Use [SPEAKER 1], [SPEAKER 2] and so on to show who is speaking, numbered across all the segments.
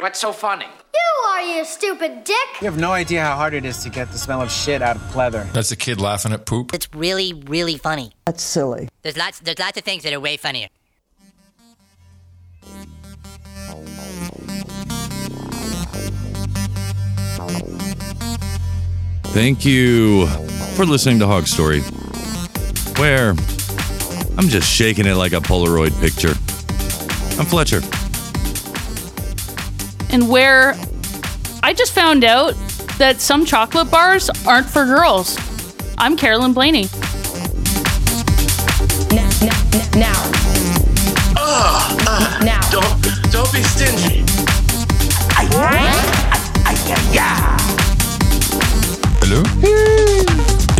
[SPEAKER 1] What's so funny?
[SPEAKER 2] You are, you stupid dick.
[SPEAKER 3] You have no idea how hard it is to get the smell of shit out of pleather.
[SPEAKER 4] That's a kid laughing at poop.
[SPEAKER 5] It's really, really funny.
[SPEAKER 6] That's silly.
[SPEAKER 5] There's lots there's lots of things that are way funnier.
[SPEAKER 7] Thank you for listening to Hog Story, where I'm just shaking it like a Polaroid picture. I'm Fletcher.
[SPEAKER 8] and where I just found out that some chocolate bars aren't for girls. I'm Carolyn Blaney.
[SPEAKER 9] Now, now, now. now.
[SPEAKER 10] Don't Ah, don't be stingy.
[SPEAKER 4] Hello? In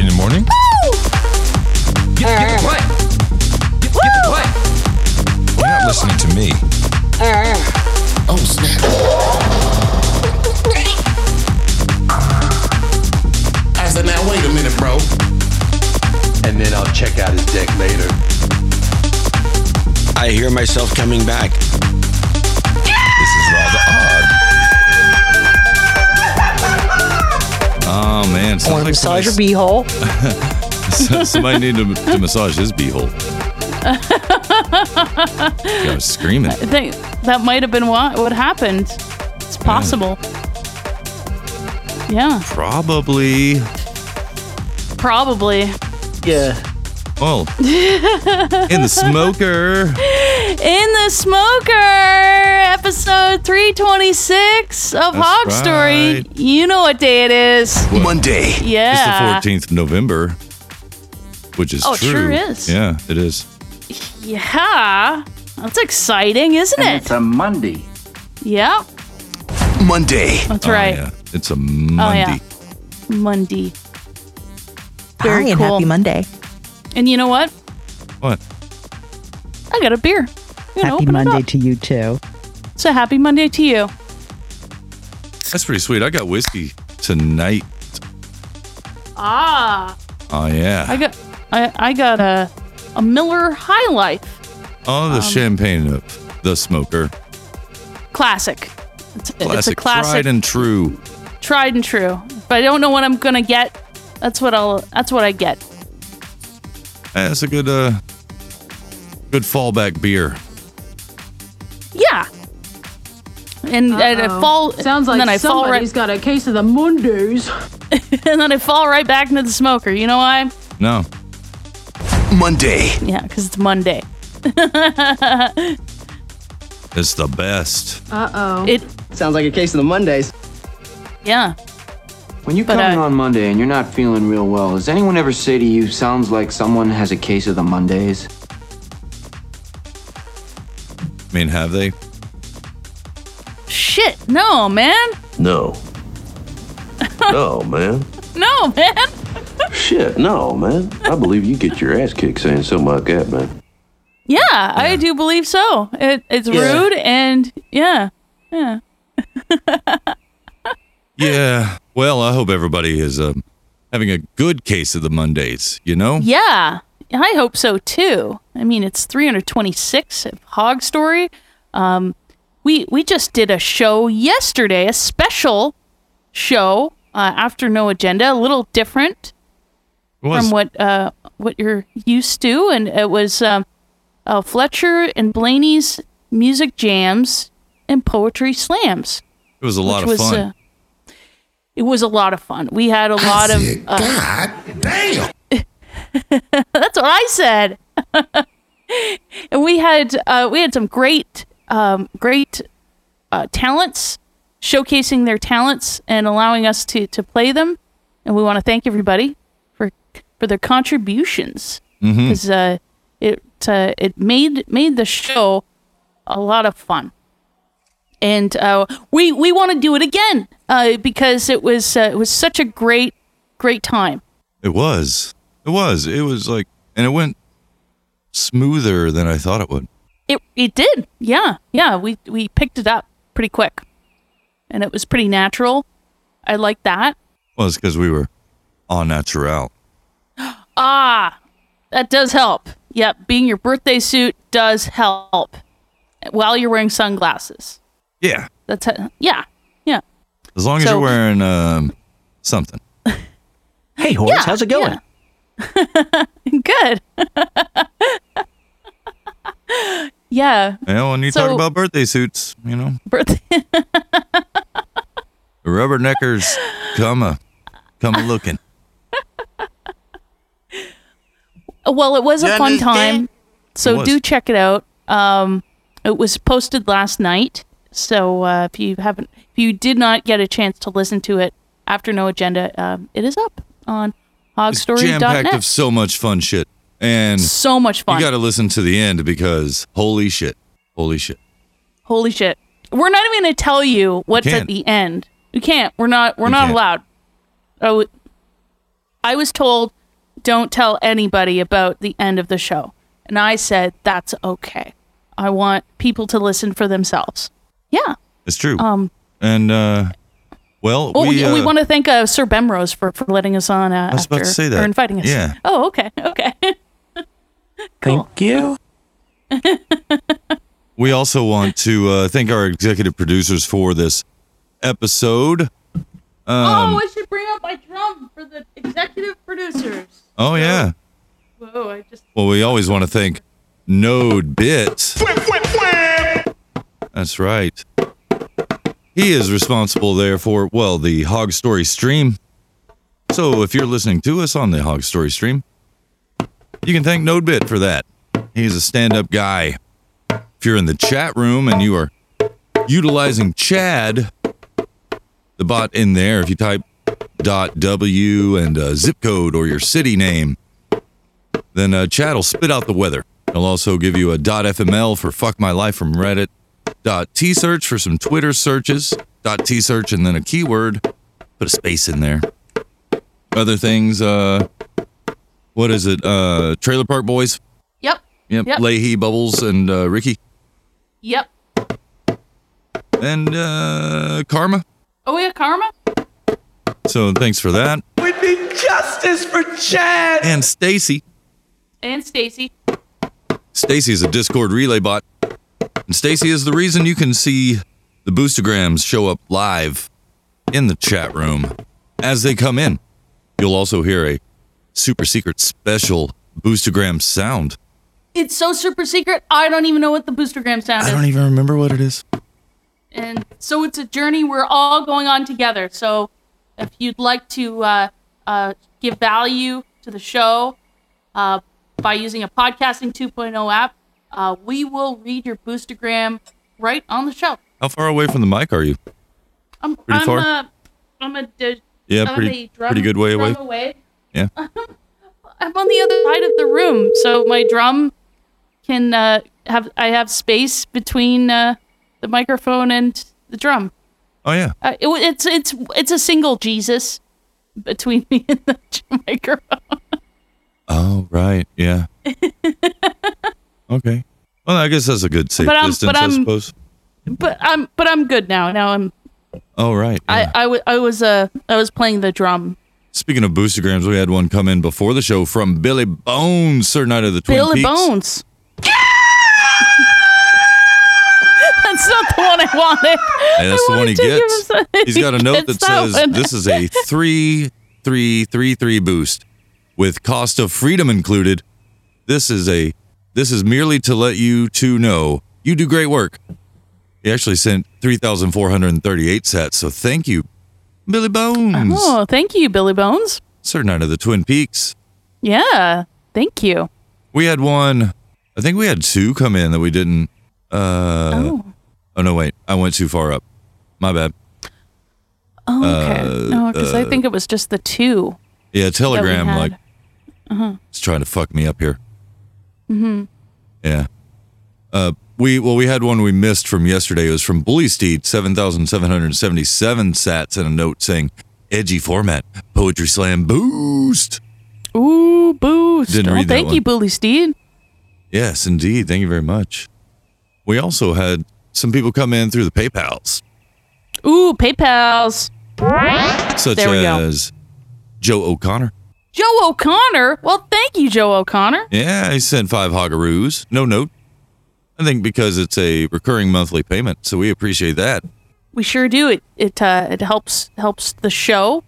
[SPEAKER 4] the morning?
[SPEAKER 10] Give, give it what? Give, give it what?
[SPEAKER 4] You're not listening to me.
[SPEAKER 3] Ah,
[SPEAKER 10] Oh snap! I said, now wait a minute, bro.
[SPEAKER 11] and then uh, I'll check out his deck later. I hear myself coming back.
[SPEAKER 4] This is rather odd.
[SPEAKER 7] Oh man, sounds
[SPEAKER 6] Want to
[SPEAKER 7] like
[SPEAKER 6] massage your
[SPEAKER 7] somebody,
[SPEAKER 6] beehole?
[SPEAKER 7] somebody need to, to massage his beehole. I was screaming.
[SPEAKER 8] I think that might have been what, what happened. It's possible. Yeah,
[SPEAKER 7] Probably.
[SPEAKER 8] probably.
[SPEAKER 6] Yeah.
[SPEAKER 7] Oh, in the smoker.
[SPEAKER 8] In the Smoker, episode 326 of
[SPEAKER 7] That's
[SPEAKER 8] Hog
[SPEAKER 7] right.
[SPEAKER 8] Story. You know what day it is.
[SPEAKER 10] Monday.
[SPEAKER 8] Yeah.
[SPEAKER 7] It's the 14th of November, which is
[SPEAKER 8] Oh, it
[SPEAKER 7] true.
[SPEAKER 8] sure is.
[SPEAKER 7] Yeah, it is.
[SPEAKER 8] Yeah. That's exciting, isn't
[SPEAKER 1] And
[SPEAKER 8] it?
[SPEAKER 1] it's a Monday.
[SPEAKER 8] yep.
[SPEAKER 10] Monday.
[SPEAKER 8] That's
[SPEAKER 7] Oh,
[SPEAKER 8] right. Oh,
[SPEAKER 7] yeah. It's a Monday.
[SPEAKER 8] yeah. Monday. Very
[SPEAKER 6] Hi, and
[SPEAKER 8] cool.
[SPEAKER 6] happy Monday.
[SPEAKER 8] And you know what?
[SPEAKER 7] What?
[SPEAKER 8] I got a beer. You know,
[SPEAKER 6] happy
[SPEAKER 8] open it
[SPEAKER 6] Monday
[SPEAKER 8] up.
[SPEAKER 6] to you too.
[SPEAKER 8] It's a happy Monday to you.
[SPEAKER 7] That's pretty sweet. I got whiskey tonight.
[SPEAKER 8] Ah,
[SPEAKER 7] Oh, yeah.
[SPEAKER 8] I got, I, I got a, a Miller High Life
[SPEAKER 7] oh,
[SPEAKER 8] Um,
[SPEAKER 7] the champagne of the smoker.
[SPEAKER 8] classic. It's,
[SPEAKER 7] Classic.
[SPEAKER 8] it's a classic,
[SPEAKER 7] Tried and true.
[SPEAKER 8] tried and true. If I don't know what I'm gonna get, that's what I'll, that's what I get.
[SPEAKER 7] Eh, That's a good, uh, good fallback beer.
[SPEAKER 8] Yeah. And, and I fall.
[SPEAKER 12] Sounds like
[SPEAKER 8] and then I
[SPEAKER 12] somebody's
[SPEAKER 8] fall right,
[SPEAKER 12] got a case of the Mondays.
[SPEAKER 8] and then I fall right back into the smoker. You know why?
[SPEAKER 7] No.
[SPEAKER 10] Monday.
[SPEAKER 8] Yeah, because it's Monday.
[SPEAKER 7] It's the best.
[SPEAKER 12] Uh oh.
[SPEAKER 8] It,
[SPEAKER 9] Sounds like a case of the Mondays.
[SPEAKER 8] yeah.
[SPEAKER 11] When you
[SPEAKER 8] But,
[SPEAKER 11] come in
[SPEAKER 8] uh,
[SPEAKER 11] on Monday and you're not feeling real well, does anyone ever say to you, sounds like someone has a case of the Mondays?
[SPEAKER 7] I mean, have they?
[SPEAKER 8] Shit. No, man.
[SPEAKER 10] No. No, man.
[SPEAKER 8] No, man.
[SPEAKER 11] Shit, no, man. I believe you get your ass kicked saying something like that, man.
[SPEAKER 8] Yeah, I do believe so. It, it's rude and yeah.
[SPEAKER 7] Yeah. Well, I hope everybody is um, having a good case of the Mondays, you know?
[SPEAKER 8] Yeah. I hope so too. I mean, it's 326 of Hog Story. Um, we we just did a show yesterday, a special show uh, after no agenda, a little different
[SPEAKER 7] Was-
[SPEAKER 8] from what uh, what you're used to, and it was um, uh, Fletcher and Blaney's music jams and poetry slams.
[SPEAKER 7] It was a lot of
[SPEAKER 8] which was,
[SPEAKER 7] fun.
[SPEAKER 8] uh, it was a lot of fun. We had a lot of. uh,
[SPEAKER 10] God damn.
[SPEAKER 8] that's what I said. and we had uh, we had some great um, great uh, talents showcasing their talents and allowing us to to play them. And we want to thank everybody for for their contributions because uh, it uh, it made made the show a lot of fun. And uh, we we want to do it again uh, because it was uh, it was such a great great time.
[SPEAKER 7] It was. It was. It was like, and it went smoother than I thought it would.
[SPEAKER 8] It it did. Yeah. Yeah, we we picked it up pretty quick. And it was pretty natural. I like that.
[SPEAKER 7] Well, it's because we were on natural.
[SPEAKER 8] Ah, that does help. Yep, being your birthday suit does help while you're wearing sunglasses.
[SPEAKER 7] Yeah.
[SPEAKER 8] That's how, yeah, yeah.
[SPEAKER 7] As long as
[SPEAKER 8] So-
[SPEAKER 7] you're wearing um, something.
[SPEAKER 1] Hey, Horace, how's it going?
[SPEAKER 8] Good. yeah.
[SPEAKER 7] Yeah, when you talk
[SPEAKER 8] So-
[SPEAKER 7] about birthday suits, you know,
[SPEAKER 8] Birthday.
[SPEAKER 7] the rubberneckers come a come a looking.
[SPEAKER 8] Well, it was a
[SPEAKER 7] You
[SPEAKER 8] fun
[SPEAKER 7] understand?
[SPEAKER 8] time.
[SPEAKER 7] It
[SPEAKER 8] So
[SPEAKER 7] was.
[SPEAKER 8] do check it out. Um, it was posted last night. So uh, if you haven't, if you did not get a chance to listen to it after No Agenda, um, it is up on
[SPEAKER 7] Jam packed of
[SPEAKER 8] hogstory.net.
[SPEAKER 7] so much fun shit, and
[SPEAKER 8] So much fun.
[SPEAKER 7] You got to listen to the end because holy shit, holy shit.
[SPEAKER 8] Holy shit! We're not even going to tell you what's
[SPEAKER 7] can't.
[SPEAKER 8] at the end. You can't. We're not. We're not
[SPEAKER 7] can't.
[SPEAKER 8] allowed. Oh, I was told don't tell anybody about the end of the show, and I said that's okay. I want people to listen for themselves. Yeah.
[SPEAKER 7] It's true.
[SPEAKER 8] Um,
[SPEAKER 7] and uh, well,
[SPEAKER 8] Well,
[SPEAKER 7] we
[SPEAKER 8] we,
[SPEAKER 7] uh,
[SPEAKER 8] we want to thank uh, Sir Bemrose for, for letting us on. Uh,
[SPEAKER 7] I was about to
[SPEAKER 8] after-
[SPEAKER 7] say that.
[SPEAKER 8] or inviting us.
[SPEAKER 7] Yeah. Um,
[SPEAKER 8] Oh, okay. Okay.
[SPEAKER 1] Thank you.
[SPEAKER 7] We also want to uh, thank our executive producers for this episode. Um,
[SPEAKER 8] oh,
[SPEAKER 7] oh,
[SPEAKER 8] I should bring up my drum for the executive producers.
[SPEAKER 7] oh, yeah.
[SPEAKER 8] Whoa! I just
[SPEAKER 7] Well, we always want to thank Node Bits. That's right. He is responsible there for, well, the Hog Story stream. So if you're listening to us on the Hog Story stream, you can thank Nodebit for that. He's a stand up guy. If you're in the chat room and you are utilizing Chad, the bot in there, if you type dot W and uh, zip code or your city name, then uh, Chad will spit out the weather. He'll also give you a .fml for fuck my life from Reddit, .t search for some Twitter searches, .t search and then a keyword, put a space in there. Other things, uh, what is it? Uh, Trailer Park Boys.
[SPEAKER 8] Yep.
[SPEAKER 7] Yep.
[SPEAKER 8] Yep.
[SPEAKER 7] Leahy, Bubbles, and uh, Ricky,
[SPEAKER 8] Yep.
[SPEAKER 7] and uh, Karma.
[SPEAKER 8] Oh yeah, Karma.
[SPEAKER 7] So thanks for that,
[SPEAKER 10] We need justice for Chad.
[SPEAKER 7] and Stacy.
[SPEAKER 8] and Stacy.
[SPEAKER 7] Stacy is a Discord relay bot. And Stacy is the reason you can see the boostograms show up live in the chat room as they come in. You'll also hear a super secret special boostogram sound.
[SPEAKER 8] It's so super secret. I don't even know what the boostergram sound
[SPEAKER 7] I
[SPEAKER 8] is.
[SPEAKER 7] don't even remember what it is.
[SPEAKER 8] and so it's a journey we're all going on together. So if you'd like to uh, uh, give value to the show uh, by using a podcasting 2.0 app, uh, we will read your boostergram right on the show.
[SPEAKER 7] How far away from the mic are you?
[SPEAKER 8] I'm
[SPEAKER 7] Pretty
[SPEAKER 8] I'm
[SPEAKER 7] far?
[SPEAKER 8] a I'm a di-
[SPEAKER 7] Yeah,
[SPEAKER 8] I'm
[SPEAKER 7] pretty-
[SPEAKER 8] a drum,
[SPEAKER 7] pretty good way
[SPEAKER 8] drum
[SPEAKER 7] away. Yeah.
[SPEAKER 8] I'm on the other side of the room, so my drum can uh, have I have space between uh, the microphone and the drum.
[SPEAKER 7] Oh yeah.
[SPEAKER 8] Uh, it, w- it's it's it's a single Jesus between me and the microphone.
[SPEAKER 7] Oh right, yeah. okay. Well, I guess that's a good safe
[SPEAKER 8] But I'm-
[SPEAKER 7] distance,
[SPEAKER 8] but
[SPEAKER 7] I
[SPEAKER 8] I'm-
[SPEAKER 7] suppose.
[SPEAKER 8] But I'm but I'm good now. Now I'm
[SPEAKER 7] Oh right.
[SPEAKER 8] I I, w- I was uh I was playing the drum.
[SPEAKER 7] Speaking of boostograms, we had one come in before the show from Billy Bones, Sir Knight of the Twin
[SPEAKER 8] Billy
[SPEAKER 7] Peaks.
[SPEAKER 8] Bones. That's not the one I wanted.
[SPEAKER 7] And that's the
[SPEAKER 8] I
[SPEAKER 7] one he
[SPEAKER 8] wanted to give him
[SPEAKER 7] gets.
[SPEAKER 8] some-
[SPEAKER 7] He's got a
[SPEAKER 8] he
[SPEAKER 7] note
[SPEAKER 8] gets
[SPEAKER 7] that says
[SPEAKER 8] one.
[SPEAKER 7] this is a three three three three boost with cost of freedom included. This is a this is merely to let you two know you do great work. He actually sent three thousand four hundred and thirty eight sets, so thank you, Billy Bones.
[SPEAKER 8] Oh, thank you, Billy Bones.
[SPEAKER 7] Sir Knight of the Twin Peaks.
[SPEAKER 8] Yeah, thank you.
[SPEAKER 7] We had one. I think we had two come in that we didn't. Uh,
[SPEAKER 8] Oh.
[SPEAKER 7] oh no! Wait, I went too far up. My bad.
[SPEAKER 8] Oh, okay.
[SPEAKER 7] Uh,
[SPEAKER 8] no, because I
[SPEAKER 7] uh,
[SPEAKER 8] think it was just the two.
[SPEAKER 7] Yeah, Telegram
[SPEAKER 8] had.
[SPEAKER 7] like
[SPEAKER 8] Uh-huh.
[SPEAKER 7] is trying to fuck me up here.
[SPEAKER 8] Mm-hmm.
[SPEAKER 7] Yeah. Uh, we well we had one we missed from yesterday. It was from Bully Steed, seven thousand seven hundred seventy seven sats, and a note saying "edgy format poetry slam boost."
[SPEAKER 8] Ooh, boost.
[SPEAKER 7] Didn't
[SPEAKER 8] Oh,
[SPEAKER 7] read that
[SPEAKER 8] thank you,
[SPEAKER 7] one.
[SPEAKER 8] Bully Steed.
[SPEAKER 7] Yes, indeed. Thank you very much. We also had some people come in through the PayPal's,
[SPEAKER 8] Ooh, PayPal's.
[SPEAKER 7] such
[SPEAKER 8] there we go.
[SPEAKER 7] as Joe O'Connor.
[SPEAKER 8] Joe O'Connor. Well, thank you, Joe O'Connor.
[SPEAKER 7] Yeah, he sent five hogaroos. No note. I think because it's a recurring monthly payment, so we appreciate that.
[SPEAKER 8] We sure do. It it uh, it helps helps the show,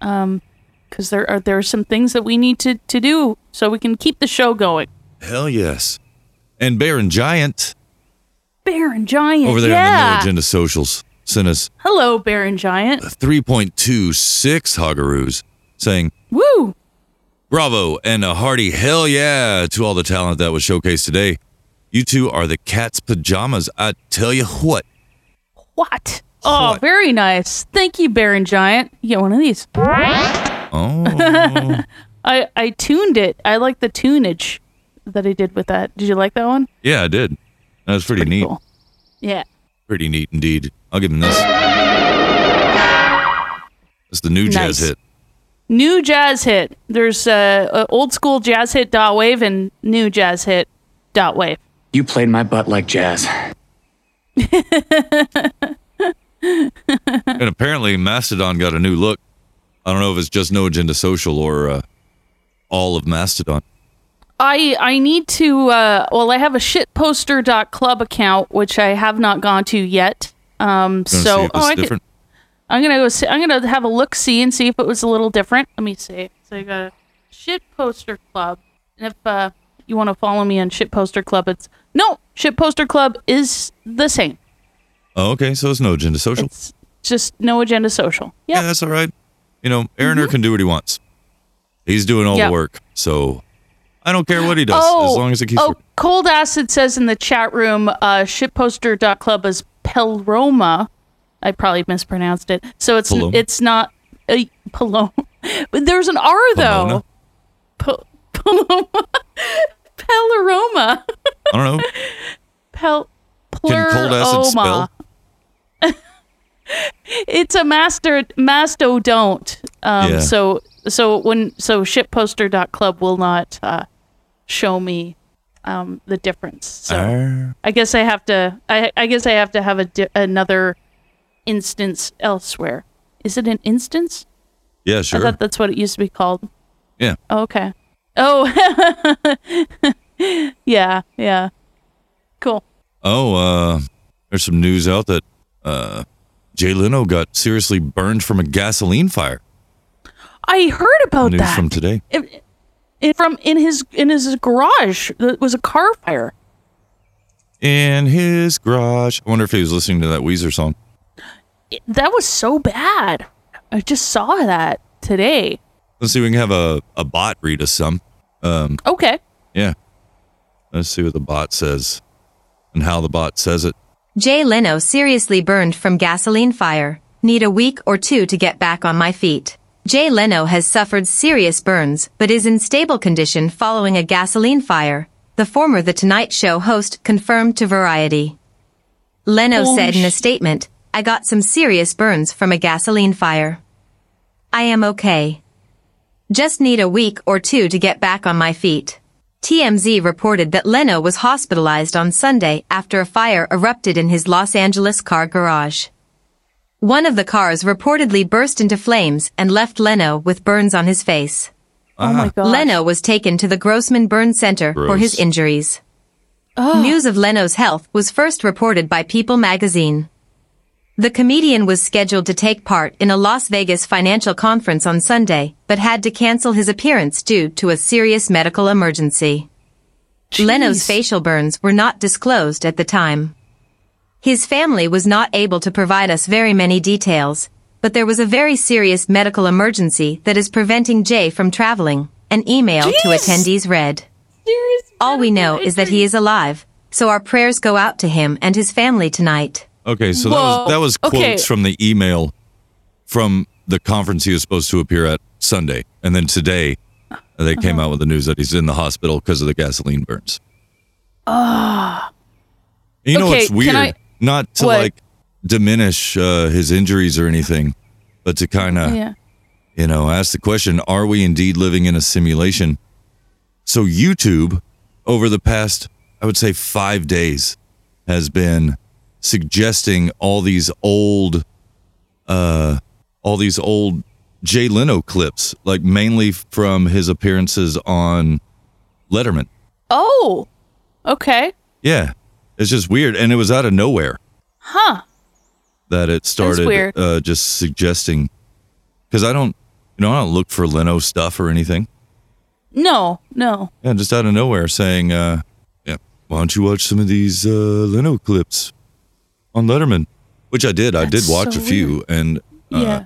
[SPEAKER 8] um, because there are there are some things that we need to to do so we can keep the show going.
[SPEAKER 7] Hell yes. And Baron Giant
[SPEAKER 8] Baron Giant
[SPEAKER 7] over there on the
[SPEAKER 8] yeah.
[SPEAKER 7] No Agenda Socials sent us
[SPEAKER 8] Hello, Baron Giant.
[SPEAKER 7] 3.26 hogaroos saying,
[SPEAKER 8] Woo!
[SPEAKER 7] Bravo and a hearty hell yeah to all the talent that was showcased today. You two are the cat's pajamas. I tell you what.
[SPEAKER 8] What? Oh, very nice. Thank you, Baron Giant. You get one of these.
[SPEAKER 7] Oh.
[SPEAKER 8] I I tuned it. I like the tunage that I did with that. Did you like that one?
[SPEAKER 7] Yeah, I did. That was pretty, neat.
[SPEAKER 8] Yeah.
[SPEAKER 7] Pretty neat indeed. I'll give him this. That's the new jazz
[SPEAKER 8] Nice.
[SPEAKER 7] hit.
[SPEAKER 8] New jazz hit. There's uh, uh, old school jazz hit dot wave and new jazz hit dot wave.
[SPEAKER 10] You played my butt like jazz.
[SPEAKER 7] and apparently Mastodon got a new look. I don't know if it's just No Agenda Social or uh, all of Mastodon.
[SPEAKER 8] I I need to uh well I have a shitposter.club account which I have not gone to yet. Um
[SPEAKER 7] Gonna see
[SPEAKER 8] so
[SPEAKER 7] if it's
[SPEAKER 8] I
[SPEAKER 7] different.
[SPEAKER 8] I'm going to go see, I'm going to have a look see and see if it was a little different. Let me see. So I got a shitposter club.
[SPEAKER 7] Ah.
[SPEAKER 8] And if uh you want to follow me on shitposter club it's No, shitposter club is the same.
[SPEAKER 7] Oh, okay, so it's No Agenda Social.
[SPEAKER 8] It's just no agenda social.
[SPEAKER 7] Yeah, that's all right. You know, Aaroner
[SPEAKER 8] Mm-hmm.
[SPEAKER 7] can do what he wants. He's doing all
[SPEAKER 8] Yeah.
[SPEAKER 7] the work, so I don't care what he does as long as it keeps.
[SPEAKER 8] oh,
[SPEAKER 7] working.
[SPEAKER 8] Cold Acid says in the chat room, uh, shipposter.club is Pelroma. I probably mispronounced it. So it's
[SPEAKER 7] Paloma?
[SPEAKER 8] it's not a Paloma. But there's an R though.
[SPEAKER 7] Pomona?
[SPEAKER 8] Pa- Paloma. Pelroma.
[SPEAKER 7] I don't know.
[SPEAKER 8] Pel
[SPEAKER 7] Can cold acid
[SPEAKER 8] Pluroma.
[SPEAKER 7] spell?
[SPEAKER 8] it's a master mastodont. Um
[SPEAKER 7] Yeah.
[SPEAKER 8] so so when so shipposter.club will not uh, show me um, the difference. So
[SPEAKER 7] Arr.
[SPEAKER 8] I guess I have to I I guess I have to have a di- another instance elsewhere. Is it an instance?
[SPEAKER 7] Yeah, sure.
[SPEAKER 8] I thought that's what it used to be called.
[SPEAKER 7] yeah,
[SPEAKER 8] Oh, okay. Oh. yeah, yeah. Cool.
[SPEAKER 7] Oh, uh, there's some news out that uh, Jay Leno got seriously burned from a gasoline fire.
[SPEAKER 8] I heard about
[SPEAKER 7] news
[SPEAKER 8] that.
[SPEAKER 7] from today.
[SPEAKER 8] It- it- from in his in his garage There was a car fire.
[SPEAKER 7] In his garage. I wonder if he was listening to that Weezer song.
[SPEAKER 8] It- that was so bad. I just saw that today.
[SPEAKER 7] Let's see if we can have a, a bot read us some. Um,
[SPEAKER 8] Okay.
[SPEAKER 7] Yeah. Let's see what the bot says and how the bot says it.
[SPEAKER 13] Jay Leno seriously burned from gasoline fire. Need a week or two to get back on my feet. Jay Leno has suffered serious burns, but is in stable condition following a gasoline fire. The former The Tonight Show host confirmed to Variety. Leno
[SPEAKER 5] Holy
[SPEAKER 13] said in a
[SPEAKER 5] sh-
[SPEAKER 13] statement, I got some serious burns from a gasoline fire. I am okay. Just need a week or two to get back on my feet. TMZ reported that Leno was hospitalized on Sunday after a fire erupted in his Los Angeles car garage. One of the cars reportedly burst into flames and left Leno with burns on his face.
[SPEAKER 7] Oh my
[SPEAKER 8] gosh.
[SPEAKER 13] Leno was taken to the Grossman Burn Center for
[SPEAKER 7] Gross.
[SPEAKER 13] his injuries. News of Leno's health was first reported by People magazine. The comedian was scheduled to take part in a Las Vegas financial conference on Sunday, but had to cancel his appearance due to a serious medical emergency. Leno's facial burns were not disclosed at the time. His family was not able to provide us very many details, but there was a very serious medical emergency that is preventing Jay from traveling, an email to
[SPEAKER 5] Jeez.
[SPEAKER 13] attendees read. All we know is that he is alive, so our prayers go out to him and his family tonight.
[SPEAKER 7] Okay, so
[SPEAKER 13] Whoa.
[SPEAKER 7] that was that was quotes
[SPEAKER 13] Okay.
[SPEAKER 7] from the email from the conference he was supposed to appear at Sunday, and then today they came
[SPEAKER 8] Uh-huh.
[SPEAKER 7] out with the news that he's in the hospital because of the gasoline burns.
[SPEAKER 8] Ah.
[SPEAKER 7] You know
[SPEAKER 8] Okay,
[SPEAKER 7] it's
[SPEAKER 8] can
[SPEAKER 7] weird,
[SPEAKER 8] I-
[SPEAKER 7] not to
[SPEAKER 8] What?
[SPEAKER 7] like diminish uh, his injuries or anything, but to kind of
[SPEAKER 8] yeah.
[SPEAKER 7] you know ask the question: Are we indeed living in a simulation? So YouTube, over the past I would say five days, has been suggesting all these old, uh, all these old Jay Leno clips, like mainly from his appearances on Letterman.
[SPEAKER 8] Oh. Okay.
[SPEAKER 7] Yeah. It's just weird, and it was out of nowhere
[SPEAKER 8] Huh.
[SPEAKER 7] that it started
[SPEAKER 8] weird.
[SPEAKER 7] Uh, just suggesting because I don't, you know, I don't look for Leno stuff or anything.
[SPEAKER 8] No, no.
[SPEAKER 7] Yeah, just out of nowhere saying, uh, yeah, why don't you watch some of these uh, Leno clips on Letterman? Which I did. I did
[SPEAKER 4] That's
[SPEAKER 7] watch
[SPEAKER 4] so
[SPEAKER 7] a few. And uh,
[SPEAKER 8] Yeah.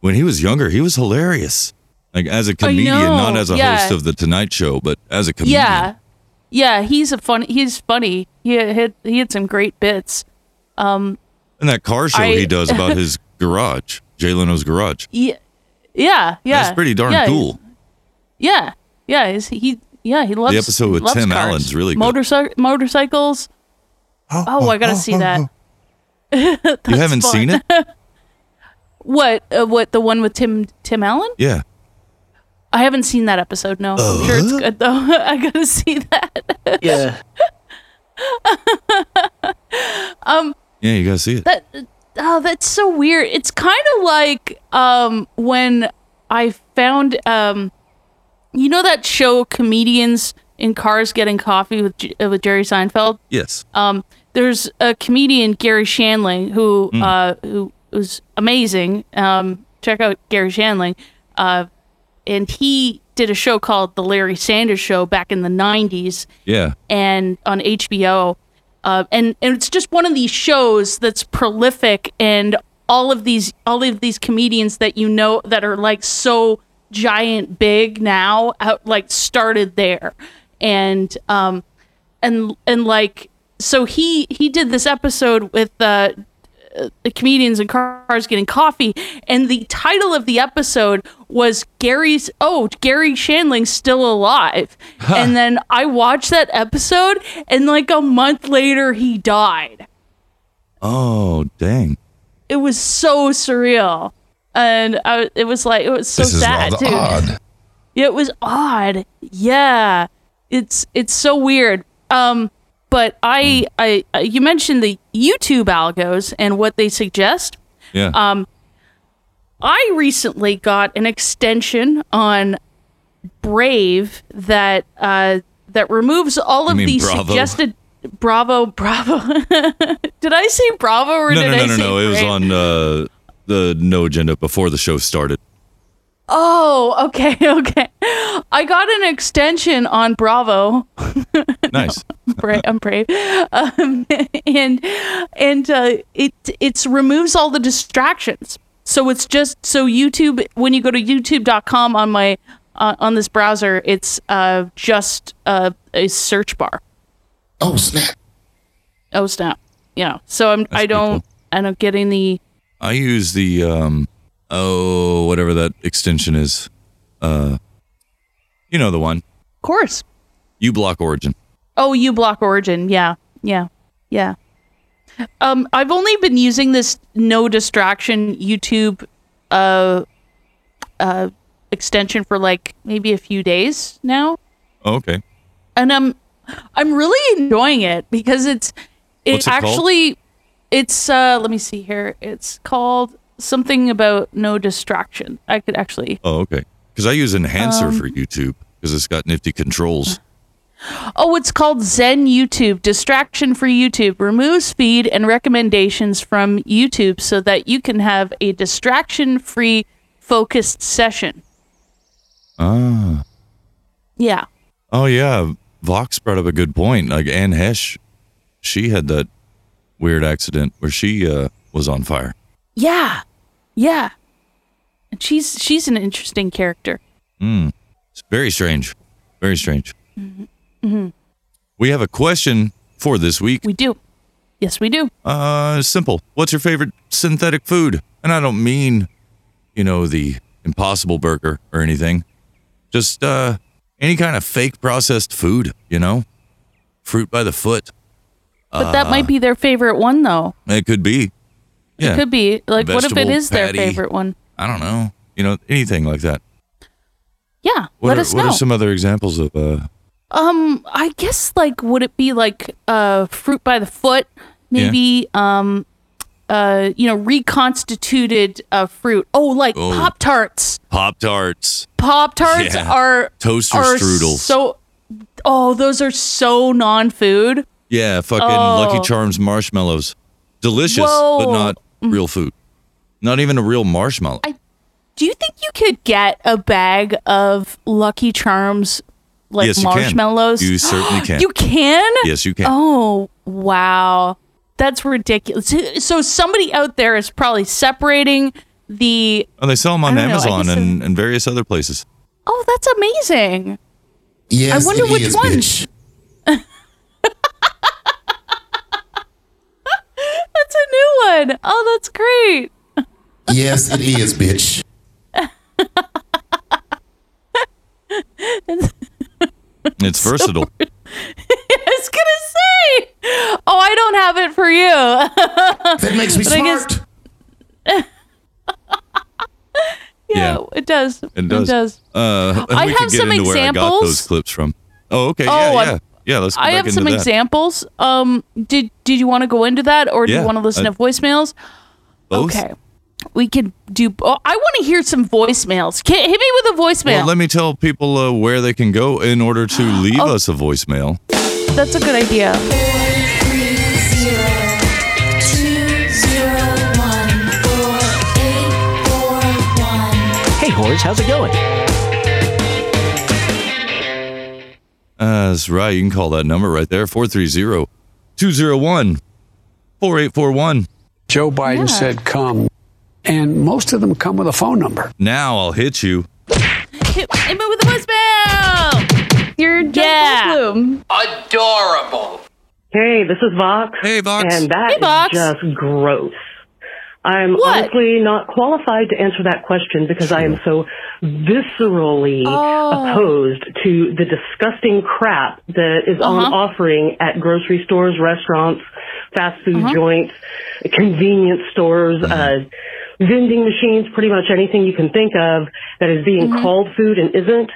[SPEAKER 7] when he was younger, he was hilarious. Like as a comedian,
[SPEAKER 8] Oh, know.
[SPEAKER 7] not as a
[SPEAKER 8] Yeah.
[SPEAKER 7] host of The Tonight Show, but as a comedian.
[SPEAKER 8] Yeah. Yeah, he's a funny he's funny. He had he had some great bits. Um
[SPEAKER 7] And that car show
[SPEAKER 8] I-
[SPEAKER 7] he does about his garage, Jay Leno's garage.
[SPEAKER 8] yeah, yeah, yeah.
[SPEAKER 7] That's pretty darn
[SPEAKER 8] yeah,
[SPEAKER 7] cool.
[SPEAKER 8] Yeah, yeah. Is he? Yeah, he loves
[SPEAKER 7] The episode with
[SPEAKER 8] loves
[SPEAKER 7] Tim
[SPEAKER 8] cars.
[SPEAKER 7] Allen's really good.
[SPEAKER 8] Motorci- motorcycles. Oh, I gotta see that.
[SPEAKER 7] You haven't seen it?
[SPEAKER 8] What? Uh, what? The one with Tim Tim Allen?
[SPEAKER 7] Yeah.
[SPEAKER 8] I haven't seen that episode. No, I'm sure it's good though. I gotta see that.
[SPEAKER 6] Yeah.
[SPEAKER 8] um.
[SPEAKER 7] Yeah, you gotta see it.
[SPEAKER 8] That oh, that's so weird. It's kind of like um when I found um you know that show comedians in cars getting coffee with J- uh, with Jerry Seinfeld.
[SPEAKER 7] Yes.
[SPEAKER 8] Um, there's a comedian Gary Shanling who
[SPEAKER 14] Mm.
[SPEAKER 8] uh, who was amazing. Um, check out Gary Shanling, uh, and he did a show called The Larry Sanders Show back in the '90s,
[SPEAKER 7] Yeah.
[SPEAKER 8] and on HBO. Uh, and and it's just one of these shows that's prolific, and all of these all of these comedians that you know that are like so giant big now out like started there, and um and and like so he he did this episode with uh, uh, the comedians and cars getting coffee, and the title of the episode was Gary's. Oh, Gary Shandling's still alive. And then I watched that episode, and like a month later, he died.
[SPEAKER 7] Oh, dang.
[SPEAKER 8] It was so surreal, and I, it was like it was so
[SPEAKER 4] This is
[SPEAKER 8] sad
[SPEAKER 4] rather
[SPEAKER 8] too.
[SPEAKER 4] odd.
[SPEAKER 8] Yeah, it was odd. Yeah, it's it's so weird. Um, but
[SPEAKER 7] Hmm.
[SPEAKER 8] I, I, I you mentioned the YouTube algos and what they suggest.
[SPEAKER 10] Yeah.
[SPEAKER 8] Um, I recently got an extension on Brave that uh, that removes all
[SPEAKER 7] You
[SPEAKER 8] of
[SPEAKER 7] mean
[SPEAKER 8] the
[SPEAKER 7] Bravo?
[SPEAKER 8] suggested. Bravo, Bravo. did I say Bravo or
[SPEAKER 7] No,
[SPEAKER 8] did
[SPEAKER 7] no,
[SPEAKER 8] I
[SPEAKER 7] no, no,
[SPEAKER 8] say
[SPEAKER 7] no. It was
[SPEAKER 8] Brave?
[SPEAKER 7] on uh, the No Agenda before the show started.
[SPEAKER 8] Oh, okay, okay. I got an extension on Bravo.
[SPEAKER 7] Nice.
[SPEAKER 8] Bra- I'm brave, um, and and uh, it it's removes all the distractions. So it's just so YouTube. When you go to YouTube.com on my uh, on this browser, it's uh, just uh, a search bar.
[SPEAKER 10] Oh snap!
[SPEAKER 8] Oh snap! Yeah. So I'm I don't I don't get any.
[SPEAKER 7] I use the um oh whatever that extension is. Uh you know the one.
[SPEAKER 8] Of course.
[SPEAKER 7] U block origin.
[SPEAKER 8] Oh, you block origin. Yeah. Yeah. Yeah. Um, I've only been using this no distraction YouTube uh uh extension for like maybe a few days now.
[SPEAKER 7] Oh, okay.
[SPEAKER 8] And I'm I'm really enjoying it because it's it
[SPEAKER 7] What's it called?
[SPEAKER 8] actually it's uh let me see here. It's called something about no distraction. I could actually
[SPEAKER 7] Oh, okay. Because I use Enhancer
[SPEAKER 8] Um,
[SPEAKER 7] for YouTube because it's got nifty controls.
[SPEAKER 8] Oh, it's called Zen YouTube, distraction for YouTube. Removes feed and recommendations from YouTube so that you can have a distraction free focused session.
[SPEAKER 7] Ah.
[SPEAKER 8] Yeah.
[SPEAKER 7] Oh yeah. Vox brought up a good point. Like Anne Hesh, she had that weird accident where she uh was on fire.
[SPEAKER 8] Yeah. Yeah. And she's she's an interesting character.
[SPEAKER 7] Hmm. It's very strange. Very strange.
[SPEAKER 8] hmm
[SPEAKER 7] We have a question for this week.
[SPEAKER 8] We do. Yes, we do.
[SPEAKER 7] Uh, simple. What's your favorite synthetic food? And I don't mean, you know, the Impossible Burger or anything. Just uh, any kind of fake processed food. You know, fruit by the foot. Uh,
[SPEAKER 8] But that might be their favorite one though.
[SPEAKER 7] It could be. Uh, Yeah.
[SPEAKER 8] It could be. Like what if it
[SPEAKER 7] Vegetable
[SPEAKER 8] is their
[SPEAKER 7] patty.
[SPEAKER 8] favorite one?
[SPEAKER 7] I don't know. You know, anything like that.
[SPEAKER 8] Yeah.
[SPEAKER 7] What
[SPEAKER 8] let
[SPEAKER 7] are,
[SPEAKER 8] us
[SPEAKER 7] What
[SPEAKER 8] know.
[SPEAKER 7] are some other examples of? uh
[SPEAKER 8] Um, I guess like would it be like uh fruit by the foot,
[SPEAKER 7] Yeah.
[SPEAKER 8] maybe um uh you know reconstituted uh fruit. Oh, like
[SPEAKER 7] Oh.
[SPEAKER 8] pop tarts.
[SPEAKER 7] Pop tarts.
[SPEAKER 8] Pop tarts
[SPEAKER 7] Yeah.
[SPEAKER 8] are
[SPEAKER 7] Toaster
[SPEAKER 8] are
[SPEAKER 7] strudels.
[SPEAKER 8] So, oh, those are so non-food.
[SPEAKER 7] Yeah, fucking
[SPEAKER 8] Oh.
[SPEAKER 7] Lucky Charms marshmallows. Delicious, but
[SPEAKER 8] Whoa. Mm-hmm.
[SPEAKER 7] not real food. Not even a real marshmallow.
[SPEAKER 8] Do you think you could get a bag of Lucky Charms like
[SPEAKER 7] Yes, you can.
[SPEAKER 8] marshmallows?
[SPEAKER 7] You certainly can.
[SPEAKER 8] you can?
[SPEAKER 7] Yes, you can.
[SPEAKER 8] Oh, wow. That's ridiculous. So somebody out there is probably separating the
[SPEAKER 7] Oh, they sell them on
[SPEAKER 8] I don't know, I
[SPEAKER 7] Amazon
[SPEAKER 8] guess
[SPEAKER 7] and, and various other places.
[SPEAKER 8] Oh, that's amazing.
[SPEAKER 7] Yes,
[SPEAKER 8] I wonder
[SPEAKER 7] it
[SPEAKER 8] which
[SPEAKER 7] is,
[SPEAKER 8] one.
[SPEAKER 7] bitch.
[SPEAKER 8] that's a new one. Oh, that's great.
[SPEAKER 14] Yes, it is, bitch.
[SPEAKER 7] It's versatile.
[SPEAKER 8] I was gonna say. Oh, I don't have it for you. that
[SPEAKER 14] makes me
[SPEAKER 8] Guess, yeah,
[SPEAKER 7] Yeah.
[SPEAKER 8] it does.
[SPEAKER 7] It does.
[SPEAKER 8] It does.
[SPEAKER 7] Uh,
[SPEAKER 8] I
[SPEAKER 7] we
[SPEAKER 8] have
[SPEAKER 7] could get
[SPEAKER 8] some
[SPEAKER 7] into where I got those
[SPEAKER 8] examples.
[SPEAKER 7] clips from. Oh, okay.
[SPEAKER 8] Oh,
[SPEAKER 7] yeah,
[SPEAKER 8] I'm-
[SPEAKER 7] yeah. Yeah, let's go
[SPEAKER 8] I
[SPEAKER 7] back
[SPEAKER 8] have
[SPEAKER 7] into
[SPEAKER 8] some
[SPEAKER 7] that.
[SPEAKER 8] examples. Um, did did you want to go into that, or do
[SPEAKER 7] Yeah,
[SPEAKER 8] you want to listen
[SPEAKER 7] I-
[SPEAKER 8] to voicemails?
[SPEAKER 7] Both?
[SPEAKER 8] Okay, we could do. Oh, I want to hear some voicemails. Can, hit me with a voicemail.
[SPEAKER 7] Well, let me tell people uh, where they can go in order to
[SPEAKER 8] Oh.
[SPEAKER 7] leave us a voicemail.
[SPEAKER 8] That's a good idea.
[SPEAKER 1] Hey, Horse, how's it going?
[SPEAKER 7] Uh, that's right. You can call that number right there 430 201 4841.
[SPEAKER 15] Joe Biden said come. And most of them come with a phone number.
[SPEAKER 7] Now I'll hit you.
[SPEAKER 8] Hit, hit me with a voicemail. You're yeah. Bloom.
[SPEAKER 10] Adorable.
[SPEAKER 16] Hey, this is Vox.
[SPEAKER 7] Hey, Vox.
[SPEAKER 16] And that
[SPEAKER 8] Hey,
[SPEAKER 16] is
[SPEAKER 8] Vox.
[SPEAKER 16] just gross. I'm honestly not qualified to answer that question because I am so viscerally
[SPEAKER 8] Oh.
[SPEAKER 16] opposed to the disgusting crap that is on
[SPEAKER 17] Uh-huh.
[SPEAKER 16] offering at grocery stores, restaurants, fast
[SPEAKER 8] Uh-huh.
[SPEAKER 16] food joints, convenience stores,
[SPEAKER 7] Mm-hmm.
[SPEAKER 16] uh, vending machines, pretty much anything you can think of that is being
[SPEAKER 8] Mm-hmm.
[SPEAKER 17] Mhm.
[SPEAKER 16] called food and isn't.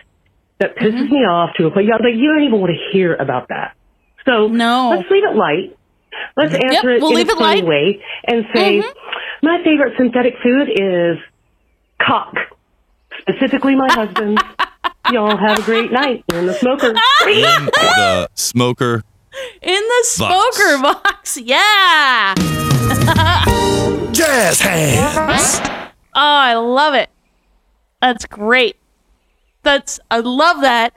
[SPEAKER 16] That pisses me off to a point. Yeah, like you don't even want to hear about that. So no. let's leave it light. Let's
[SPEAKER 17] Yep,
[SPEAKER 16] answer it
[SPEAKER 17] we'll
[SPEAKER 16] in
[SPEAKER 17] leave
[SPEAKER 16] a
[SPEAKER 17] it
[SPEAKER 16] funny
[SPEAKER 17] light. Mm-hmm.
[SPEAKER 16] way and say, my favorite synthetic food is cock. Specifically, my husband's. Y'all have a great night. You're in the smoker.
[SPEAKER 7] the smoker.
[SPEAKER 8] In the
[SPEAKER 7] Vox.
[SPEAKER 8] smoker box. Yeah.
[SPEAKER 14] Jazz hands.
[SPEAKER 8] Oh, I love it. That's great. That's I love that.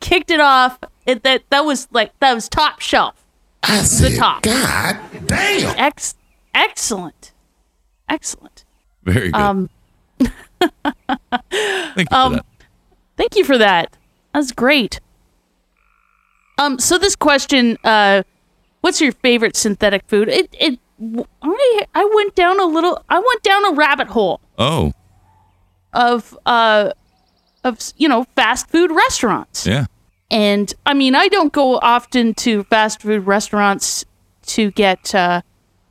[SPEAKER 8] Kicked it off. It, that that was like that was top shelf.
[SPEAKER 14] I
[SPEAKER 8] the top. God damn. Ex- excellent. Excellent.
[SPEAKER 7] Very good.
[SPEAKER 8] Um
[SPEAKER 7] Thank
[SPEAKER 8] you um, for that. Thank you for that. That's great. Um so this question uh what's your favorite synthetic food? It it I I went down a little I went down a rabbit hole.
[SPEAKER 7] Oh,
[SPEAKER 8] of uh of you know fast food restaurants
[SPEAKER 7] yeah.
[SPEAKER 8] and i mean i don't go often to fast food restaurants to get uh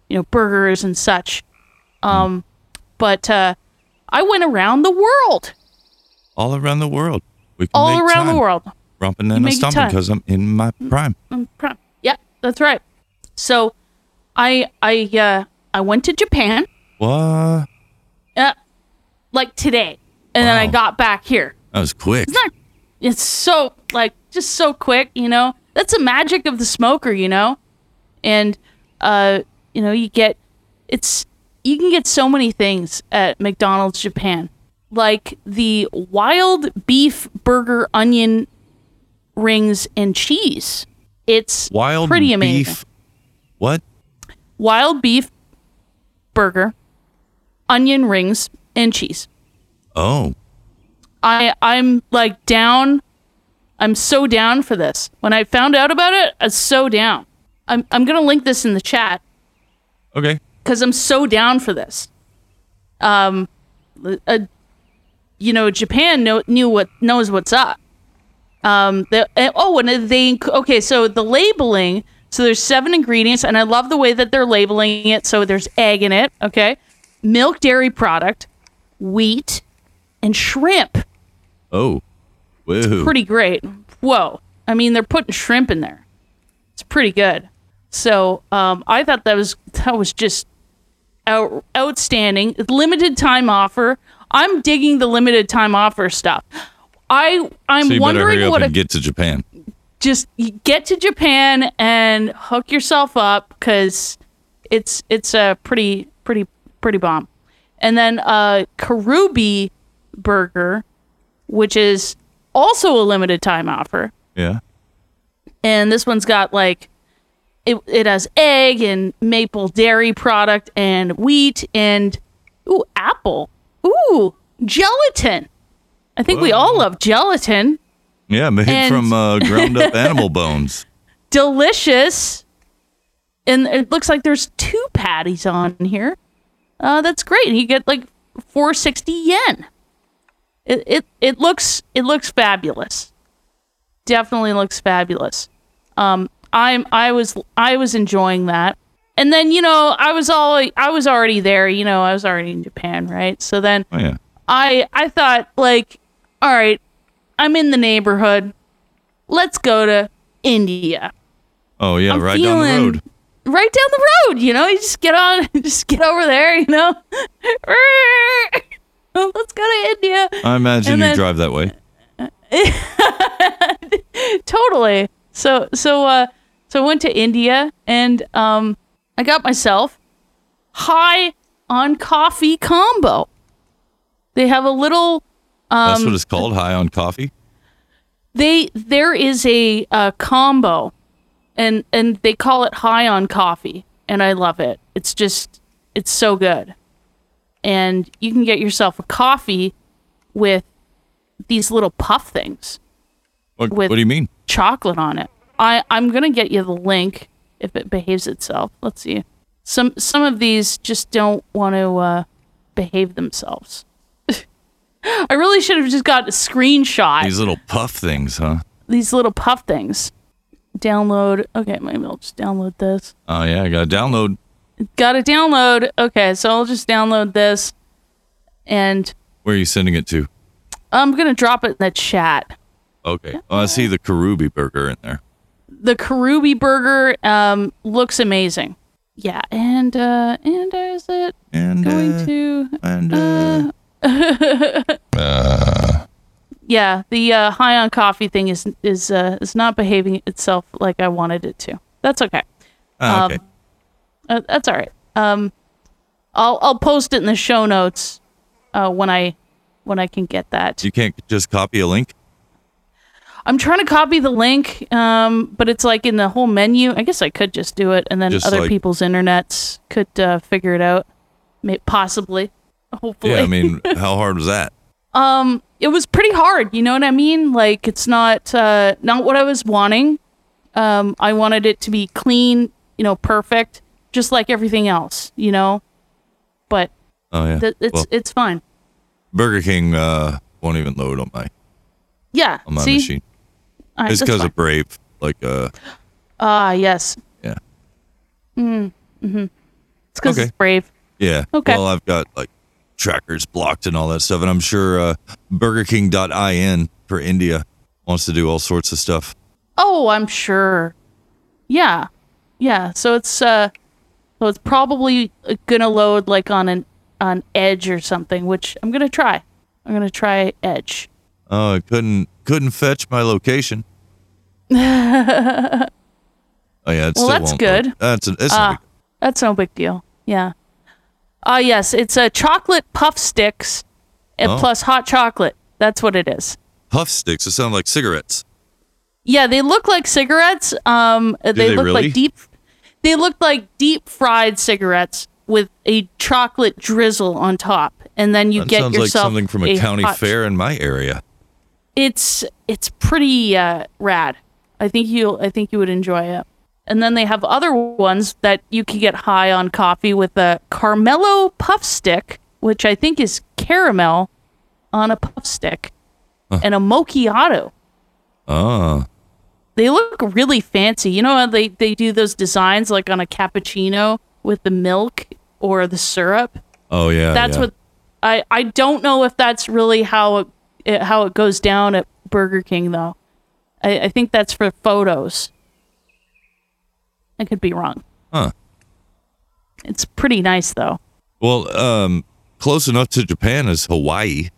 [SPEAKER 8] you know burgers and such um but uh i went around the world
[SPEAKER 7] All around the world. We can
[SPEAKER 8] all
[SPEAKER 7] make
[SPEAKER 8] around
[SPEAKER 7] time.
[SPEAKER 8] the world
[SPEAKER 7] Romping
[SPEAKER 8] You
[SPEAKER 7] and a
[SPEAKER 8] make
[SPEAKER 7] stomping
[SPEAKER 8] time.
[SPEAKER 7] because I'm in my prime.
[SPEAKER 8] I'm pr- yeah that's right so i i uh i went to japan
[SPEAKER 7] What?
[SPEAKER 8] uh, like today and then i got back here
[SPEAKER 7] That was quick.
[SPEAKER 8] It's not. It's so like just so quick, you know. That's the magic of the smoker, you know. And uh, you know, you get it's you can get so many things at McDonald's Japan, like the wild beef burger, onion rings, and cheese. It's
[SPEAKER 7] Wild
[SPEAKER 8] pretty amazing.
[SPEAKER 7] beef. What?
[SPEAKER 8] Wild beef burger, onion rings, and cheese.
[SPEAKER 7] Oh,
[SPEAKER 8] I I'm like down. I'm so down for this. When I found out about it, I was so down. I'm I'm gonna link this in the chat
[SPEAKER 7] okay.
[SPEAKER 8] because I'm so down for this. Um, uh, you know, Japan know, knew what knows what's up. Um, they, and- oh, and they inc- okay. So the labeling. So there's seven ingredients, and I love the way that they're labeling it. So there's egg in it. Okay, milk, dairy product, wheat, and shrimp.
[SPEAKER 7] Oh, woohoo.
[SPEAKER 8] pretty great. Whoa. I mean, they're putting shrimp in there. It's pretty good. So um, I thought that was that was just out, outstanding. Limited time offer. I'm digging the limited time offer stuff. I I'm
[SPEAKER 7] so you better
[SPEAKER 8] wondering
[SPEAKER 7] hurry up
[SPEAKER 8] what
[SPEAKER 7] and
[SPEAKER 8] a
[SPEAKER 7] get to Japan.
[SPEAKER 8] just y- get to Japan and hook yourself up because it's it's a pretty pretty pretty bomb. And then uh, Karubi Burger, which is also a limited time offer,
[SPEAKER 7] Yeah.
[SPEAKER 8] and this one's got like it, it has egg and maple dairy product and wheat and ooh apple ooh gelatin. I think we all love gelatin.
[SPEAKER 7] Yeah, made
[SPEAKER 8] And-
[SPEAKER 7] from uh, ground up animal bones.
[SPEAKER 8] delicious. And it looks like there's two patties on here. Uh, that's great. And you get like 460 yen. It, it it looks it looks fabulous. Definitely looks fabulous. Um, I'm I was I was enjoying that. And then you know I was all I was already there. You know I was already in Japan, right? So then
[SPEAKER 7] Oh yeah.
[SPEAKER 8] I I thought like, all right, I'm in the neighborhood. Let's go to India.
[SPEAKER 7] Oh yeah, right down the
[SPEAKER 8] feeling-
[SPEAKER 7] road.
[SPEAKER 8] Right down the road, you know, you just get on just get over there, you know. Let's go to India.
[SPEAKER 7] I imagine
[SPEAKER 8] And
[SPEAKER 7] you
[SPEAKER 8] then-
[SPEAKER 7] drive that way.
[SPEAKER 8] totally. So so uh so I went to India and um I got myself high on coffee combo. They have a little um
[SPEAKER 7] That's what it's called, high on coffee.
[SPEAKER 8] they there is a, uh combo and and they call it high on coffee and i love it it's just it's so good and you can get yourself a coffee with these little puff things
[SPEAKER 7] What,
[SPEAKER 8] With-
[SPEAKER 7] what do you mean?
[SPEAKER 8] chocolate on it i i'm gonna get you the link if it behaves itself let's see some some of these just don't want to uh behave themselves i really should have just got a screenshot
[SPEAKER 7] These little puff things, huh?
[SPEAKER 8] these little puff things. Download. Okay, maybe I'll just download this.
[SPEAKER 7] Oh yeah, I gotta download.
[SPEAKER 8] Got to download. Okay, so I'll just download this, and
[SPEAKER 7] Where are you sending it to?
[SPEAKER 8] I'm gonna drop it in the chat.
[SPEAKER 7] Okay. Oh, I see the Karubi burger in there.
[SPEAKER 8] The Karubi burger um, looks amazing. Yeah, and uh, and is it
[SPEAKER 7] And
[SPEAKER 8] going
[SPEAKER 7] uh,
[SPEAKER 8] to?
[SPEAKER 7] and uh,
[SPEAKER 8] yeah, the uh, high on coffee thing is is uh, is not behaving itself like I wanted it to. That's okay. Um,
[SPEAKER 7] ah, okay.
[SPEAKER 8] Uh, that's all right. Um, I'll I'll post it in the show notes uh, when I when I can get that.
[SPEAKER 7] you can't just copy a link.
[SPEAKER 8] I'm trying to copy the link, um, but it's like in the whole menu. I guess I could just do it, and then
[SPEAKER 7] Just
[SPEAKER 8] other
[SPEAKER 7] like-
[SPEAKER 8] people's internets could uh, figure it out, May- possibly, hopefully.
[SPEAKER 7] Yeah, I mean, how hard was that?
[SPEAKER 8] um, it was pretty hard. You know what I mean? Like it's not uh, not what I was wanting. Um, I wanted it to be clean, you know, perfect, just like everything else, you know. But
[SPEAKER 7] Oh yeah.
[SPEAKER 8] Th- it's
[SPEAKER 7] Well,
[SPEAKER 8] it's fine.
[SPEAKER 7] Burger King uh, won't even load on my
[SPEAKER 8] Yeah.
[SPEAKER 7] on my
[SPEAKER 8] see?
[SPEAKER 7] machine.
[SPEAKER 8] All right,
[SPEAKER 7] it's
[SPEAKER 8] that's
[SPEAKER 7] because
[SPEAKER 8] fine.
[SPEAKER 7] of Brave. Like uh,
[SPEAKER 8] Ah, yes.
[SPEAKER 7] Yeah.
[SPEAKER 8] Mm, hmm It's because
[SPEAKER 7] Okay.
[SPEAKER 8] it's brave.
[SPEAKER 7] Yeah.
[SPEAKER 8] Okay.
[SPEAKER 7] Well, I've got like trackers blocked and all that stuff, and I'm sure uh, BurgerKing.in for India wants to do all sorts of stuff.
[SPEAKER 8] Oh, I'm sure. Yeah. Yeah. So it's uh so it's probably uh, gonna load like on an on edge or something, which I'm gonna try. I'm gonna try edge.
[SPEAKER 7] Oh, I couldn't couldn't fetch my location.
[SPEAKER 8] well
[SPEAKER 7] Oh yeah, it still
[SPEAKER 8] that's
[SPEAKER 7] won't load.
[SPEAKER 8] good.
[SPEAKER 7] That's a, it's
[SPEAKER 8] Ah,
[SPEAKER 7] not big-
[SPEAKER 8] that's no big deal. Yeah. Ah yes, it's a chocolate puff sticks and
[SPEAKER 7] Oh.
[SPEAKER 8] plus hot chocolate. That's what it is.
[SPEAKER 7] puff sticks. It sounds like cigarettes.
[SPEAKER 8] Yeah, they look like cigarettes. Um, they,
[SPEAKER 7] they
[SPEAKER 8] look
[SPEAKER 7] really?
[SPEAKER 8] like deep. They look like deep fried cigarettes with a chocolate drizzle on top, and then you
[SPEAKER 7] that
[SPEAKER 8] get
[SPEAKER 7] sounds like
[SPEAKER 8] yourself
[SPEAKER 7] something from a, county
[SPEAKER 8] hot-
[SPEAKER 7] fair in my area.
[SPEAKER 8] It's it's pretty uh, rad. I think you I think you would enjoy it. And then they have other ones that you can get high on coffee with a Carmelo puff stick, which I think is caramel on a puff stick, and a mochiato
[SPEAKER 7] Oh,
[SPEAKER 8] they look really fancy. You know how they, they do those designs like on a cappuccino with the milk or the syrup?
[SPEAKER 7] oh yeah.
[SPEAKER 8] that's
[SPEAKER 7] yeah.
[SPEAKER 8] what I, I don't know if that's really how it, it how it goes down at Burger King though. I, I think that's for photos. I could be wrong.
[SPEAKER 7] Huh.
[SPEAKER 8] It's pretty nice though.
[SPEAKER 7] Well, um, close enough to Japan is Hawaii.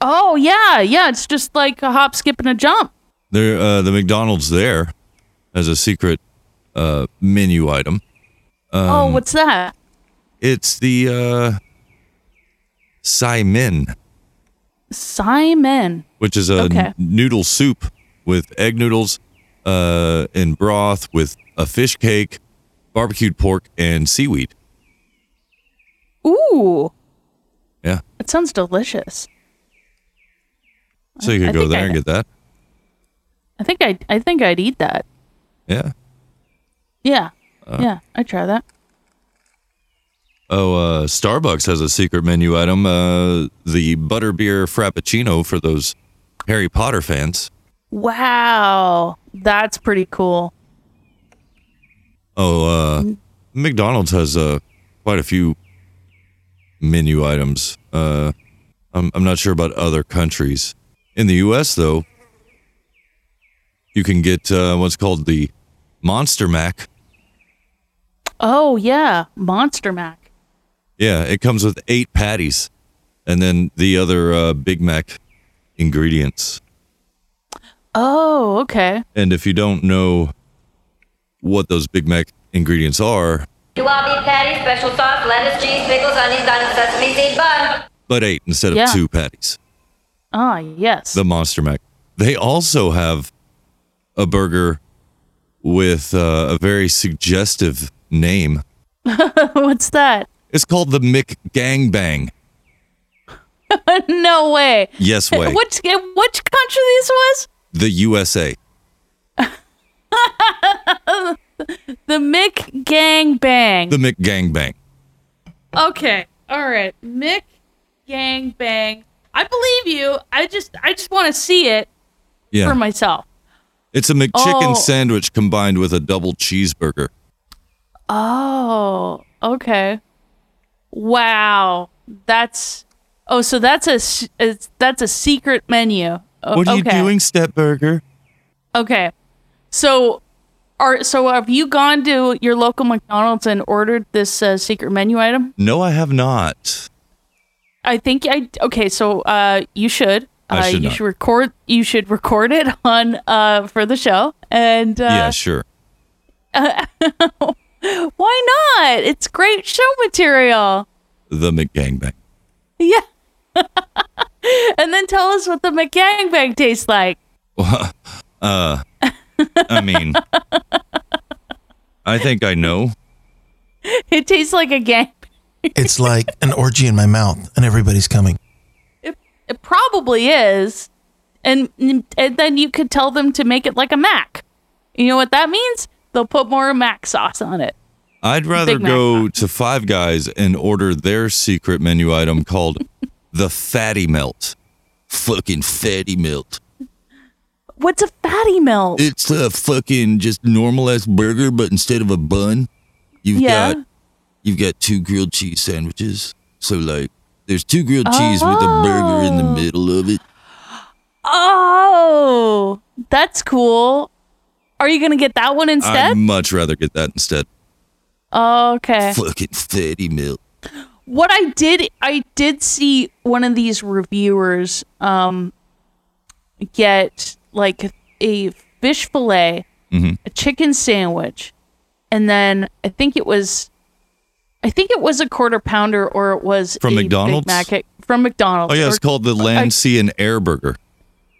[SPEAKER 8] Oh yeah, yeah. It's just like a hop, skip, and a jump.
[SPEAKER 7] There, uh, the McDonald's there has a secret uh, menu item. Um,
[SPEAKER 8] oh, what's that?
[SPEAKER 7] It's the uh, Sai Min,
[SPEAKER 8] Simon.
[SPEAKER 7] which is a
[SPEAKER 8] Okay.
[SPEAKER 7] n- noodle soup with egg noodles uh, and broth with a fish cake, barbecued pork, and seaweed.
[SPEAKER 8] Ooh,
[SPEAKER 7] Yeah.
[SPEAKER 8] it sounds delicious.
[SPEAKER 7] So you
[SPEAKER 8] I-
[SPEAKER 7] could
[SPEAKER 8] I
[SPEAKER 7] go
[SPEAKER 8] think
[SPEAKER 7] there
[SPEAKER 8] I-
[SPEAKER 7] and get that.
[SPEAKER 8] I think I I think I'd eat that.
[SPEAKER 7] Yeah.
[SPEAKER 8] Yeah.
[SPEAKER 7] Uh.
[SPEAKER 8] yeah, I'd try that.
[SPEAKER 7] Oh, uh, Starbucks has a secret menu item uh, the butterbeer frappuccino for those Harry Potter fans.
[SPEAKER 8] Wow. That's pretty cool.
[SPEAKER 7] Oh, uh, McDonald's has uh, quite a few menu items. Uh, I'm, I'm not sure about other countries. In the U.S., though, you can get uh, what's called the Monster Mac.
[SPEAKER 8] Oh yeah. Monster Mac.
[SPEAKER 7] Yeah, it comes with eight patties and then the other uh, Big Mac ingredients.
[SPEAKER 8] Oh, okay.
[SPEAKER 7] And if you don't know what those Big Mac ingredients are,
[SPEAKER 17] You want beef patty, special sauce, lettuce, cheese, pickles, onions, on a sesame seed bun.
[SPEAKER 7] but eight instead of
[SPEAKER 17] Yeah.
[SPEAKER 7] two patties.
[SPEAKER 8] Ah, yes.
[SPEAKER 7] The Monster Mac. They also have a burger with uh, a very suggestive name.
[SPEAKER 8] what's that?
[SPEAKER 7] It's called the McGangbang.
[SPEAKER 8] no way.
[SPEAKER 7] Yes way.
[SPEAKER 8] Which which country this was?
[SPEAKER 7] The USA.
[SPEAKER 8] The Mick Gang Bang.
[SPEAKER 7] The McGangbang.
[SPEAKER 8] Okay. All right. Mick Gang Bang. I believe you. I just I just want to see it
[SPEAKER 7] Yeah.
[SPEAKER 8] for myself.
[SPEAKER 7] It's a McChicken
[SPEAKER 8] Oh.
[SPEAKER 7] sandwich combined with a double cheeseburger.
[SPEAKER 8] Oh, okay. Wow. That's Oh, so that's a s- it's, that's a secret menu. O-
[SPEAKER 7] what are
[SPEAKER 8] Oh, okay.
[SPEAKER 7] you doing, Stepburger?
[SPEAKER 8] Okay. So are so have you gone to your local McDonald's and ordered this uh, secret menu item?
[SPEAKER 7] No, I have not.
[SPEAKER 8] I think I okay. So uh, you should.
[SPEAKER 7] I
[SPEAKER 8] uh,
[SPEAKER 7] should
[SPEAKER 8] you
[SPEAKER 7] not.
[SPEAKER 8] should record. You should record it on uh, for the show. And uh,
[SPEAKER 7] yeah, sure.
[SPEAKER 8] why not? It's great show material.
[SPEAKER 7] The McGangbang.
[SPEAKER 8] Yeah. and then tell us what the McGangbang tastes like.
[SPEAKER 7] Uh, I mean, I think I know.
[SPEAKER 8] It tastes like a gang.
[SPEAKER 14] It's like an orgy in my mouth, and everybody's coming.
[SPEAKER 8] It probably is. And and then you could tell them to make it like a mac. You know what that means? They'll put more mac sauce on it.
[SPEAKER 7] I'd rather
[SPEAKER 8] Big Mac
[SPEAKER 7] go to Five Guys and order their secret menu item called the Fatty Melt. Fucking Fatty Melt.
[SPEAKER 8] What's a fatty melt?
[SPEAKER 7] It's a fucking just normal ass burger, but instead of a bun, you've
[SPEAKER 8] Yeah.
[SPEAKER 7] got you've got two grilled cheese sandwiches. So like, there's two grilled cheese with a burger in the middle of it.
[SPEAKER 8] Oh, that's cool. Are you gonna get that one
[SPEAKER 7] I'd
[SPEAKER 8] instead?
[SPEAKER 7] much rather get that instead.
[SPEAKER 8] okay.
[SPEAKER 7] Fucking Fatty Melt.
[SPEAKER 8] What I did, I did see one of these reviewers um get like a fish fillet,
[SPEAKER 7] Mhm.
[SPEAKER 18] Mm-hmm.
[SPEAKER 8] a chicken sandwich, and then I think it was, I think it was a quarter pounder or it was
[SPEAKER 7] From
[SPEAKER 8] a
[SPEAKER 7] McDonald's?
[SPEAKER 8] Big Mac at- from McDonald's.
[SPEAKER 7] Oh yeah,
[SPEAKER 8] or-
[SPEAKER 7] it's called the
[SPEAKER 8] I-
[SPEAKER 7] Land, Sea, and Air Burger.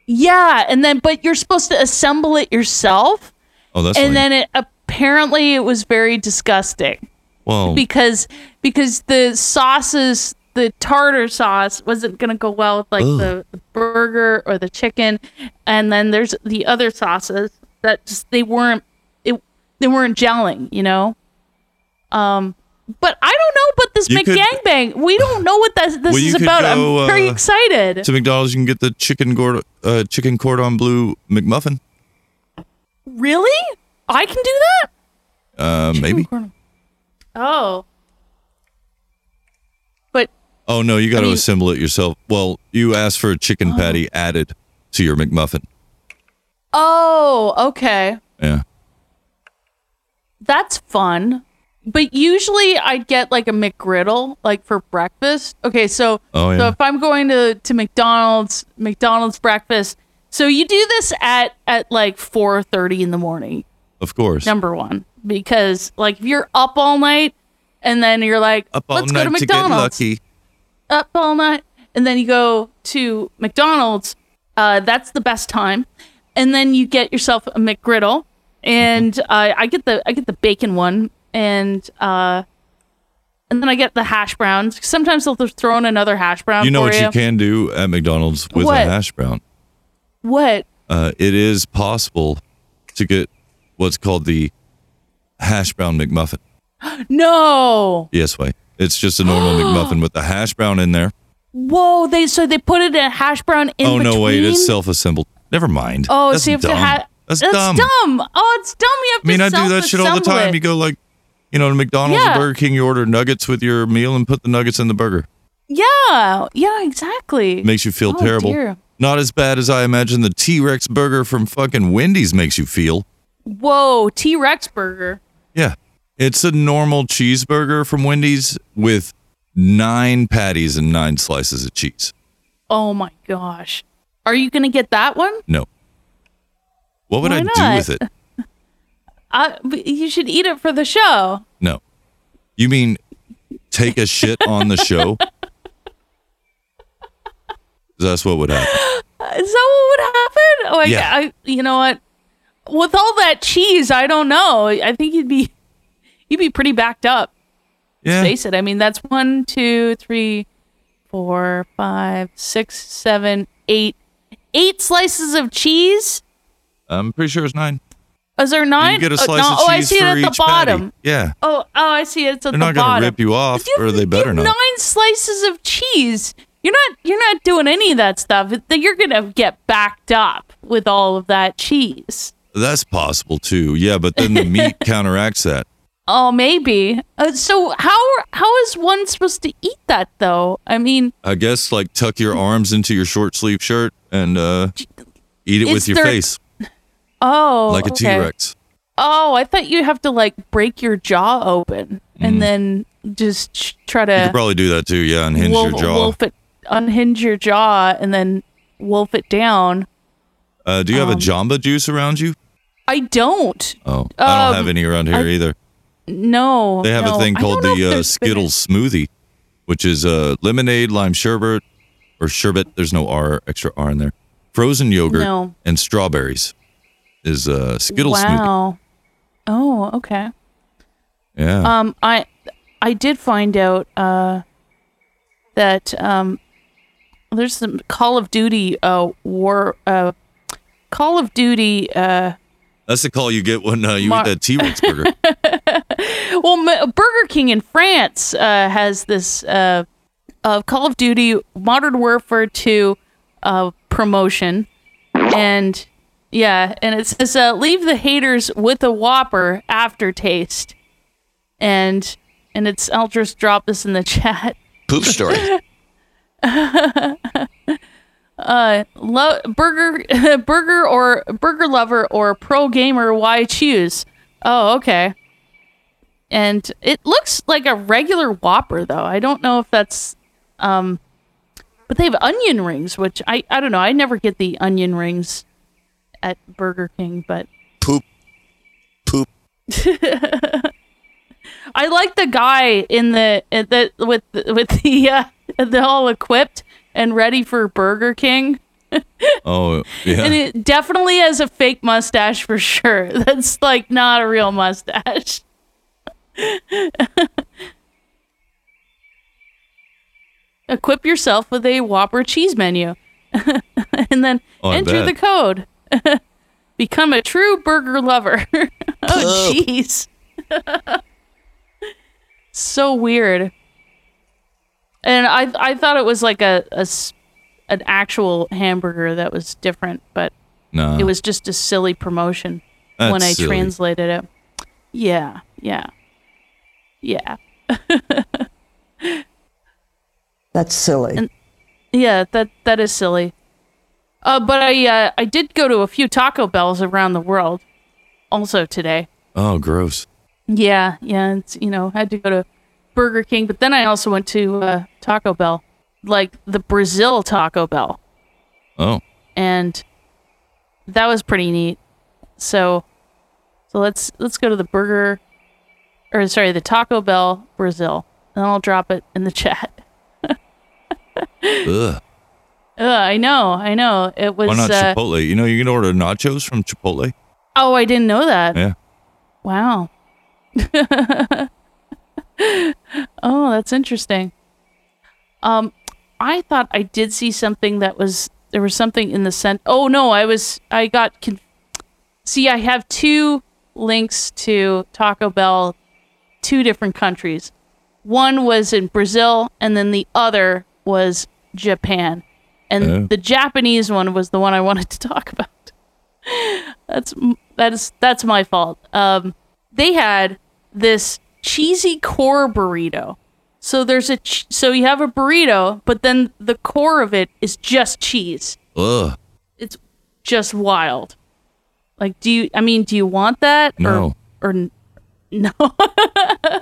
[SPEAKER 8] Yeah, and then but you're supposed to assemble it yourself.
[SPEAKER 7] Oh, that's
[SPEAKER 8] and
[SPEAKER 7] lame.
[SPEAKER 8] then it apparently it was very disgusting
[SPEAKER 7] Well,
[SPEAKER 8] because because the sauces, the tartar sauce, wasn't gonna go well with like
[SPEAKER 7] Ugh.
[SPEAKER 8] the, the burger or the chicken, and then there's the other sauces that just they weren't it they weren't gelling, you know. Um, but I don't know about this
[SPEAKER 7] You could-
[SPEAKER 8] McGangbang. we don't know what this, this
[SPEAKER 7] Well, you
[SPEAKER 8] is
[SPEAKER 7] could
[SPEAKER 8] about.
[SPEAKER 7] go,
[SPEAKER 8] I'm very
[SPEAKER 7] uh,
[SPEAKER 8] excited.
[SPEAKER 7] to McDonald's, you can get the chicken gord- uh, chicken cordon bleu McMuffin.
[SPEAKER 8] really? I can do that?
[SPEAKER 7] Uh, maybe.
[SPEAKER 8] Oh. But
[SPEAKER 7] Oh no, you got to
[SPEAKER 8] mean- Uh-huh.
[SPEAKER 7] assemble it yourself. Well, you asked for a chicken patty added to your McMuffin.
[SPEAKER 8] oh, okay.
[SPEAKER 7] Yeah.
[SPEAKER 8] That's fun. But usually I'd get like a McGriddle like for breakfast. Okay, so
[SPEAKER 7] Oh,
[SPEAKER 8] so
[SPEAKER 7] yeah.
[SPEAKER 8] if I'm going to to McDonald's, McDonald's breakfast, So you do this at at like four thirty in the morning.
[SPEAKER 7] Of course.
[SPEAKER 8] Number one, because like if you're up all night and then you're like,
[SPEAKER 7] Up all
[SPEAKER 8] let's
[SPEAKER 7] night
[SPEAKER 8] go to
[SPEAKER 7] to get
[SPEAKER 8] McDonald's.
[SPEAKER 7] lucky.
[SPEAKER 8] up all night, and then you go to McDonald's. Uh, that's the best time, and then you get yourself a McGriddle, and uh, I get the I get the bacon one, and uh, and then I get the hash browns. Sometimes they'll just throw in another hash brown.
[SPEAKER 7] You know
[SPEAKER 8] for
[SPEAKER 7] what you can do at McDonald's with
[SPEAKER 8] What?
[SPEAKER 7] a hash brown?
[SPEAKER 8] What?
[SPEAKER 7] Uh, it is possible to get what's called the hash brown McMuffin.
[SPEAKER 8] No.
[SPEAKER 7] Yes, way. It's just a normal McMuffin with the hash brown in there.
[SPEAKER 8] Whoa. They so they put it in a hash brown in
[SPEAKER 7] oh no, wait,
[SPEAKER 8] between?
[SPEAKER 7] it's self-assembled. Never mind.
[SPEAKER 8] Oh,
[SPEAKER 7] That's
[SPEAKER 8] so you have
[SPEAKER 7] dumb.
[SPEAKER 8] to have.
[SPEAKER 7] That's,
[SPEAKER 8] dumb.
[SPEAKER 7] dumb.
[SPEAKER 8] Oh, it's dumb. You have
[SPEAKER 7] I mean,
[SPEAKER 8] to
[SPEAKER 7] I do that shit all the
[SPEAKER 8] self-assemble
[SPEAKER 7] time.
[SPEAKER 8] it.
[SPEAKER 7] You go like, you know, to McDonald's
[SPEAKER 8] Yeah.
[SPEAKER 7] or Burger King, you order nuggets with your meal and put the nuggets in the burger.
[SPEAKER 8] Yeah. Yeah. Exactly.
[SPEAKER 7] It makes you feel
[SPEAKER 8] Oh,
[SPEAKER 7] terrible.
[SPEAKER 8] dear.
[SPEAKER 7] Not as bad as I imagine the T-Rex burger from fucking Wendy's makes you feel.
[SPEAKER 8] Whoa. T Rex burger.
[SPEAKER 7] Yeah. It's a normal cheeseburger from Wendy's with nine patties and nine slices of cheese.
[SPEAKER 8] Oh my gosh. Are you gonna get that one?
[SPEAKER 7] No. What would
[SPEAKER 8] Why
[SPEAKER 7] I
[SPEAKER 8] not?
[SPEAKER 7] do with it?
[SPEAKER 8] I, but you should eat it for the show.
[SPEAKER 7] No. You mean take a shit on the show? That's what would happen.
[SPEAKER 8] Uh, Is that what would happen? Oh, I,
[SPEAKER 7] Yeah.
[SPEAKER 8] I, you know what? With all that cheese, I don't know. I think you'd be, you'd be pretty backed up.
[SPEAKER 7] Yeah.
[SPEAKER 8] Let's face it. I mean, that's one, two, three, four, five, six, seven, eight, eight slices of cheese.
[SPEAKER 7] I'm pretty sure it's nine.
[SPEAKER 8] Is there nine?
[SPEAKER 7] You get
[SPEAKER 8] Oh,
[SPEAKER 7] a slice
[SPEAKER 8] no.
[SPEAKER 7] of cheese
[SPEAKER 8] oh, I see
[SPEAKER 7] for
[SPEAKER 8] it at the
[SPEAKER 7] each
[SPEAKER 8] bottom.
[SPEAKER 7] patty. Yeah.
[SPEAKER 8] Oh, oh, I see. It's at
[SPEAKER 7] They're
[SPEAKER 8] the
[SPEAKER 7] not going
[SPEAKER 8] bottom.
[SPEAKER 7] to rip you off, or they better not.
[SPEAKER 8] Nine slices of cheese. You're not. You're not doing any of that stuff. It- You're gonna get backed up with all of that cheese.
[SPEAKER 7] That's possible too. Yeah, but then the meat counteracts that.
[SPEAKER 8] Oh, maybe. Uh, so how how is one supposed to eat that though? I mean,
[SPEAKER 7] I guess like tuck your arms into your short sleeve shirt and uh, eat it
[SPEAKER 8] It's
[SPEAKER 7] with your
[SPEAKER 8] their-
[SPEAKER 7] face
[SPEAKER 8] oh,
[SPEAKER 7] like a
[SPEAKER 8] okay.
[SPEAKER 7] Rex.
[SPEAKER 8] Oh, I thought you have to like break your jaw open and then just sh- try
[SPEAKER 7] Mm. You
[SPEAKER 8] to
[SPEAKER 7] could probably do that too. Yeah, unhinge your
[SPEAKER 8] wolf-
[SPEAKER 7] jaw.
[SPEAKER 8] wolf it, unhinge your jaw, and then wolf it down.
[SPEAKER 7] uh, do you have a Jamba juice around you?
[SPEAKER 8] I don't.
[SPEAKER 7] Oh, I
[SPEAKER 8] um,
[SPEAKER 7] don't have any around here
[SPEAKER 8] I-
[SPEAKER 7] either.
[SPEAKER 8] No.
[SPEAKER 7] They have
[SPEAKER 8] no.
[SPEAKER 7] a thing
[SPEAKER 8] I don't
[SPEAKER 7] called
[SPEAKER 8] know if
[SPEAKER 7] the uh,
[SPEAKER 8] there's been a-
[SPEAKER 7] Skittles smoothie, which is uh, lemonade, lime sherbet, or sherbet. There's no R, extra R in there. Frozen yogurt
[SPEAKER 8] No.
[SPEAKER 7] and strawberries is uh, Skittles smoothie.
[SPEAKER 8] Wow. Oh, okay.
[SPEAKER 7] Yeah.
[SPEAKER 8] Um, I I did find out uh that um there's some Call of Duty uh war uh Call of Duty uh
[SPEAKER 7] That's the call you get when uh, you
[SPEAKER 8] Mar-
[SPEAKER 7] eat that T Rex burger.
[SPEAKER 8] well M- Burger King in France uh has this uh of Call of Duty Modern Warfare 2 uh promotion and yeah and it says uh, leave the haters with a whopper aftertaste and and it's I'll just drop this in the chat
[SPEAKER 19] Poop story.
[SPEAKER 8] uh lo- burger burger or burger lover or pro gamer why choose oh okay and it looks like a regular whopper though i don't know if that's um but they have onion rings which i i don't know i never get the onion rings at burger king but
[SPEAKER 19] Poop. Poop.
[SPEAKER 8] I like the guy in the in the with with the uh, the all equipped and ready for Burger King,
[SPEAKER 7] oh, yeah.
[SPEAKER 8] and it definitely has a fake mustache for sure. That's like not a real mustache. Equip yourself with a Whopper cheese menu, and then
[SPEAKER 10] Oh, I
[SPEAKER 8] enter
[SPEAKER 10] bet.
[SPEAKER 8] the code. Become a true burger lover. oh, jeez. so weird. And I I thought it was like a, a s- an actual hamburger that was different, but
[SPEAKER 7] Nah.
[SPEAKER 8] it was just a silly promotion
[SPEAKER 7] That's
[SPEAKER 8] when I
[SPEAKER 7] silly.
[SPEAKER 8] translated it. Yeah, yeah, yeah,
[SPEAKER 6] That's silly.
[SPEAKER 8] yeah. That that is silly. Uh, but I uh, I did go to a few Taco Bells around the world, also today.
[SPEAKER 7] Oh, gross.
[SPEAKER 8] Yeah, yeah. It's, you know, had to go to Burger King, but then I also went to uh, Taco Bell, like the Brazil Taco Bell,
[SPEAKER 7] Oh,
[SPEAKER 8] and that was pretty neat. So so let's let's go to the burger or sorry, the Taco Bell Brazil. And I'll drop it in the chat.
[SPEAKER 7] Ugh.
[SPEAKER 8] Ugh, I know, I know. It was
[SPEAKER 7] Why not
[SPEAKER 8] uh,
[SPEAKER 7] Chipotle? You know, you can order nachos from Chipotle.
[SPEAKER 8] Oh, I didn't know that.
[SPEAKER 7] Yeah.
[SPEAKER 8] Wow. oh, that's interesting. Um, I thought I did see something that was there was something in the sent. Oh no, I was I got con- see I have two links to Taco Bell, two different countries. One was in Brazil, and then the other was Japan, and
[SPEAKER 10] Oh.
[SPEAKER 8] the Japanese one was the one I wanted to talk about that's that is that's my fault. Um, they had this cheesy core burrito. So there's a ch- so you have a burrito, but then the core of it is just cheese.
[SPEAKER 7] Ugh.
[SPEAKER 8] It's just wild. Like, do you? I mean, do you want that?
[SPEAKER 7] No.
[SPEAKER 8] Or, or n- no?
[SPEAKER 7] I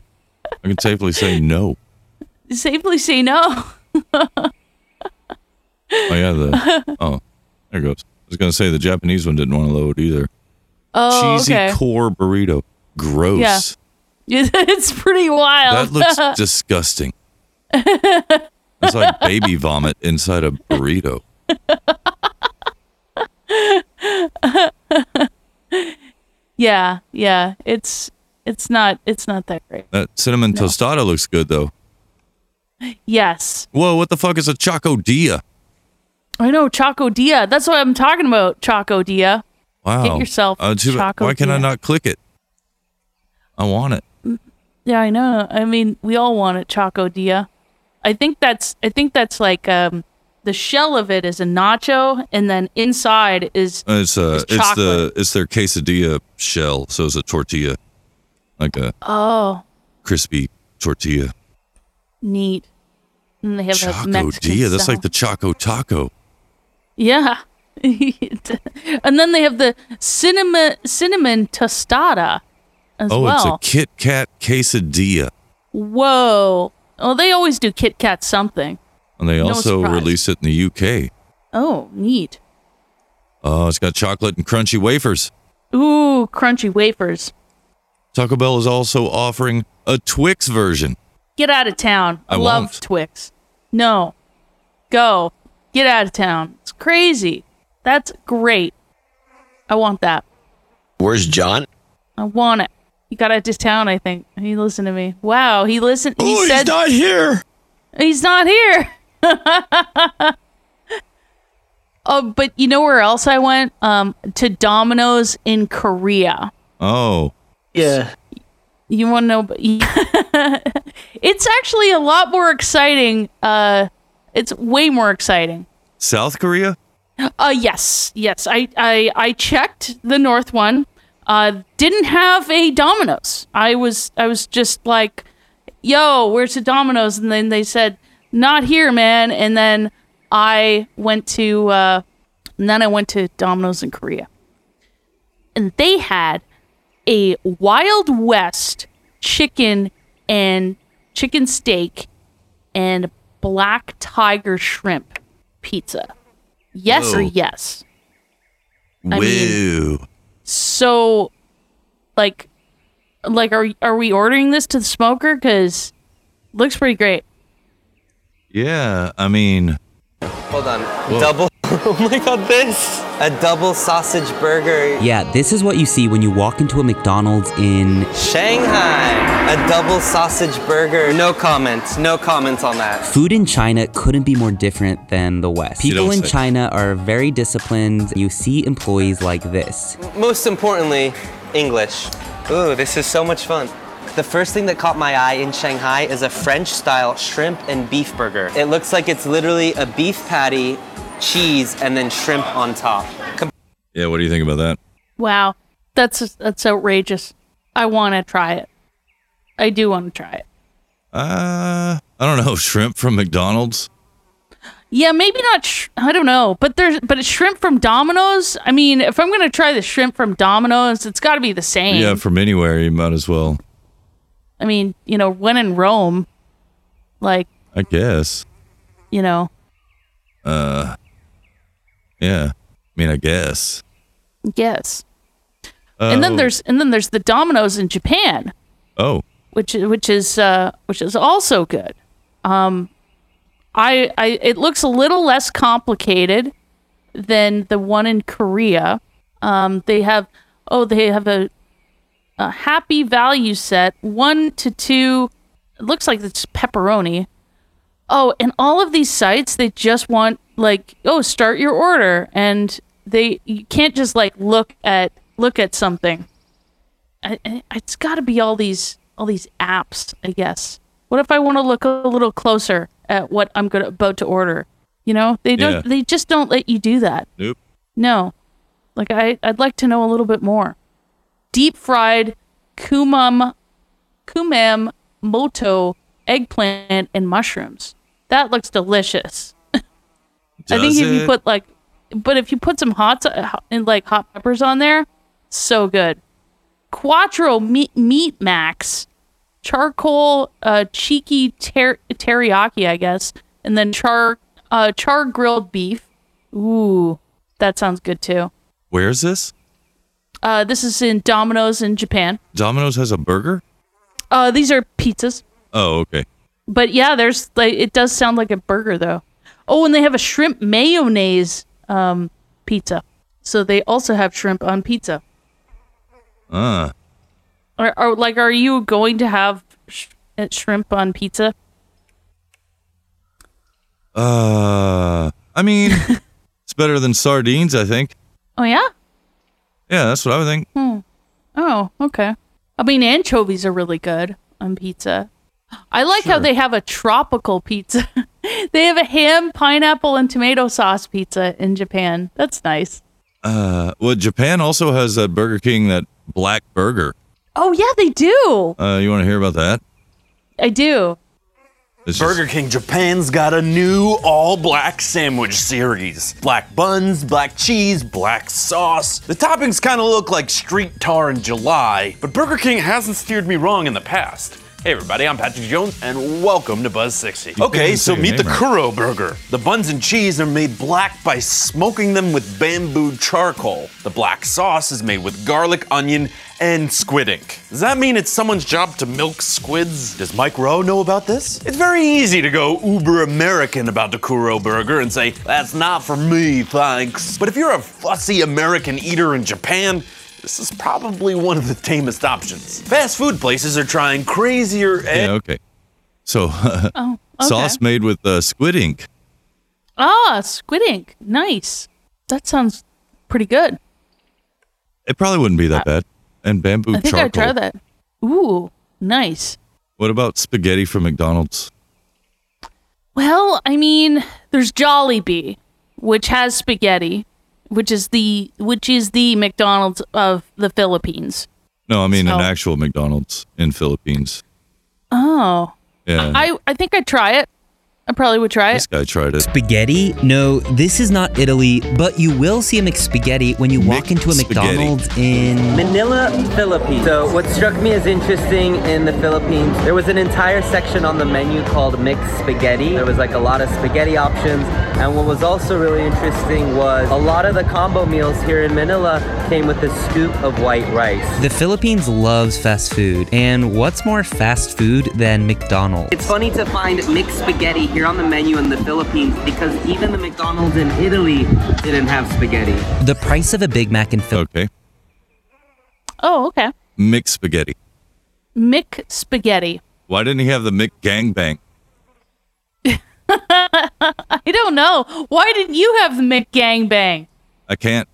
[SPEAKER 7] can safely say no.
[SPEAKER 8] Safely say no.
[SPEAKER 7] Oh yeah, the oh, there it goes. I was gonna say the Japanese one didn't want to load either.
[SPEAKER 8] Oh,
[SPEAKER 7] Cheesy
[SPEAKER 8] okay.
[SPEAKER 7] core burrito, gross.
[SPEAKER 8] Yeah. it's pretty wild.
[SPEAKER 7] That looks disgusting. It's like baby vomit inside a burrito.
[SPEAKER 8] yeah, yeah. It's it's not it's not that great.
[SPEAKER 7] That cinnamon tostada looks good though.
[SPEAKER 8] Yes.
[SPEAKER 7] Whoa, what the fuck is a choco dia?
[SPEAKER 8] I know Choco Dia. That's what I'm talking about, Choco Dia.
[SPEAKER 7] Wow.
[SPEAKER 8] Get yourself
[SPEAKER 7] Uh, too-
[SPEAKER 8] Choco
[SPEAKER 7] why can I
[SPEAKER 8] Dia.
[SPEAKER 7] not click it? I want it.
[SPEAKER 8] Yeah, I know. I mean, we all want it, Choco Dia. I think that's I think that's like um the shell of it is a nacho and then inside is
[SPEAKER 7] Uh, It's uh,
[SPEAKER 8] It's
[SPEAKER 7] it's, the it's their quesadilla shell, so it's a tortilla, like a
[SPEAKER 8] oh,
[SPEAKER 7] crispy tortilla.
[SPEAKER 8] neat. And they have a
[SPEAKER 7] Choco
[SPEAKER 8] Mexican
[SPEAKER 7] dia, that's
[SPEAKER 8] style.
[SPEAKER 7] like the choco taco.
[SPEAKER 8] Yeah. and then they have the cinnamon cinnamon tostada as
[SPEAKER 7] oh,
[SPEAKER 8] well.
[SPEAKER 7] it's a Kit Kat quesadilla,
[SPEAKER 8] Whoa. Oh, they always do Kit Kat something.
[SPEAKER 7] and they
[SPEAKER 8] No
[SPEAKER 7] also
[SPEAKER 8] surprise.
[SPEAKER 7] release it in the UK.
[SPEAKER 8] Oh, neat.
[SPEAKER 7] Oh, it's got chocolate and crunchy wafers.
[SPEAKER 8] Ooh, crunchy wafers.
[SPEAKER 7] Taco Bell is also offering a Twix version.
[SPEAKER 8] Get out of town. I,
[SPEAKER 7] I
[SPEAKER 8] love
[SPEAKER 7] won't.
[SPEAKER 8] Twix. No. Go. Get out of town. It's crazy. That's great. I want that.
[SPEAKER 19] Where's John?
[SPEAKER 8] I want it. He got out of town, I think. He listened to me. Wow, he listened. He
[SPEAKER 19] Oh, he's
[SPEAKER 8] said,
[SPEAKER 19] not here.
[SPEAKER 8] He's not here. oh, but you know where else I went? Um, to Domino's in Korea.
[SPEAKER 7] Oh,
[SPEAKER 8] Yeah. You want to know? it's actually a lot more exciting. Uh, it's way more exciting.
[SPEAKER 7] South Korea?
[SPEAKER 8] Uh, yes, yes. I, I, I checked the north one. Uh, didn't have a Domino's. I was, I was just like, "Yo, where's the Domino's?" And then they said, "Not here, man." And then I went to, uh, and then I went to Domino's in Korea, and they had a Wild West chicken and chicken steak and black tiger shrimp pizza. Yes or
[SPEAKER 7] Whoa.
[SPEAKER 8] yes.
[SPEAKER 7] Woo.
[SPEAKER 8] I So, like, like are are we ordering this to the smoker? Because looks pretty great.
[SPEAKER 7] yeah, I mean,
[SPEAKER 20] Hold on. Double. oh my god, this! A double sausage burger.
[SPEAKER 21] Yeah, this is what you see when you walk into a McDonald's in.
[SPEAKER 20] Shanghai. A double sausage burger. No comments. No comments on that.
[SPEAKER 21] Food in China couldn't be more different than the West.
[SPEAKER 20] You
[SPEAKER 21] People
[SPEAKER 20] don't
[SPEAKER 21] in
[SPEAKER 20] say.
[SPEAKER 21] China are very disciplined. You see employees like this.
[SPEAKER 20] Most importantly, English. Ooh, this is so much fun. The first thing that caught my eye in Shanghai is a French style shrimp and beef burger. It looks like it's literally a beef patty, cheese, and then shrimp on top. Com-
[SPEAKER 7] yeah. What do you think about that?
[SPEAKER 8] Wow, that's that's outrageous. I want to try it. I do want to try it.
[SPEAKER 7] Uh, I don't know. Shrimp from McDonald's.
[SPEAKER 8] Yeah, maybe not. Sh- I don't know, but there's but it's shrimp from Domino's. I mean, if I'm gonna try the shrimp from Domino's, it's got to be the same.
[SPEAKER 7] Yeah, from anywhere, you might as well.
[SPEAKER 8] I mean, you know, when in Rome, like
[SPEAKER 7] I guess.
[SPEAKER 8] you know,
[SPEAKER 7] Uh, yeah. I mean, I guess.
[SPEAKER 8] Yes. and then
[SPEAKER 7] Oh.
[SPEAKER 8] there's and then there's the Domino's in Japan,
[SPEAKER 7] Oh,
[SPEAKER 8] which which is uh, which is also good. Um, I I it looks a little less complicated than the one in Korea. Um, they have oh they have a a happy value set one to two. It looks like it's pepperoni. Oh, and all of these sites they just want like oh start your order and they you can't just like look at look at something. I, I, it's got to be all these all these apps, I guess. What if I want to look a little closer at what I'm gonna, about to order? You know, they don't.
[SPEAKER 7] Yeah.
[SPEAKER 8] They just don't let you do that.
[SPEAKER 7] nope.
[SPEAKER 8] No, like I, I'd like to know a little bit more. Deep fried kumam, kumam moto eggplant and mushrooms. That looks delicious. I think
[SPEAKER 9] Does
[SPEAKER 8] if you
[SPEAKER 9] it?
[SPEAKER 8] put like, but if you put some hot so- ho- and like hot peppers on there, so good. Quattro meat, meat max, charcoal uh, cheeky ter- teriyaki, I guess, and then char uh, char grilled beef. Ooh, that sounds good too.
[SPEAKER 7] Where is this?
[SPEAKER 8] Uh, this is in Domino's in Japan.
[SPEAKER 7] Domino's has a burger?
[SPEAKER 8] Uh, these are pizzas.
[SPEAKER 7] Oh, okay.
[SPEAKER 8] But yeah, there's like it does sound like a burger though. Oh, and they have a shrimp mayonnaise um pizza. So they also have shrimp on pizza.
[SPEAKER 7] Uh,
[SPEAKER 8] Are, are like are you going to have sh- uh, shrimp on pizza?
[SPEAKER 7] uh, I mean, it's better than sardines, I think.
[SPEAKER 8] Oh yeah.
[SPEAKER 7] Yeah, that's what I would think.
[SPEAKER 8] Hmm. Oh, okay. I mean anchovies are really good on pizza. I like how
[SPEAKER 7] Sure.
[SPEAKER 8] they have a tropical pizza. they have a ham, pineapple and tomato sauce pizza in Japan. That's nice.
[SPEAKER 7] Uh, well, Japan also has that Burger King, that black burger.
[SPEAKER 8] Oh yeah, they do.
[SPEAKER 7] Uh, you want to hear about that?
[SPEAKER 8] I do.
[SPEAKER 10] Burger King Japan's got a new all black sandwich series. Black buns, black cheese, black sauce. The toppings kind of look like street tar in July, but Burger King hasn't steered me wrong in the past. Hey everybody, I'm Patrick Jones and welcome to Buzz 60.
[SPEAKER 18] You
[SPEAKER 10] Okay,
[SPEAKER 18] didn't
[SPEAKER 10] so
[SPEAKER 18] say your
[SPEAKER 10] meet the
[SPEAKER 18] name right.
[SPEAKER 10] Kuro burger. The buns and cheese are made black by smoking them with bamboo charcoal. The black sauce is made with garlic, onion, and squid ink. Does that mean it's someone's job to milk squids? Does Mike Rowe know about this? It's very easy to go uber American about the Kuro burger and say, that's not for me, thanks. But if you're a fussy American eater in Japan, this is probably one of the tamest options. Fast food places are trying crazier and
[SPEAKER 7] Yeah, okay. So,
[SPEAKER 8] Oh, okay.
[SPEAKER 7] sauce made with uh, squid ink.
[SPEAKER 8] Ah, squid ink. Nice. That sounds pretty good.
[SPEAKER 7] It probably wouldn't be that bad. And bamboo
[SPEAKER 8] Uh, I think
[SPEAKER 7] charcoal.
[SPEAKER 8] I'd try that. Ooh, nice.
[SPEAKER 7] What about spaghetti from McDonald's?
[SPEAKER 8] Well, I mean, there's Jollibee, which has spaghetti, which is the which is the McDonald's of the Philippines.
[SPEAKER 7] No, I mean
[SPEAKER 8] So-
[SPEAKER 7] an actual McDonald's in Philippines.
[SPEAKER 8] Oh,
[SPEAKER 7] Yeah.
[SPEAKER 8] I I think I'd try it. I probably would try it.
[SPEAKER 7] this guy tried it.
[SPEAKER 21] Spaghetti? No, this is not Italy, but you will see a McSpaghetti when you walk into a
[SPEAKER 7] McSpaghetti.
[SPEAKER 21] McDonald's in.
[SPEAKER 20] Manila, Philippines. So, what struck me as interesting in the Philippines, there was an entire section on the menu called mixed spaghetti. There was like a lot of spaghetti options. And what was also really interesting was a lot of the combo meals here in Manila came with a scoop of white rice.
[SPEAKER 21] The Philippines loves fast food, and what's more fast food than McDonald's?
[SPEAKER 20] It's funny to find mixed spaghetti here on the menu in the Philippines because even the McDonald's in Italy didn't have spaghetti.
[SPEAKER 21] The price of a Big Mac in Philly.
[SPEAKER 7] Okay.
[SPEAKER 8] Oh, okay.
[SPEAKER 7] Mixed spaghetti.
[SPEAKER 8] Mick spaghetti.
[SPEAKER 7] Why didn't he have the Mick gangbang?
[SPEAKER 8] I don't know. Why didn't you have the Mick gangbang?
[SPEAKER 7] I can't.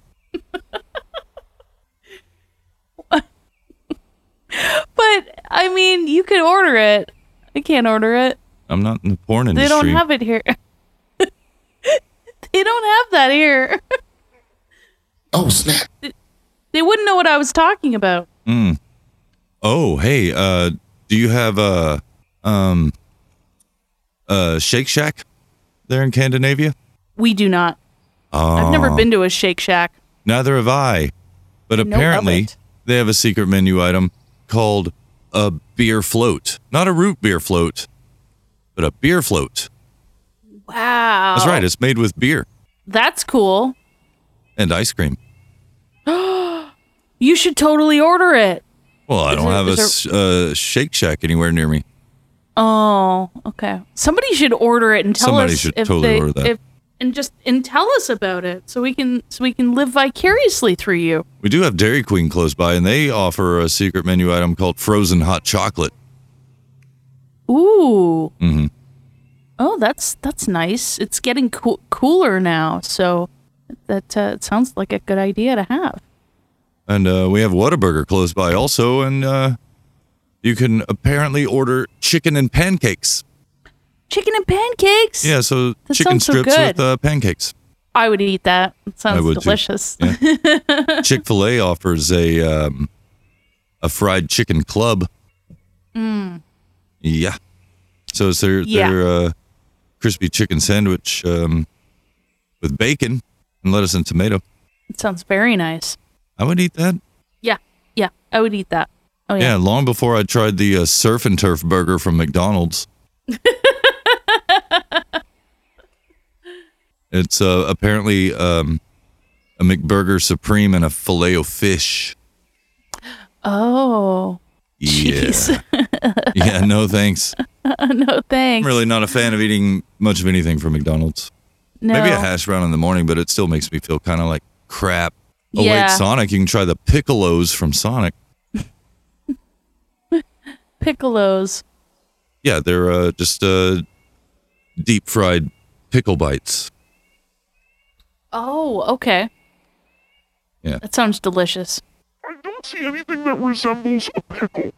[SPEAKER 8] But I mean, you could order it. I can't order it.
[SPEAKER 7] I'm not in the porn
[SPEAKER 8] They
[SPEAKER 7] industry.
[SPEAKER 8] don't have it here. they don't have that here.
[SPEAKER 7] Oh snap!
[SPEAKER 8] They wouldn't know what I was talking about.
[SPEAKER 7] Mm. Oh hey, uh, do you have a uh, um uh Shake Shack there in Scandinavia?
[SPEAKER 8] We do not. I've never
[SPEAKER 7] Oh.
[SPEAKER 8] been to a Shake Shack.
[SPEAKER 7] Neither have I. But
[SPEAKER 8] know of
[SPEAKER 7] apparently,
[SPEAKER 8] it.
[SPEAKER 7] they have a secret menu item called a beer float. Not a root beer float, but a beer float.
[SPEAKER 8] Wow. Oh.
[SPEAKER 7] That's right. It's made with beer
[SPEAKER 8] That's cool.
[SPEAKER 7] and ice cream.
[SPEAKER 8] you should totally order it.
[SPEAKER 7] Well, I don't
[SPEAKER 8] it-
[SPEAKER 7] have a
[SPEAKER 8] is
[SPEAKER 7] s- uh, Shake Shack anywhere near me.
[SPEAKER 8] Oh, okay. Somebody should order it and tell
[SPEAKER 7] Somebody
[SPEAKER 8] us
[SPEAKER 7] should
[SPEAKER 8] if
[SPEAKER 7] totally
[SPEAKER 8] they
[SPEAKER 7] order that.
[SPEAKER 8] if and just and tell us about it so we can so we can live vicariously through you.
[SPEAKER 7] We do have Dairy Queen close by, and they offer a secret menu item called frozen hot chocolate.
[SPEAKER 8] Ooh.
[SPEAKER 7] Mm-hmm.
[SPEAKER 8] Oh, that's that's nice. It's getting coo- cooler now, so that uh, it sounds like a good idea to have.
[SPEAKER 7] And uh, we have Whataburger close by also, and uh, you can apparently order chicken and pancakes.
[SPEAKER 8] Chicken and pancakes.
[SPEAKER 7] Yeah, so
[SPEAKER 8] That
[SPEAKER 7] chicken
[SPEAKER 8] sounds so
[SPEAKER 7] strips
[SPEAKER 8] good.
[SPEAKER 7] with uh, pancakes.
[SPEAKER 8] I would eat that. It sounds
[SPEAKER 7] would too.
[SPEAKER 8] delicious.
[SPEAKER 7] Chick fil A offers a, um, a fried chicken club.
[SPEAKER 8] Mm.
[SPEAKER 7] Yeah. So it's their,
[SPEAKER 8] Yeah.
[SPEAKER 7] their uh, crispy chicken sandwich um, with bacon and lettuce and tomato.
[SPEAKER 8] It sounds very nice.
[SPEAKER 7] I would eat that.
[SPEAKER 8] Yeah, yeah, I would eat that. Oh
[SPEAKER 7] yeah. long before I tried the uh, surf and turf burger from McDonald's. it's uh, apparently um, a McBurger Supreme and a filet o fish.
[SPEAKER 8] Oh,
[SPEAKER 7] Yeah.
[SPEAKER 8] jeez.
[SPEAKER 7] yeah, no thanks.
[SPEAKER 8] no
[SPEAKER 7] I'm
[SPEAKER 8] thanks.
[SPEAKER 7] really not a fan of eating much of anything from McDonald's.
[SPEAKER 8] No.
[SPEAKER 7] Maybe a hash brown in the morning, but it still makes me feel kind of like crap. Oh,
[SPEAKER 8] Yeah.
[SPEAKER 7] wait, Sonic, you can try the piccolos from Sonic.
[SPEAKER 8] Piccolos.
[SPEAKER 7] Yeah, they're uh, just uh, deep fried pickle bites.
[SPEAKER 8] Oh, okay.
[SPEAKER 7] Yeah.
[SPEAKER 8] That sounds delicious.
[SPEAKER 3] I don't see anything that resembles a pickle.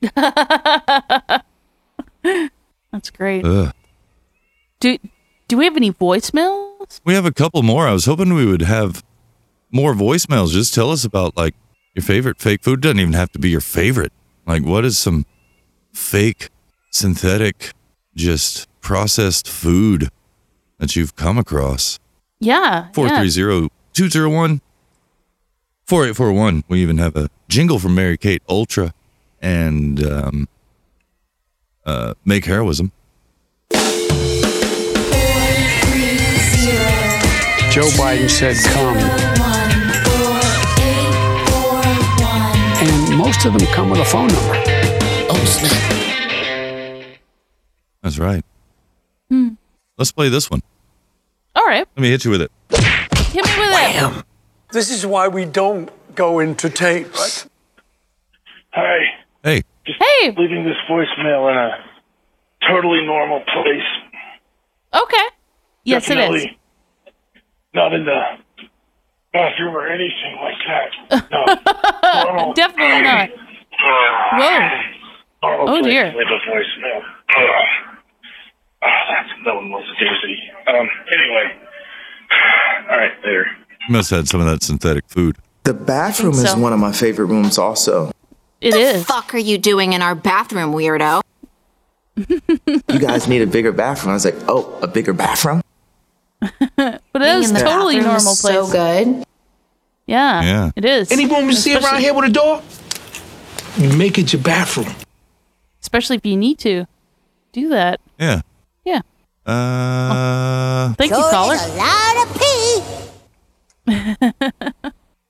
[SPEAKER 8] That's great.
[SPEAKER 7] Ugh.
[SPEAKER 8] Do do we have any voicemail?
[SPEAKER 7] We have a couple more. I was hoping we would have more voicemails. Just tell us about like your favorite fake food. Doesn't even have to be your favorite. Like, what is some fake, synthetic, just processed food that you've come across?
[SPEAKER 8] Yeah. yeah.
[SPEAKER 7] 430 201 4841. We even have a jingle from Mary Kate Ultra and um, uh, Make Heroism.
[SPEAKER 15] Joe Biden said, come. And most of them come with a phone number. Oh, snap.
[SPEAKER 7] That's right.
[SPEAKER 8] Hmm.
[SPEAKER 7] Let's play this one.
[SPEAKER 8] All right.
[SPEAKER 7] Let me hit you with it.
[SPEAKER 8] Hit me with it.
[SPEAKER 5] This is why we don't go into tapes.
[SPEAKER 3] Hi.
[SPEAKER 7] Hey.
[SPEAKER 3] Just
[SPEAKER 8] hey.
[SPEAKER 3] leaving this voicemail in a totally normal place.
[SPEAKER 8] Okay. Yes, it is.
[SPEAKER 3] Definitely Not in the bathroom or anything like that. No. normal.
[SPEAKER 8] Definitely not. Whoa.
[SPEAKER 3] Normal
[SPEAKER 8] Oh,
[SPEAKER 3] place
[SPEAKER 8] dear.
[SPEAKER 3] to Leave a voicemail. Ugh. Oh, Ah, that's, that one was a doozy. Um, anyway. All right, later.
[SPEAKER 7] You must have had some of that synthetic food.
[SPEAKER 22] The bathroom is
[SPEAKER 8] so.
[SPEAKER 22] one of my favorite rooms, also.
[SPEAKER 8] It is.
[SPEAKER 13] fuck are you doing in our bathroom, weirdo?
[SPEAKER 22] You guys need a bigger bathroom. I was like, oh, a bigger bathroom?
[SPEAKER 8] But it is
[SPEAKER 13] in the
[SPEAKER 8] totally
[SPEAKER 13] bathroom is
[SPEAKER 8] normal place.
[SPEAKER 13] so
[SPEAKER 8] good. Yeah.
[SPEAKER 22] Yeah.
[SPEAKER 8] It is.
[SPEAKER 22] Any room you see around here with a door?
[SPEAKER 5] You make it your bathroom.
[SPEAKER 8] Especially if you need to do that.
[SPEAKER 7] Yeah.
[SPEAKER 8] Yeah.
[SPEAKER 7] Uh,
[SPEAKER 8] Thank you, caller.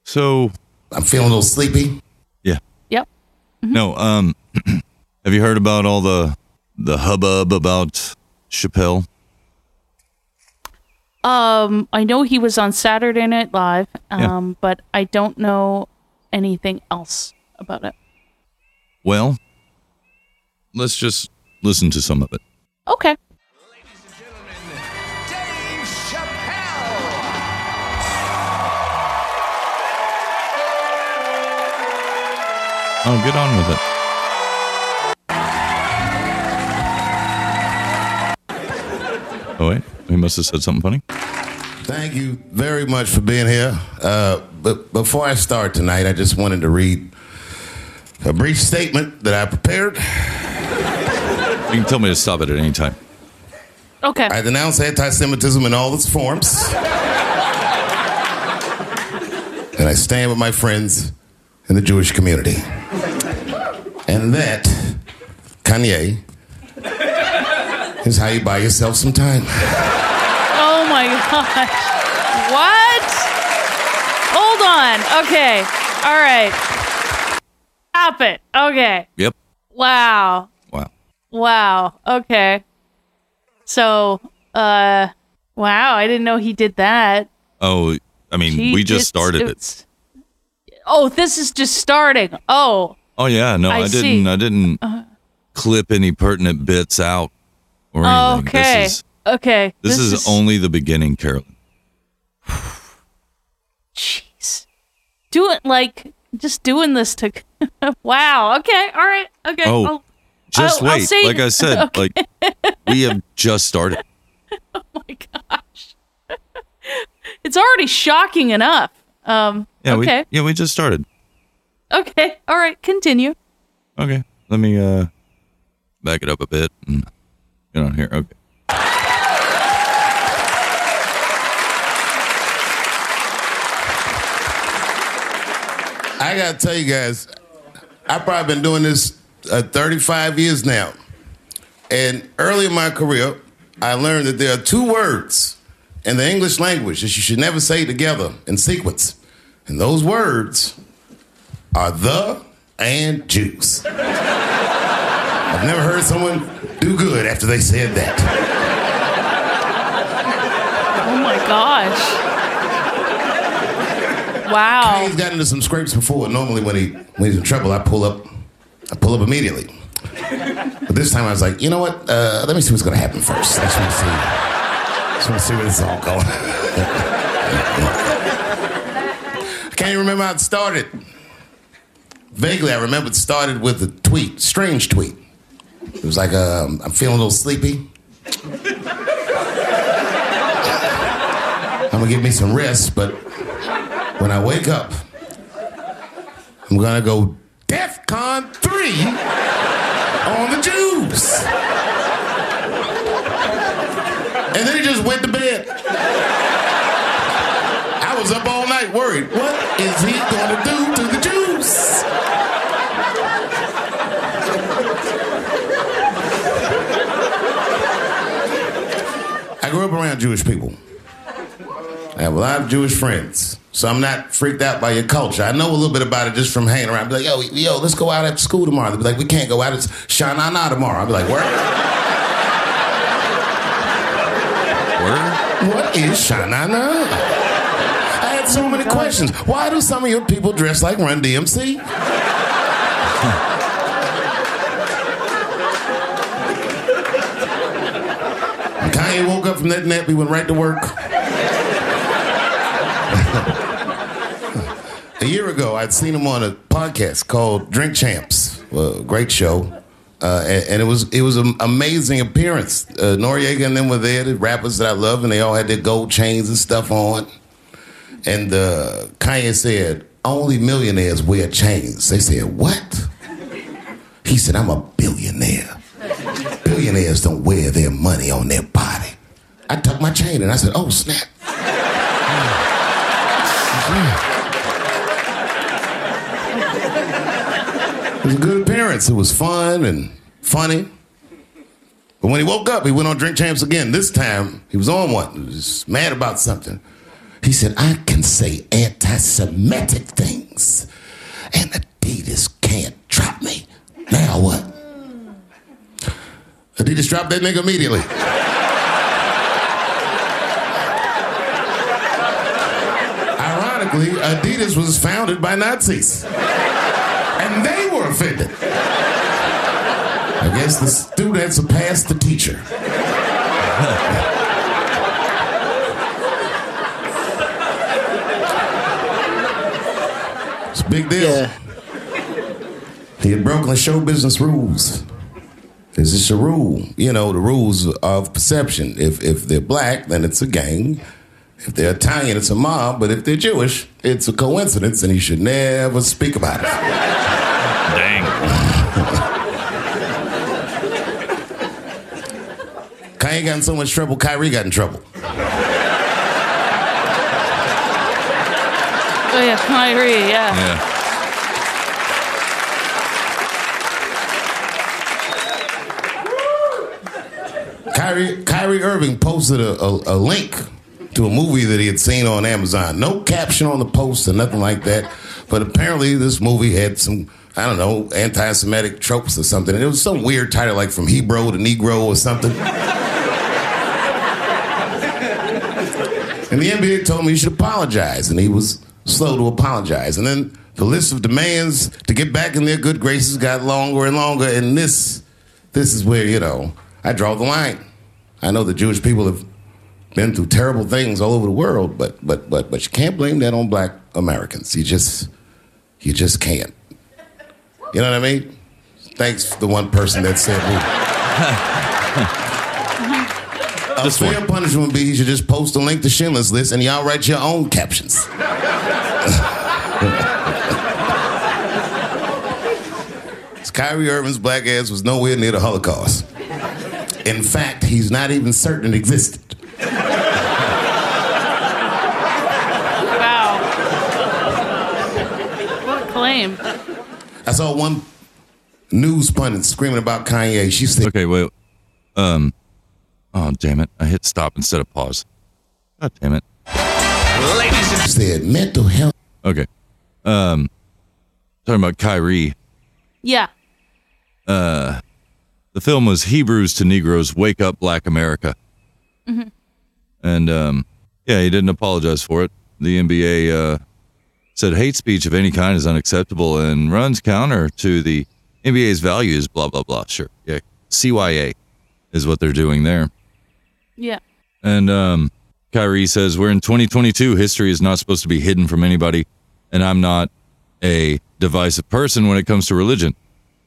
[SPEAKER 7] So I'm feeling a little sleepy. Yeah.
[SPEAKER 8] Yep. Mm-hmm.
[SPEAKER 7] No. Um. have you heard about all the the hubbub about Chappelle?
[SPEAKER 8] Um, I know he was on Saturday Night Live, um, but I don't know anything else about it.
[SPEAKER 7] Well, let's just listen to some of it.
[SPEAKER 8] Okay.
[SPEAKER 7] Oh, get on with it. Oh wait, we must have said something funny.
[SPEAKER 23] Thank you very much for being here. Uh, but before I start tonight, I just wanted to read a brief statement that I prepared.
[SPEAKER 7] You can tell me to stop it at any time.
[SPEAKER 8] Okay.
[SPEAKER 23] I denounce anti Semitism in all its forms. and I stand with my friends in the Jewish community. And that, Kanye, is how you buy yourself some time.
[SPEAKER 8] Oh my gosh. What? Hold on. Okay. All right. Stop it. Okay.
[SPEAKER 7] Yep.
[SPEAKER 8] Wow.
[SPEAKER 7] Wow.
[SPEAKER 8] Wow. Okay. So, uh, wow. I didn't know he did that.
[SPEAKER 7] Oh, I mean,
[SPEAKER 8] Gee,
[SPEAKER 7] we just
[SPEAKER 8] it's-
[SPEAKER 7] started it.
[SPEAKER 8] it's- Oh, this is just starting. Oh,
[SPEAKER 7] Oh yeah, no, I, Uh-huh.
[SPEAKER 8] I
[SPEAKER 7] didn't.
[SPEAKER 8] see.
[SPEAKER 7] I didn't
[SPEAKER 8] Uh.
[SPEAKER 7] clip any pertinent bits out or anything.
[SPEAKER 8] okay.
[SPEAKER 7] This is,
[SPEAKER 8] okay.
[SPEAKER 7] this is, only the beginning, Carolyn.
[SPEAKER 8] Jeez. Do it like just doing this to. wow. Okay. All right. Okay.
[SPEAKER 7] Oh,
[SPEAKER 8] I'll-
[SPEAKER 7] Just
[SPEAKER 8] I'll- I'll
[SPEAKER 7] wait.
[SPEAKER 8] say-
[SPEAKER 7] like I said,
[SPEAKER 8] Okay.
[SPEAKER 7] like we have just started.
[SPEAKER 8] it's already shocking enough. Um.
[SPEAKER 7] Yeah,
[SPEAKER 8] okay.
[SPEAKER 7] we yeah we just started.
[SPEAKER 8] Okay. All right. Continue.
[SPEAKER 7] Okay, let me uh back it up a bit and get on here. Okay.
[SPEAKER 23] I gotta tell you guys, I've probably been doing this uh, 35 years now. And early in my career, I learned that there are two words in the English language that you should never say together in sequence. And those words are the and juice. I've never heard someone do good after they said that.
[SPEAKER 8] Oh my gosh. Wow.
[SPEAKER 23] He's gotten into some scrapes before. Normally, when he when he's in trouble, I pull up, I pull up immediately. But this time, I was like, you know what? Uh, let me see what's gonna happen first. I just want to see, just want to see where this is all going. I can't even remember how it started. Vaguely, I remember it started with a tweet, strange tweet. It was like, um, I'm feeling a little sleepy. I'm gonna give me some rest, but when I wake up, I'm gonna go DEFCON 3 on the Jews. And then he just went to bed. I was up all night worried. What is he gonna do to the Jews? I grew up around Jewish people. I have a lot of Jewish friends, so I'm not freaked out by your culture. I know a little bit about it just from hanging around. I'd be like, yo, yo, let's go out after school tomorrow. They'd be like, we can't go out. It's Shanana tomorrow. I'd be like, where? What is Shanana? I had so many questions. Why do some of your people dress like Run DMC? Kanye woke up from that nap. He went right to work. a year ago, I'd seen him on a podcast called Drink Champs. Well, great show. Uh, and, and it was it was an amazing appearance. Uh, Noriega and them were there, the rappers that I love, and they all had their gold chains and stuff on. And uh, Kanye said, "Only millionaires wear chains." They said, "What?" He said, "I'm a billionaire. Billionaires don't wear their money on their body." I tucked my chain and I said, "Oh snap!" It was a good appearance. It was fun and funny. But when he woke up, he went on Drink Champs again. This time, he was on one. He was mad about something. He said, I can say anti Semitic things, and Adidas can't drop me. Now what? Adidas dropped that nigga immediately. Ironically, Adidas was founded by Nazis, and they were offended. I guess the student surpassed the teacher. It's a big deal. He had broken the show business rules. Is this a rule? You know, the rules of perception. If if they're black, then it's a gang. If they're Italian, it's a mob. But if they're Jewish, it's a coincidence, and you should never speak about it. Kanye got in so much trouble, Kyrie got in trouble.
[SPEAKER 8] Oh yeah, Kyrie. Yeah.
[SPEAKER 7] Yeah.
[SPEAKER 23] Kyrie, Kyrie Irving posted a, a, a link to a movie that he had seen on Amazon. No caption on the poster, nothing like that. But apparently, this movie had some, I don't know, anti Semitic tropes or something. And it was some weird title, like From Hebrew to Negro or something. And the NBA told me he should apologize, and he was slow to apologize. And then the list of demands to get back in their good graces got longer and longer. And this, this is where you know I draw the line. I know the Jewish people have been through terrible things all over the world, but but but but you can't blame that on Black Americans. You just you just can't. You know what I mean? Thanks to the one person that said. A fair punishment would be you should just post a link to Schindler's List and y'all write your own captions. Kyrie Irving's black ass was nowhere near the Holocaust. In fact, he's not even certain it existed.
[SPEAKER 8] What claim?
[SPEAKER 23] I saw one news pundit screaming about Kanye. She said,
[SPEAKER 7] Okay, wait. Um. Oh damn it! I hit stop instead of pause. God damn it.
[SPEAKER 23] Ladies and said mental health.
[SPEAKER 7] Okay. Um. Talking about Kyrie.
[SPEAKER 8] Yeah.
[SPEAKER 7] Uh. The film was Hebrews to Negroes: Wake Up, Black America.
[SPEAKER 8] Mhm.
[SPEAKER 7] And um, yeah, he didn't apologize for it. The NBA uh, said hate speech of any kind is unacceptable and runs counter to the NBA's values. Blah blah blah. Sure, yeah, CYA is what they're doing there.
[SPEAKER 8] Yeah.
[SPEAKER 7] And um, Kyrie says, We're in 2022. History is not supposed to be hidden from anybody. And I'm not a divisive person when it comes to religion.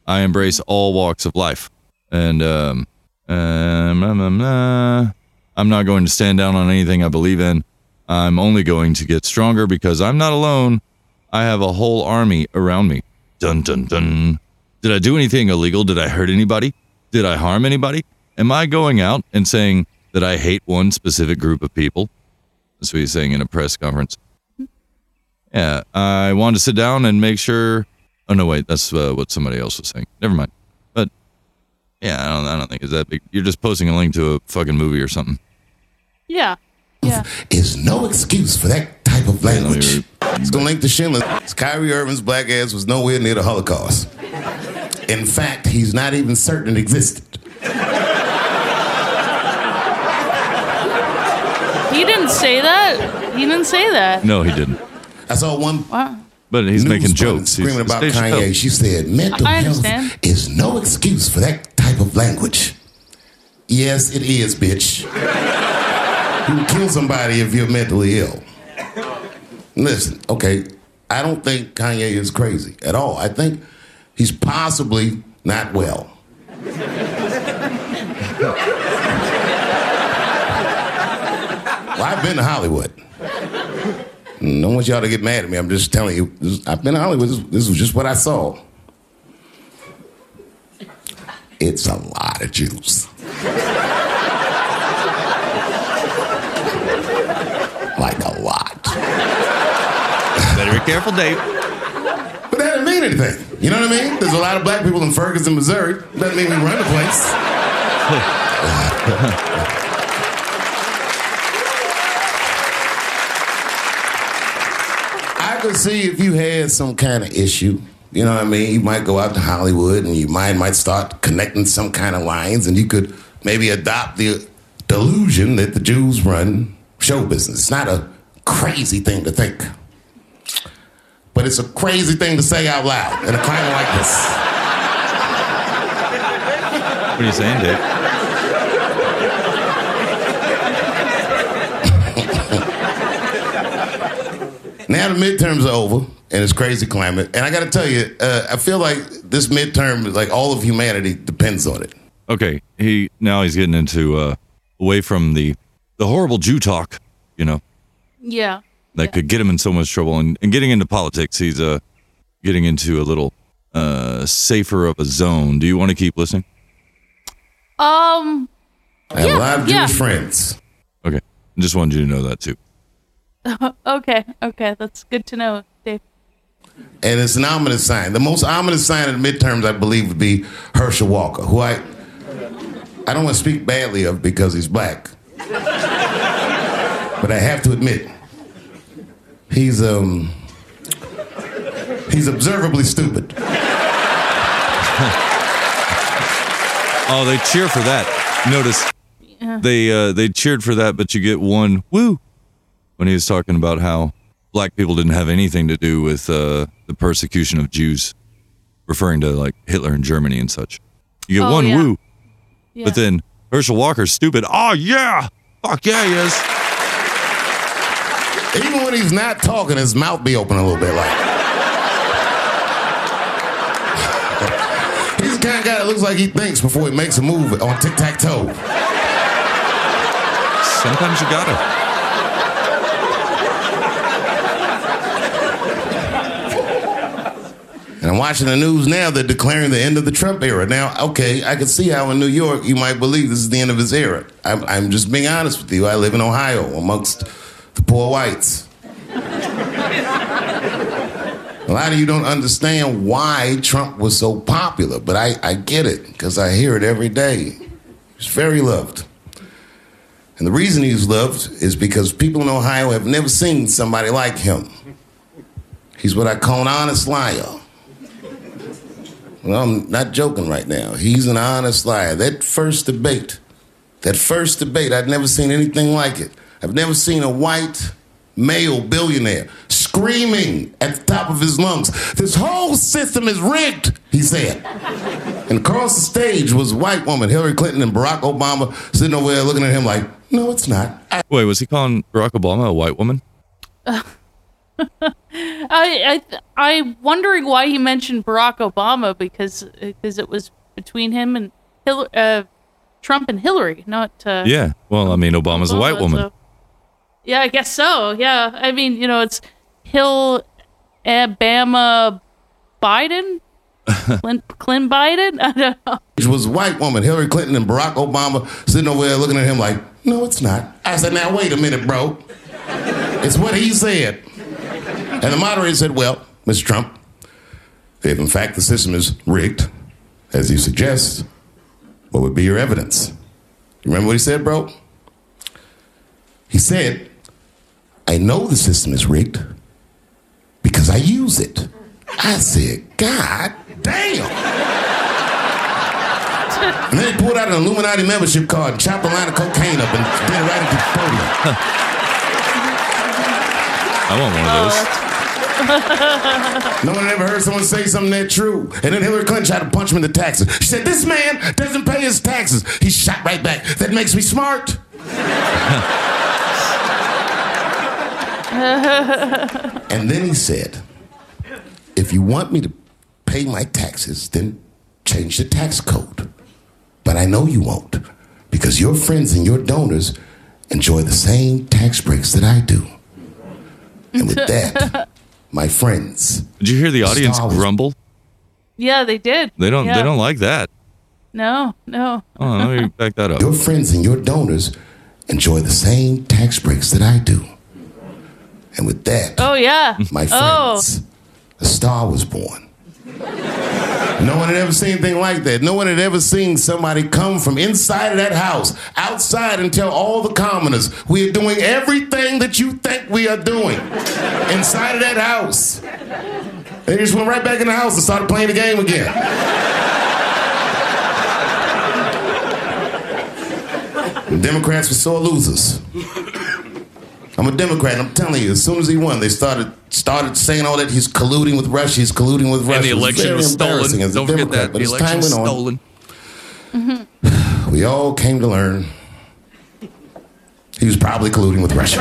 [SPEAKER 7] I embrace all walks of life. And um, um, nah, nah, nah. I'm not going to stand down on anything I believe in. I'm only going to get stronger because I'm not alone. I have a whole army around me. Dun dun dun. Did I do anything illegal? Did I hurt anybody? Did I harm anybody? Am I going out and saying that I hate one specific group of people? That's what he's saying in a press conference. Yeah, I wanted to sit down and make sure. Oh no, wait, that's uh, what somebody else was saying. Never mind. But yeah, I don't, I don't think it's that big. You're just posting a link to a fucking movie or something.
[SPEAKER 8] Yeah. Yeah.
[SPEAKER 23] Is no excuse for that type of language. It's gonna link to Schindler. Kyrie Irving's black ass was nowhere near the Holocaust. In fact, he's not even certain it existed.
[SPEAKER 8] He didn't say that. He didn't say that.
[SPEAKER 7] No, he didn't.
[SPEAKER 23] I saw one.
[SPEAKER 7] But he's making jokes. He's
[SPEAKER 23] Screaming about
[SPEAKER 7] station
[SPEAKER 23] Kanye,
[SPEAKER 7] dope.
[SPEAKER 23] she said, "Mental
[SPEAKER 8] I
[SPEAKER 23] health
[SPEAKER 8] understand.
[SPEAKER 23] is no excuse for that type of language." Yes, it is, bitch. you can kill somebody if you're mentally ill. Listen, okay, I don't think Kanye is crazy at all. I think he's possibly not well. Well, I've been to Hollywood. And I don't want y'all to get mad at me. I'm just telling you. this- I've been to Hollywood. This, this was just what I saw. It's a lot of Jews. like a lot.
[SPEAKER 7] Better be careful, Dave.
[SPEAKER 23] But that didn't mean anything. You know what I mean? There's a lot of black people in Ferguson, Missouri. Doesn't mean we run the place. I could see if you had some kind of issue. You know what I mean? You might go out to Hollywood and your mind might start connecting some kind of lines, and you could maybe adopt the delusion that the Jews run show business. It's not a crazy thing to think, but it's a crazy thing to say out loud in a climate like this.
[SPEAKER 7] What are you saying, Dave?
[SPEAKER 23] Now the midterms are over, and it's crazy climate. And I got to tell you, uh, I feel like this midterm, like all of humanity, depends on it.
[SPEAKER 7] Okay, he now he's getting into uh away from the the horrible Jew talk, you know,
[SPEAKER 8] Yeah.
[SPEAKER 7] that could get him in so much trouble and, and getting into politics. He's uh getting into a little uh safer of a zone. Do you want to keep listening?
[SPEAKER 8] Um.
[SPEAKER 7] I have
[SPEAKER 8] Yeah, lot of Jewish yeah.
[SPEAKER 23] friends.
[SPEAKER 7] Okay, I just wanted you to know that too.
[SPEAKER 8] okay. Okay. That's good to know, Dave.
[SPEAKER 23] And it's an ominous sign. The most ominous sign of the midterms, I believe, would be Herschel Walker, who I I don't want to speak badly of because he's black. But I have to admit, he's um he's observably stupid.
[SPEAKER 7] Oh, they cheer for that. Notice
[SPEAKER 8] Yeah.
[SPEAKER 7] they uh, they cheered for that, but you get one woo when he was talking about how black people didn't have anything to do with uh, the persecution of Jews, referring to like Hitler and Germany and such. You get
[SPEAKER 4] Oh,
[SPEAKER 7] one
[SPEAKER 4] yeah.
[SPEAKER 7] woo,
[SPEAKER 4] Yeah.
[SPEAKER 7] but then Herschel Walker's stupid. Oh yeah, fuck yeah, he is.
[SPEAKER 23] Even when he's not talking, his mouth be open a little bit like. he's the kind of guy that looks like he thinks before he makes a move on tic tac toe.
[SPEAKER 7] Sometimes you gotta.
[SPEAKER 23] And I'm watching the news now. They're declaring the end of the Trump era. Now, okay, I can see how in New York you might believe this is the end of his era. I'm, I'm just being honest with you. I live in Ohio amongst the poor whites. A lot of you don't understand why Trump was so popular, but I, I get it because I hear it every day. He's very loved. And the reason he's loved is because people in Ohio have never seen somebody like him. He's what I call an honest liar. Well, I'm not joking right now. He's an honest liar. That first debate, that first debate, I'd never seen anything like it. I've never seen a white male billionaire screaming at the top of his lungs, This whole system is rigged, he said. and across the stage was a white woman, Hillary Clinton and Barack Obama, sitting over there looking at him like, No, it's not.
[SPEAKER 7] Wait, was he calling Barack Obama a white woman?
[SPEAKER 8] I, I I'm wondering why he mentioned Barack Obama because because it was between him and Hillary, uh, Trump and Hillary, not uh,
[SPEAKER 7] Yeah. Well, I mean, Obama's a white
[SPEAKER 8] Obama,
[SPEAKER 7] woman.
[SPEAKER 8] so- yeah, I guess so. Yeah, I mean, you know, it's Hill, Obama, Biden, Clint, Clint Biden. I don't know.
[SPEAKER 23] It was a white woman, Hillary Clinton and Barack Obama, sitting over there looking at him like, no, it's not. I said, now, wait a minute, bro. It's what he said. And the moderator said, well, Mr. Trump, if in fact the system is rigged, as you suggest, what would be your evidence? You remember what he said, bro? He said, I know the system is rigged because I use it. I said, God damn. And then he pulled out an Illuminati membership card and chopped a line of cocaine up and did it right at the podium.
[SPEAKER 7] I want one of those.
[SPEAKER 8] Oh,
[SPEAKER 23] No one had ever heard someone say something that true. And then Hillary Clinton tried to punch him in the taxes. She said, This man doesn't pay his taxes. He shot right back. That makes me smart. And then he said, If you want me to pay my taxes, then change the tax code. But I know you won't, because your friends and your donors enjoy the same tax breaks that I do. And with that, my friends.
[SPEAKER 7] Did you hear the audience
[SPEAKER 23] Star
[SPEAKER 7] grumble?
[SPEAKER 8] yeah, they did.
[SPEAKER 7] They don't. They
[SPEAKER 8] Yeah.
[SPEAKER 7] don't like that.
[SPEAKER 8] No, no.
[SPEAKER 7] Oh, let me back that up.
[SPEAKER 23] Your friends and your donors enjoy the same tax breaks that I do. And with that,
[SPEAKER 8] Oh yeah,
[SPEAKER 23] my
[SPEAKER 8] Oh.
[SPEAKER 23] friends, a star was born. No one had ever seen anything like that. No one had ever seen somebody come from inside of that house, outside, and tell all the commoners, We are doing everything that you think we are doing inside of that house. They just went right back in the house and started playing the game again. The Democrats were sore losers. I'm a Democrat. and I'm telling you, as soon as he won, they started started saying all that he's colluding with Russia. He's colluding with Russia.
[SPEAKER 7] And the
[SPEAKER 23] It
[SPEAKER 7] election
[SPEAKER 23] very
[SPEAKER 7] was stolen.
[SPEAKER 23] embarrassing as a
[SPEAKER 7] Don't forget
[SPEAKER 23] Democrat,
[SPEAKER 7] that.
[SPEAKER 23] but
[SPEAKER 7] The
[SPEAKER 23] as time
[SPEAKER 7] election was
[SPEAKER 23] went on,
[SPEAKER 7] stolen.
[SPEAKER 23] We all came to learn he was probably colluding with Russia.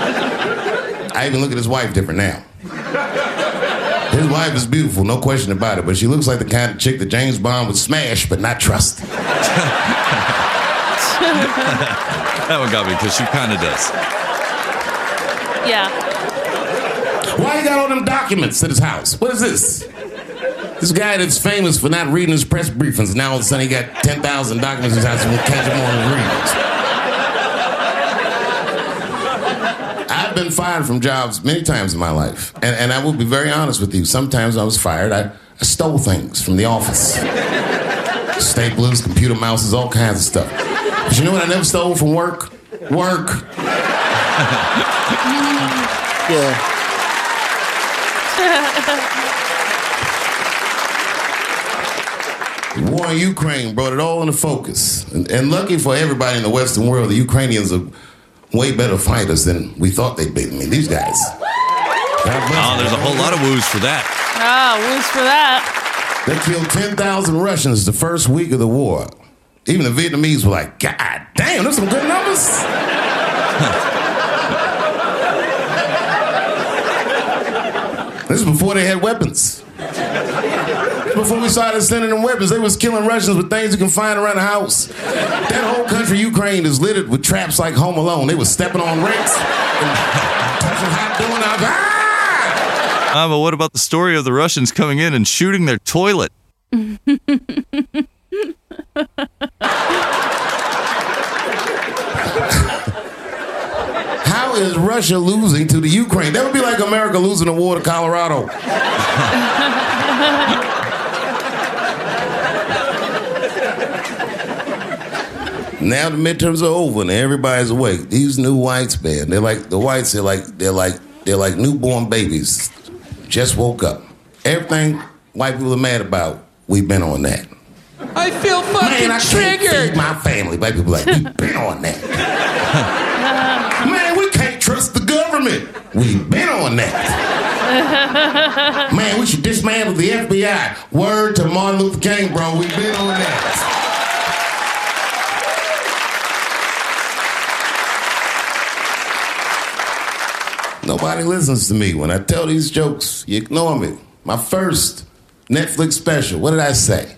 [SPEAKER 23] I even look at his wife different now. His wife is beautiful, no question about it, but she looks like the kind of chick that James Bond would smash but not trust.
[SPEAKER 7] that one got me because she kind of does.
[SPEAKER 8] yeah.
[SPEAKER 23] Why he got all them documents at his house? What is this? This guy that's famous for not reading his press briefings, now all of a sudden he got 10,000 documents in his house and we'll catch him on readings. I've been fired from jobs many times in my life. And, and I will be very honest with you. Sometimes I was fired. I, I stole things from the office. staplers, computer mouses, all kinds of stuff. But you know what I never stole from work? Work. yeah. The war in Ukraine brought it all into focus. And, and lucky for everybody in the Western world, the Ukrainians are way better fighters than we thought they'd be. I mean, these guys.
[SPEAKER 7] Oh, there's a whole lot of woos for that.
[SPEAKER 8] Ah, woos for that.
[SPEAKER 23] They killed 10,000 Russians the first week of the war. Even the Vietnamese were like, God damn, those some good numbers. this is before they had weapons. Before we started sending them weapons, they was killing Russians with things you can find around the house. That whole country, Ukraine, is littered with traps like Home Alone. They was stepping on rakes and touching hot donuts. Ah!
[SPEAKER 7] Ah, but what about the story of the Russians coming in and shooting their toilet?
[SPEAKER 23] How is Russia losing to the Ukraine? That would be like America losing the war to Colorado. Now the midterms are over and everybody's awake. These new whites, man, they're like the whites. They're like they're like they're like newborn babies, just woke up. Everything white people are mad about, we've been on that.
[SPEAKER 10] I feel fucking
[SPEAKER 23] Man, I can't feed
[SPEAKER 10] triggered.
[SPEAKER 23] my family. White people are like we've been on that. Man, we can't trust the government. We've been on that. Man, we should dismantle the FBI. Word to Martin Luther King, bro. We've been on that. Nobody listens to me when I tell these jokes. You ignore me. My first Netflix special. What did I say?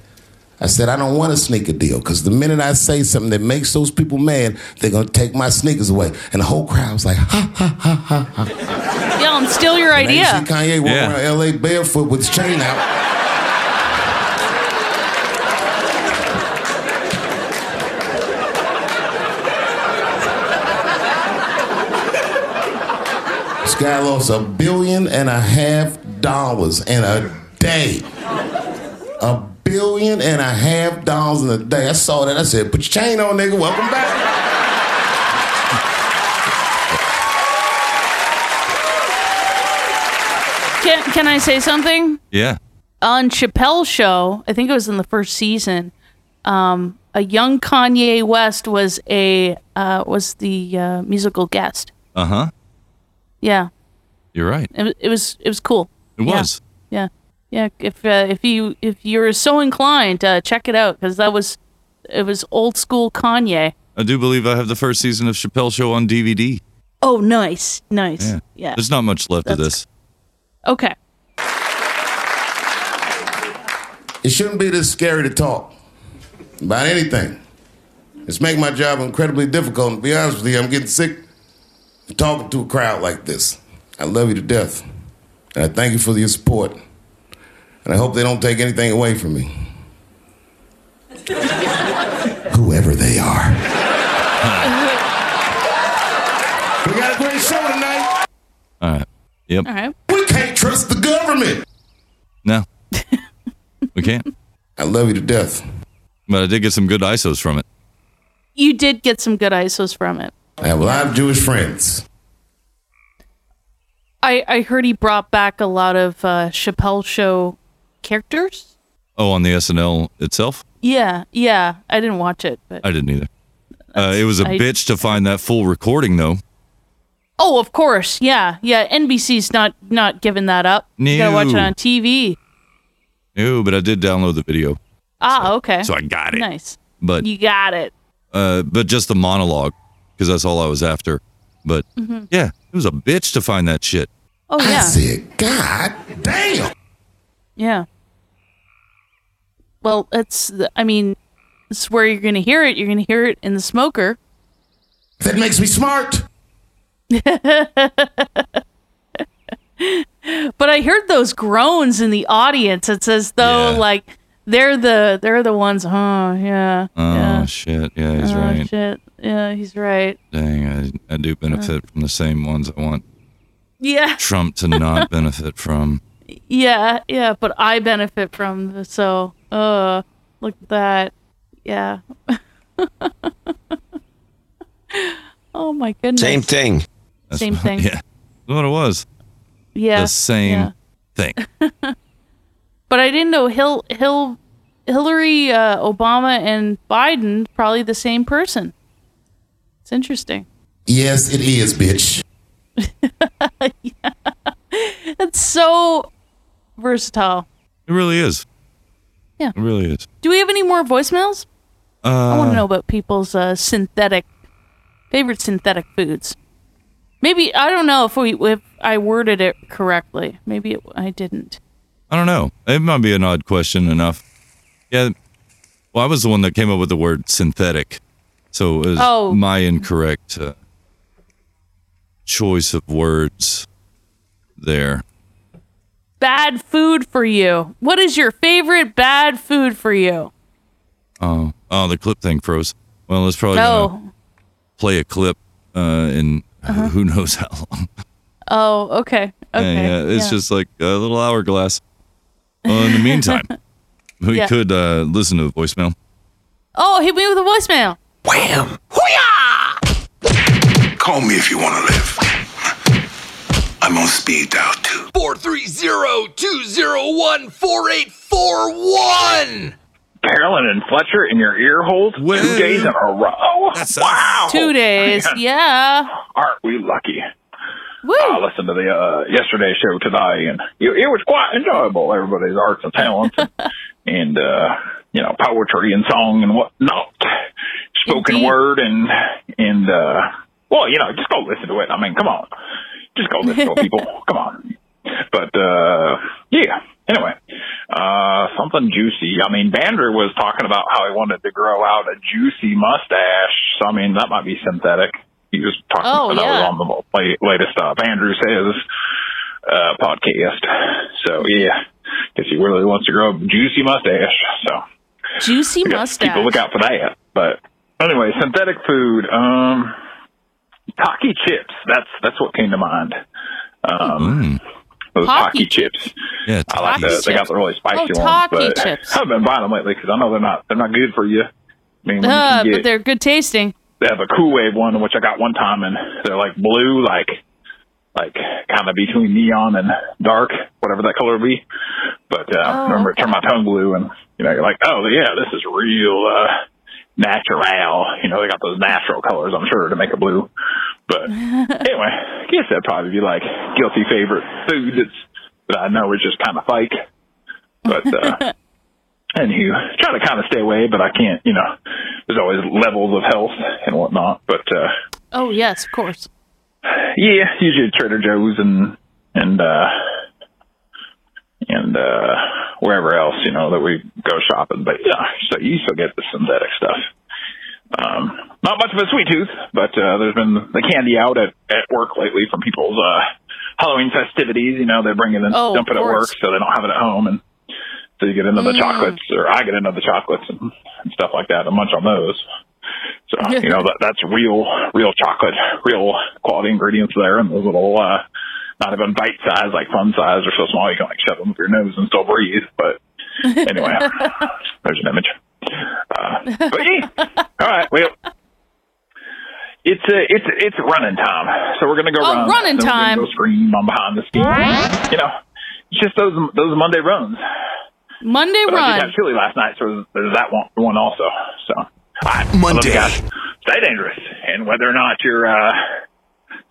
[SPEAKER 23] I said I don't want a sneaker deal because the minute I say something that makes those people mad, they're gonna take my sneakers away. And the whole crowd's like, ha ha ha ha ha.
[SPEAKER 8] Yeah, and steal your
[SPEAKER 23] And then
[SPEAKER 8] idea.
[SPEAKER 23] you see Kanye walking around LA barefoot with his chain out. This guy lost a billion and a half dollars in a day. A billion and a half dollars in a day. I saw that. I said, put your chain on, nigga. Welcome back.
[SPEAKER 8] Can, can I say something?
[SPEAKER 7] Yeah.
[SPEAKER 8] on Chappelle's show, I think it was in the first season, um, a young Kanye West was a uh, was the uh, musical guest.
[SPEAKER 7] Uh huh.
[SPEAKER 8] Yeah,
[SPEAKER 7] You're right.
[SPEAKER 8] it, wa- it was it was cool.
[SPEAKER 7] It was.
[SPEAKER 8] Yeah, yeah. If uh, if you if you're so inclined, uh, check it out because that was it was old school Kanye.
[SPEAKER 7] I do believe I have the first season of Chappelle Show on DVD.
[SPEAKER 8] Oh, nice, nice. Yeah.
[SPEAKER 7] There's not much left of this.
[SPEAKER 8] Okay.
[SPEAKER 23] It shouldn't be this scary to talk about anything. It's making my job incredibly difficult. And to be honest with you, I'm getting sick of talking to a crowd like this. I love you to death. And I thank you for your support. And I hope they don't take anything away from me. Whoever they are. we got a great show tonight.
[SPEAKER 7] All right. Yep.
[SPEAKER 8] All right.
[SPEAKER 23] We can't trust the government.
[SPEAKER 7] No. we can't.
[SPEAKER 23] I love you to death.
[SPEAKER 7] But I did get some good ISOs from it.
[SPEAKER 8] You did get some good ISOs from it.
[SPEAKER 23] I have live Jewish friends.
[SPEAKER 8] I I heard he brought back a lot of uh, Chappelle show characters.
[SPEAKER 7] Oh, on the SNL itself?
[SPEAKER 8] Yeah, yeah. I didn't watch it, but
[SPEAKER 7] I didn't either. Uh, it was a
[SPEAKER 8] I-
[SPEAKER 7] bitch to find that full recording, though.
[SPEAKER 8] oh, of course, yeah, yeah. NBC's not not giving that up. You gotta watch it
[SPEAKER 7] No.
[SPEAKER 8] on TV.
[SPEAKER 7] No, but I did download the video.
[SPEAKER 8] Ah, okay.
[SPEAKER 7] so I got it.
[SPEAKER 8] Nice.
[SPEAKER 7] But
[SPEAKER 8] you got it.
[SPEAKER 7] uh, but just the monologue, because that's all I was after. But
[SPEAKER 8] Mhm.
[SPEAKER 7] yeah, it was a bitch to find that shit.
[SPEAKER 8] Oh yeah.
[SPEAKER 23] God damn.
[SPEAKER 8] Yeah. Well, it's. the- I mean, it's where you're gonna hear it. You're gonna hear it in the smoker.
[SPEAKER 23] That makes me smart.
[SPEAKER 8] But I heard those groans in the audience. It's as though like they're the they're the ones. Oh yeah.
[SPEAKER 7] Oh shit! Yeah, he's
[SPEAKER 8] oh
[SPEAKER 7] right.
[SPEAKER 8] shit. Yeah, he's right.
[SPEAKER 7] Dang, I, I do
[SPEAKER 8] Uh.
[SPEAKER 7] benefit from the same ones I want
[SPEAKER 8] Yeah.
[SPEAKER 7] Trump to not benefit from.
[SPEAKER 8] Yeah, yeah, but I benefit from the, so uh Look at that. Yeah. oh my goodness.
[SPEAKER 19] Same thing.
[SPEAKER 8] Same thing.
[SPEAKER 7] Yeah. That's what it was.
[SPEAKER 8] Yeah.
[SPEAKER 7] The same thing.
[SPEAKER 8] But I didn't know Hill Hill Hillary uh, Obama and Biden probably the same person. It's interesting.
[SPEAKER 23] Yes, it is, bitch.
[SPEAKER 8] That's so versatile.
[SPEAKER 7] It really is.
[SPEAKER 8] Yeah.
[SPEAKER 7] It really is.
[SPEAKER 8] Do we have any more voicemails?
[SPEAKER 7] Uh,
[SPEAKER 8] I want to know about people's uh, synthetic favorite synthetic foods. Maybe I don't know if we if I worded it correctly. Maybe it, I didn't.
[SPEAKER 7] I don't know. It might be an odd question enough. Yeah. Well, I was the one that came up with the word synthetic. So it was
[SPEAKER 8] Oh.
[SPEAKER 7] my incorrect uh, choice of words there.
[SPEAKER 8] Bad food for you. What is your favorite bad food for you?
[SPEAKER 7] Oh, oh, the clip thing froze. Well, it's probably gonna
[SPEAKER 8] oh, uh-huh.
[SPEAKER 7] play a clip uh, in who knows how long.
[SPEAKER 8] oh, okay, okay.
[SPEAKER 7] yeah, it's
[SPEAKER 8] yeah.
[SPEAKER 7] just like a little hourglass. Well, in the meantime, we
[SPEAKER 8] Yeah.
[SPEAKER 7] could uh, listen to a voicemail.
[SPEAKER 8] Oh, hit me with a voicemail.
[SPEAKER 7] Wham!
[SPEAKER 9] Call me if you want to live. I'm on speed dial too.
[SPEAKER 10] 430-201-4841.
[SPEAKER 11] Carolyn and Fletcher in your ear holes two days in a row. wow.
[SPEAKER 8] Two days.
[SPEAKER 11] Man,
[SPEAKER 8] Yeah.
[SPEAKER 11] Aren't we lucky?
[SPEAKER 8] Woo.
[SPEAKER 11] I listened to the uh, yesterday's show today, and it, it was quite enjoyable. Everybody's arts and talents, and, and uh, you know, poetry and song and whatnot, spoken word, and and uh, well, you know, just go listen to it. I mean, come on, just go listen to it, people. Come on. But uh, yeah. Anyway, uh, something juicy. I mean, Bander was talking about how he wanted to grow out a juicy mustache. So I mean, that might be synthetic. He was talking
[SPEAKER 10] Oh,
[SPEAKER 11] about
[SPEAKER 10] yeah.
[SPEAKER 11] on the la- latest uh, Andrew says uh, podcast. So yeah, because he really wants to grow a juicy mustache. So
[SPEAKER 8] Juicy
[SPEAKER 11] I guess
[SPEAKER 8] mustache.
[SPEAKER 11] People look out for that. But anyway, synthetic food. Um, Taki chips. That's that's what came to mind. Um, Those
[SPEAKER 10] Taki
[SPEAKER 11] Taki chips.
[SPEAKER 7] Yeah,
[SPEAKER 11] I like
[SPEAKER 10] Taki
[SPEAKER 11] those. They got
[SPEAKER 10] chips.
[SPEAKER 11] the really spicy
[SPEAKER 8] Oh,
[SPEAKER 11] ones.
[SPEAKER 8] Taki
[SPEAKER 11] but
[SPEAKER 8] chips.
[SPEAKER 11] I've been buying them lately because I know they're not they're not good for you. I mean, when you
[SPEAKER 8] Uh,
[SPEAKER 11] can get-
[SPEAKER 8] but they're good tasting.
[SPEAKER 11] they have a Kool Aid one, which I got one time, and they're like blue, like like kind of between neon and dark, whatever that color would be. But uh, I remember, it turned my tongue blue, and you know, you're like, oh yeah, this is real uh, natural. You know, they got those natural colors, I'm sure, to make it blue. But anyway, I guess that'd probably be like guilty favorite food that's that I know is just kind of fake. But uh, and you try to kind of stay away, but I can't. You know, there's always levels of health and whatnot. But uh,
[SPEAKER 8] Oh yes, of course.
[SPEAKER 11] yeah, usually at Trader Joe's and and uh, and uh, wherever else you know that we go shopping. But yeah, so you still get the synthetic stuff. Um, not much of a sweet tooth, but uh, there's been the candy out at, at work lately from people's uh, Halloween festivities. You know, they bring it in,
[SPEAKER 10] Oh,
[SPEAKER 11] dump it
[SPEAKER 10] of
[SPEAKER 11] at work,
[SPEAKER 10] course.
[SPEAKER 11] so they don't have it at home, and so you get into the
[SPEAKER 10] Mm.
[SPEAKER 11] chocolates, or I get into the chocolates and, and stuff like that, and munch on those. So you know that that's real, real chocolate, real quality ingredients there, and those little uh, not even bite size, like fun size, are so small you can like shove them with your nose and still breathe. But anyway, there's an image. Uh, but yeah, all right, well. It's uh, it's it's running time, so we're gonna go
[SPEAKER 8] Oh,
[SPEAKER 11] run.
[SPEAKER 8] running
[SPEAKER 11] Then we're gonna
[SPEAKER 8] time.
[SPEAKER 11] Go scream on behind the scenes. You know, it's just those those Monday runs.
[SPEAKER 8] Monday
[SPEAKER 11] But I did
[SPEAKER 8] run.
[SPEAKER 11] have chili last night, so there's that one, one also. So, all right, I love you
[SPEAKER 10] Monday.
[SPEAKER 11] guys. Stay dangerous, and whether or not you're uh,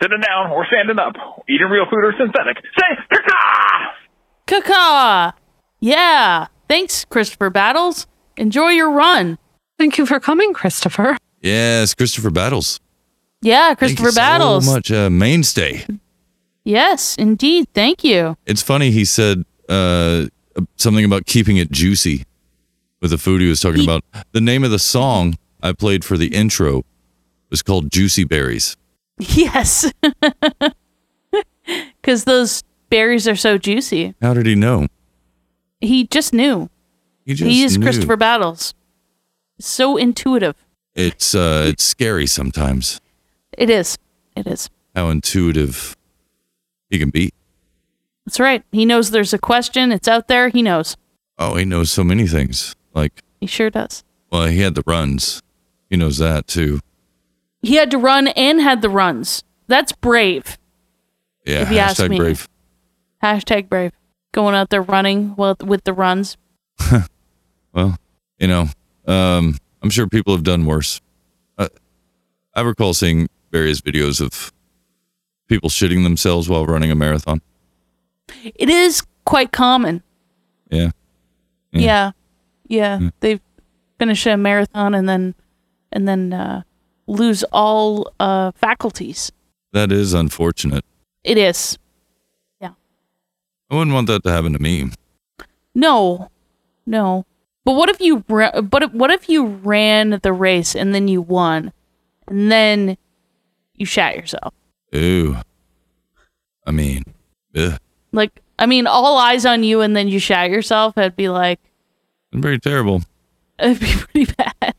[SPEAKER 11] sitting down or standing up, eating real food or synthetic, say caca.
[SPEAKER 8] Kaka. Yeah. Thanks, Christopher Battles. Enjoy your run.
[SPEAKER 12] Thank you for coming, Christopher.
[SPEAKER 7] Yes, Christopher Battles.
[SPEAKER 8] Yeah,
[SPEAKER 7] Thank you
[SPEAKER 8] Christopher Battles.
[SPEAKER 7] So much uh, mainstay.
[SPEAKER 8] Yes, indeed. Thank you.
[SPEAKER 7] It's funny he said uh, something about keeping it juicy with the food he was talking about. The name of the song I played for the intro was called Juicy Berries.
[SPEAKER 8] Yes. Because those berries are so juicy.
[SPEAKER 7] How did he know?
[SPEAKER 8] He just knew.
[SPEAKER 7] He just
[SPEAKER 8] he is
[SPEAKER 7] knew.
[SPEAKER 8] Christopher Battles. So intuitive.
[SPEAKER 7] It's uh, it's scary sometimes
[SPEAKER 8] It is. It is.
[SPEAKER 7] how intuitive he can be.
[SPEAKER 8] That's right. He knows there's a question. It's out there. He knows.
[SPEAKER 7] Oh, he knows so many things. Like
[SPEAKER 8] He sure does.
[SPEAKER 7] Well, he had the runs. He knows that too.
[SPEAKER 8] He had to run and had the runs. That's brave.
[SPEAKER 7] Yeah.
[SPEAKER 8] If you ask
[SPEAKER 7] hashtag
[SPEAKER 8] me.
[SPEAKER 7] brave.
[SPEAKER 8] Hashtag brave. Going out there running well with the runs.
[SPEAKER 7] Well, you know, um, I'm sure people have done worse. Uh, I recall seeing various videos of people shitting themselves while running a marathon.
[SPEAKER 8] It is quite common.
[SPEAKER 7] Yeah.
[SPEAKER 8] Yeah. Yeah. They finish a marathon and then and then uh, lose all uh, faculties.
[SPEAKER 7] That is unfortunate.
[SPEAKER 8] It is.
[SPEAKER 7] I wouldn't want that to happen to me.
[SPEAKER 8] No, no. But what if you ra- but if- what if you ran the race and then you won, and then you shat yourself?
[SPEAKER 7] Ew. I mean, ugh.
[SPEAKER 8] Like I mean, all eyes on you, and then you shat yourself. It'd be like
[SPEAKER 7] It's very terrible.
[SPEAKER 8] it'd be pretty bad.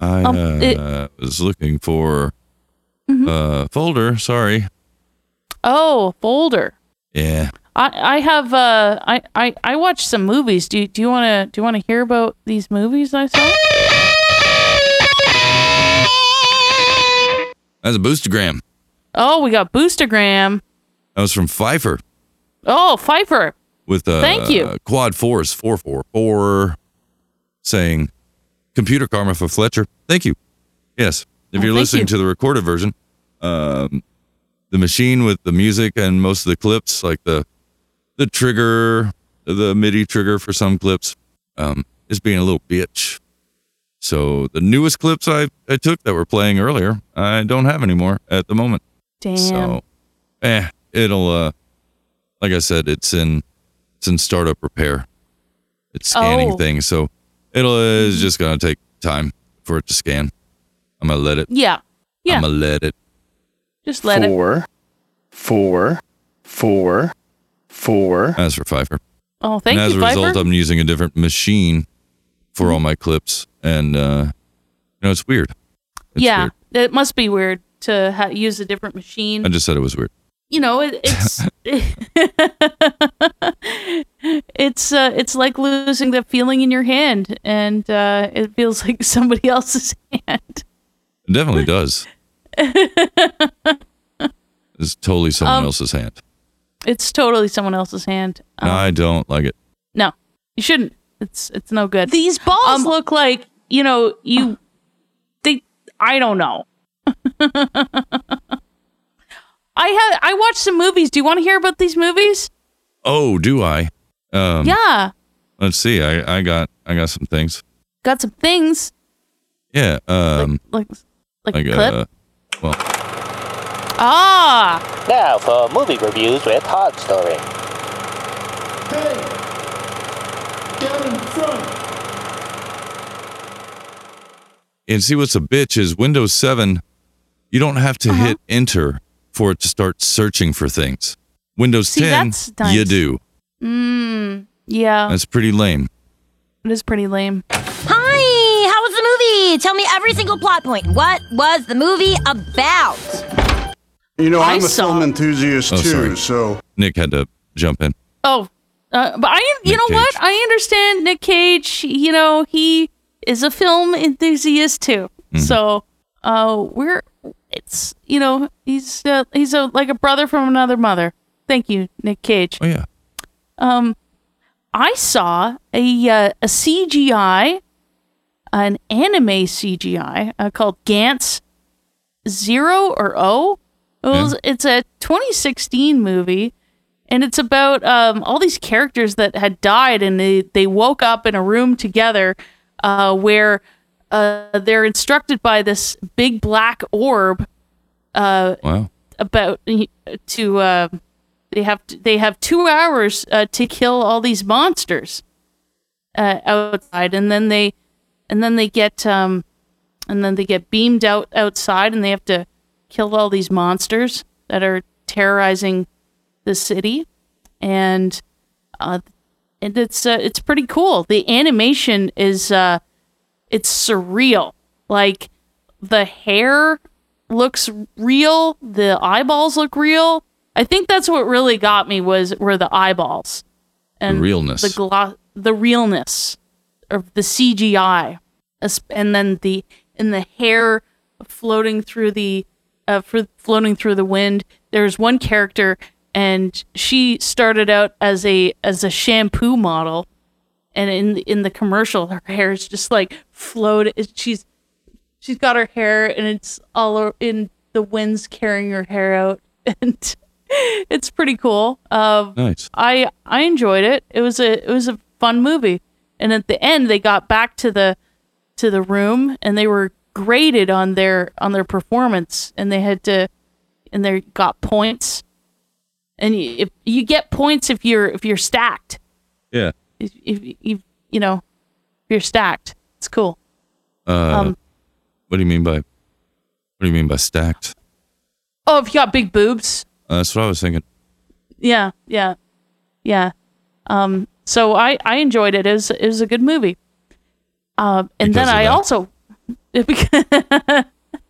[SPEAKER 7] I
[SPEAKER 8] Um,
[SPEAKER 7] uh,
[SPEAKER 8] it- Mm-hmm.
[SPEAKER 7] was looking for uh folder. Sorry.
[SPEAKER 8] Oh, folder.
[SPEAKER 7] Yeah.
[SPEAKER 8] I I have uh I I I watched some movies. Do you do you wanna do you wanna hear about these movies I saw?
[SPEAKER 7] That's a boostergram.
[SPEAKER 8] Oh, we got Boostergram.
[SPEAKER 7] That was from Pfeiffer
[SPEAKER 8] Oh, Pfeiffer.
[SPEAKER 7] with uh,
[SPEAKER 8] Thank you.
[SPEAKER 7] Quad Fours four four four, saying, "Computer Karma for Fletcher." Thank you. Yes, if
[SPEAKER 4] thank
[SPEAKER 7] you're listening
[SPEAKER 4] you.
[SPEAKER 7] to the recorded version, um, the machine with the music and most of the clips, like the the trigger, the MIDI trigger for some clips, um, is being a little bitch. So the newest clips I, I took that were playing earlier, I don't have anymore at the moment.
[SPEAKER 8] Damn.
[SPEAKER 7] So, eh, it'll uh, like I said, it's in it's in startup repair. It's scanning
[SPEAKER 8] Oh. Mm-hmm.
[SPEAKER 7] things, so it'll uh, it's just gonna take time for it to scan. I'm gonna let it.
[SPEAKER 8] Yeah. Yeah.
[SPEAKER 7] I'm gonna let it.
[SPEAKER 8] Just let it.
[SPEAKER 7] four, four, four, four. As for Pfeiffer.
[SPEAKER 8] Oh, thank
[SPEAKER 7] and as
[SPEAKER 8] you,
[SPEAKER 7] a
[SPEAKER 8] Pfeiffer. Mm-hmm.
[SPEAKER 7] result, I'm using a different machine for all my clips, and uh, you know it's weird.
[SPEAKER 8] yeah, it must be weird to ha- use a different machine.
[SPEAKER 7] I just said it was weird.
[SPEAKER 8] you know, it, it's it's uh, it's like losing the feeling in your hand, and uh, it feels like somebody else's hand.
[SPEAKER 7] It definitely does. it's totally someone
[SPEAKER 8] Um,
[SPEAKER 7] else's hand.
[SPEAKER 8] It's totally someone else's hand.
[SPEAKER 7] And I don't like it.
[SPEAKER 8] No, you shouldn't. It's it's no good. These balls look like you know you. They I don't know. I had I watched some movies. Do you want to hear about these movies?
[SPEAKER 7] Oh, do I? Um,
[SPEAKER 8] yeah,
[SPEAKER 7] Let's see. I, I got I got some things.
[SPEAKER 8] got some things
[SPEAKER 7] Yeah. Um.
[SPEAKER 8] like like,
[SPEAKER 7] like,
[SPEAKER 8] a clip.
[SPEAKER 7] uh, well,
[SPEAKER 8] ah.
[SPEAKER 1] Now for uh, movie reviews with Hog Story.
[SPEAKER 7] and see what's a bitch is Windows Seven. You don't have to
[SPEAKER 8] Uh-huh.
[SPEAKER 7] hit enter for it to start searching for things. Windows
[SPEAKER 8] See,
[SPEAKER 7] 10,
[SPEAKER 8] that's nice.
[SPEAKER 7] you do.
[SPEAKER 8] Mm, yeah,
[SPEAKER 7] That's pretty lame.
[SPEAKER 8] it is pretty lame.
[SPEAKER 24] Hi, how was the movie? Tell me every single plot point. What was the movie about?
[SPEAKER 5] You know,
[SPEAKER 24] I
[SPEAKER 5] I'm a
[SPEAKER 24] saw-
[SPEAKER 5] film enthusiast
[SPEAKER 7] Oh,
[SPEAKER 5] too,
[SPEAKER 7] sorry.
[SPEAKER 5] so.
[SPEAKER 7] Nick had to jump in.
[SPEAKER 8] Oh, uh, but I, you
[SPEAKER 7] Nick
[SPEAKER 8] know what?
[SPEAKER 7] Cage.
[SPEAKER 8] I understand Nick Cage. You know, he is a film enthusiast too.
[SPEAKER 7] Mm-hmm.
[SPEAKER 8] So, uh, we're it's you know he's uh, he's a like a brother from another mother. Thank you, Nick Cage.
[SPEAKER 7] Oh yeah.
[SPEAKER 8] Um, I saw a uh, a CGI, an anime CGI uh, called Gantz Zero or O. It was, It's a 2016 movie, and it's about um, all these characters that had died, and they they woke up in a room together, uh, where uh, they're instructed by this big black orb. Uh,
[SPEAKER 7] Wow.
[SPEAKER 8] about to uh, they have to, they have two hours uh, to kill all these monsters uh, outside, and then they and then they get um, and then they get beamed out outside, and they have to kill all these monsters that are terrorizing the city, and uh, and it's uh, it's pretty cool. The animation is uh, it's surreal, like the hair looks real the eyeballs look real i think that's what really got me was were the eyeballs
[SPEAKER 7] realness.
[SPEAKER 8] the gloss the realness of the CGI, as- and then the and the hair floating through the uh, fro- floating through the wind. There's one character, and she started out as a as a shampoo model, and in in the commercial, her hair is just like float. it- She's she's got her hair, and it's all o- in the wind's carrying her hair out, and it's pretty cool. Uh,
[SPEAKER 7] Nice.
[SPEAKER 8] I I enjoyed it. It was a it was a fun movie. And at the end, they got back to the to the room, and they were graded on their on their performance, and they had to and they got points. And you, if you get points if you're if you're stacked,
[SPEAKER 7] Yeah.
[SPEAKER 8] if, if you you know if you're stacked, it's cool.
[SPEAKER 7] Uh,
[SPEAKER 8] Um,
[SPEAKER 7] what do you mean by? What do you mean by stacked?
[SPEAKER 8] Oh, if you got big boobs,
[SPEAKER 7] Uh, that's what I was thinking.
[SPEAKER 8] Yeah, yeah, yeah. Um, so I I enjoyed it. It was it was a good movie. Um, and
[SPEAKER 7] Because
[SPEAKER 8] then
[SPEAKER 7] of
[SPEAKER 8] I
[SPEAKER 7] that.
[SPEAKER 8] also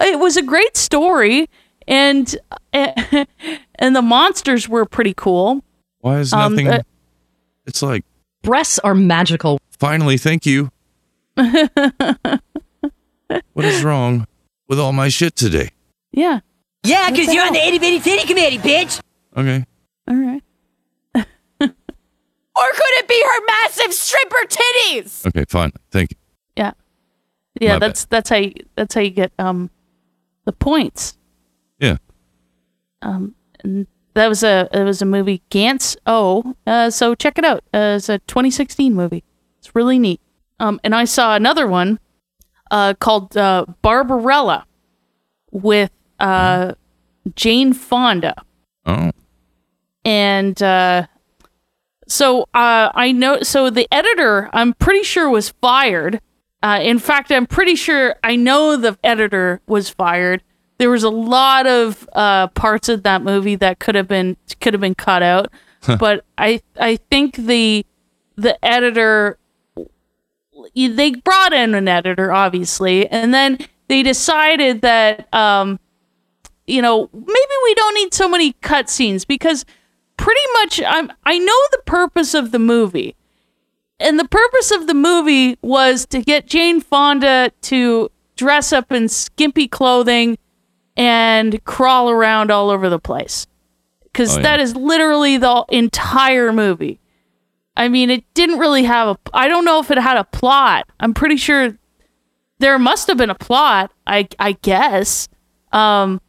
[SPEAKER 8] it was a great story, and and the monsters were pretty cool.
[SPEAKER 7] Why is
[SPEAKER 8] Um,
[SPEAKER 7] nothing?
[SPEAKER 8] uh,
[SPEAKER 7] it's like
[SPEAKER 12] Breasts are magical.
[SPEAKER 7] finally, thank you. What is wrong with all my shit today?
[SPEAKER 8] Yeah.
[SPEAKER 24] Yeah,
[SPEAKER 8] What
[SPEAKER 24] because
[SPEAKER 8] the
[SPEAKER 24] you're on the
[SPEAKER 8] hell?
[SPEAKER 24] itty bitty titty committee, bitch.
[SPEAKER 7] Okay.
[SPEAKER 8] All right.
[SPEAKER 13] Or could it be her massive stripper titties?
[SPEAKER 7] Okay. Fine. Thank you.
[SPEAKER 8] Yeah. Yeah,
[SPEAKER 7] My bad.
[SPEAKER 8] that's that's how you, that's how you get um the points.
[SPEAKER 7] Yeah.
[SPEAKER 8] Um and that was a it was a movie Gantz O. Uh so check it out. Uh, it's a 2016 movie. It's really neat. Um and I saw another one uh called uh Barbarella with uh
[SPEAKER 7] Mm-hmm.
[SPEAKER 8] Jane Fonda
[SPEAKER 7] Oh.
[SPEAKER 8] and uh, so uh, I know. So the editor, I'm pretty sure, was fired. Uh, in fact, I'm pretty sure I know the editor was fired. There was a lot of uh, parts of that movie that could have been could have been cut out, but I I think the the editor they brought in an editor, obviously, and then they decided that um, you know, maybe we don't need so many cutscenes because pretty much I'm I know the purpose of the movie. And the purpose of the movie was to get Jane Fonda to dress up in skimpy clothing and crawl around all over the place. Cuz
[SPEAKER 6] Oh, yeah.
[SPEAKER 8] that is literally the entire movie. I mean, it didn't really have a I don't know if it had a plot. I'm pretty sure there must have been a plot, I I guess. Um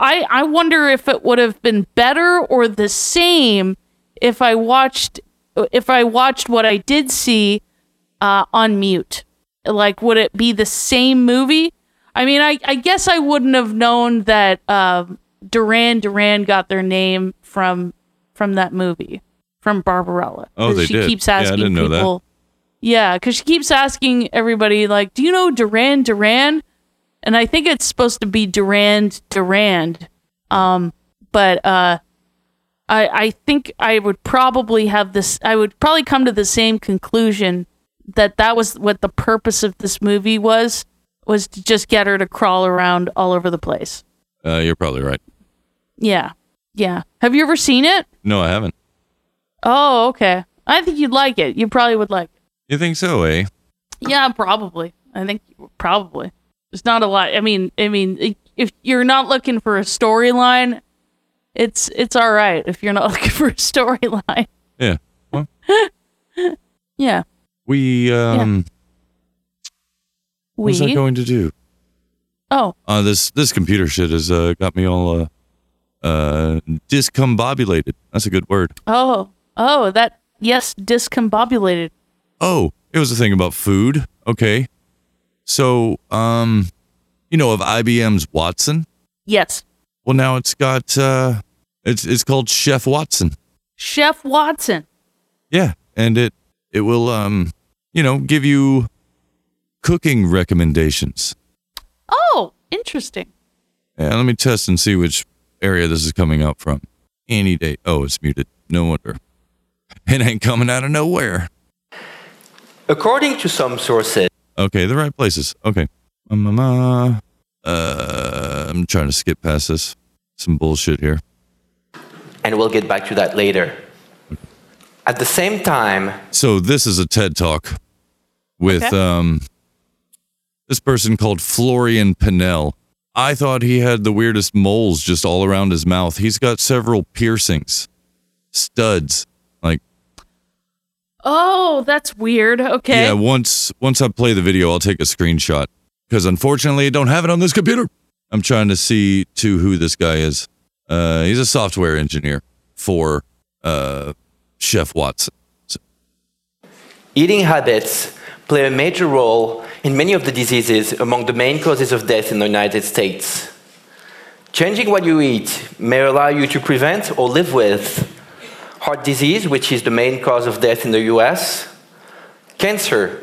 [SPEAKER 8] I I wonder if it would have been better or the same if I watched if I watched what I did see uh, on mute. Like, would it be the same movie? I mean, I I guess I wouldn't have known that um Duran Duran got their name from from that movie from Barbarella.
[SPEAKER 7] Oh, they
[SPEAKER 8] she
[SPEAKER 7] did.
[SPEAKER 8] keeps
[SPEAKER 7] Yeah, I
[SPEAKER 8] asking
[SPEAKER 7] didn't know that.
[SPEAKER 8] people. Yeah, because she keeps asking everybody, like, do you know Duran Duran? And I think it's supposed to be Durand Durand. Um, but uh, I I think I would probably have this. I would probably come to the same conclusion that that was what the purpose of this movie was was to just get her to crawl around all over the place.
[SPEAKER 7] Uh, you're probably right.
[SPEAKER 8] Yeah, yeah. Have you ever seen it?
[SPEAKER 7] No, I haven't.
[SPEAKER 8] Oh, okay. I think you'd like it. You probably would like.
[SPEAKER 7] You think so, eh?
[SPEAKER 8] Yeah, probably. I think probably. There's not a lot. I mean, I mean, if you're not looking for a storyline, it's it's all right. If you're not looking for a storyline,
[SPEAKER 7] Yeah.
[SPEAKER 8] yeah.
[SPEAKER 7] We um. What was I
[SPEAKER 8] We-
[SPEAKER 7] going to do?
[SPEAKER 8] Oh,
[SPEAKER 7] Uh, this this computer shit has uh, got me all uh, uh, discombobulated. That's a good word.
[SPEAKER 8] oh, oh. That yes, discombobulated.
[SPEAKER 7] Oh, it was a thing about food. Okay, so um, you know of IBM's Watson.
[SPEAKER 8] Yes,
[SPEAKER 7] Well, now it's got uh, it's it's called Chef Watson.
[SPEAKER 8] Chef Watson.
[SPEAKER 7] Yeah, and it it will um, you know, give you cooking recommendations.
[SPEAKER 8] Oh, interesting.
[SPEAKER 7] Yeah, let me test and see which area this is coming up from. Any day. Oh, it's muted. No wonder. It ain't coming out of nowhere.
[SPEAKER 25] According to some sources,
[SPEAKER 7] Okay, the right places. Okay. Um, um, uh, uh, I'm trying to skip past this. Some bullshit here.
[SPEAKER 25] and we'll get back to that later. At the same time,
[SPEAKER 7] So this is a TED talk with
[SPEAKER 25] Okay.
[SPEAKER 7] um this person called Florian Pinnell. I thought he had the weirdest moles just all around his mouth. He's got several piercings, studs. Like
[SPEAKER 8] Oh, that's weird. Okay.
[SPEAKER 7] yeah, once once I play the video, I'll take a screenshot because unfortunately I don't have it on this computer. I'm trying to see to who this guy is. Uh, he's a software engineer for uh, Chef Watson. So-
[SPEAKER 25] eating habits play a major role in many of the diseases among the main causes of death in the United States. Changing what you eat may allow you to prevent or live with heart disease, which is the main cause of death in the US, cancer,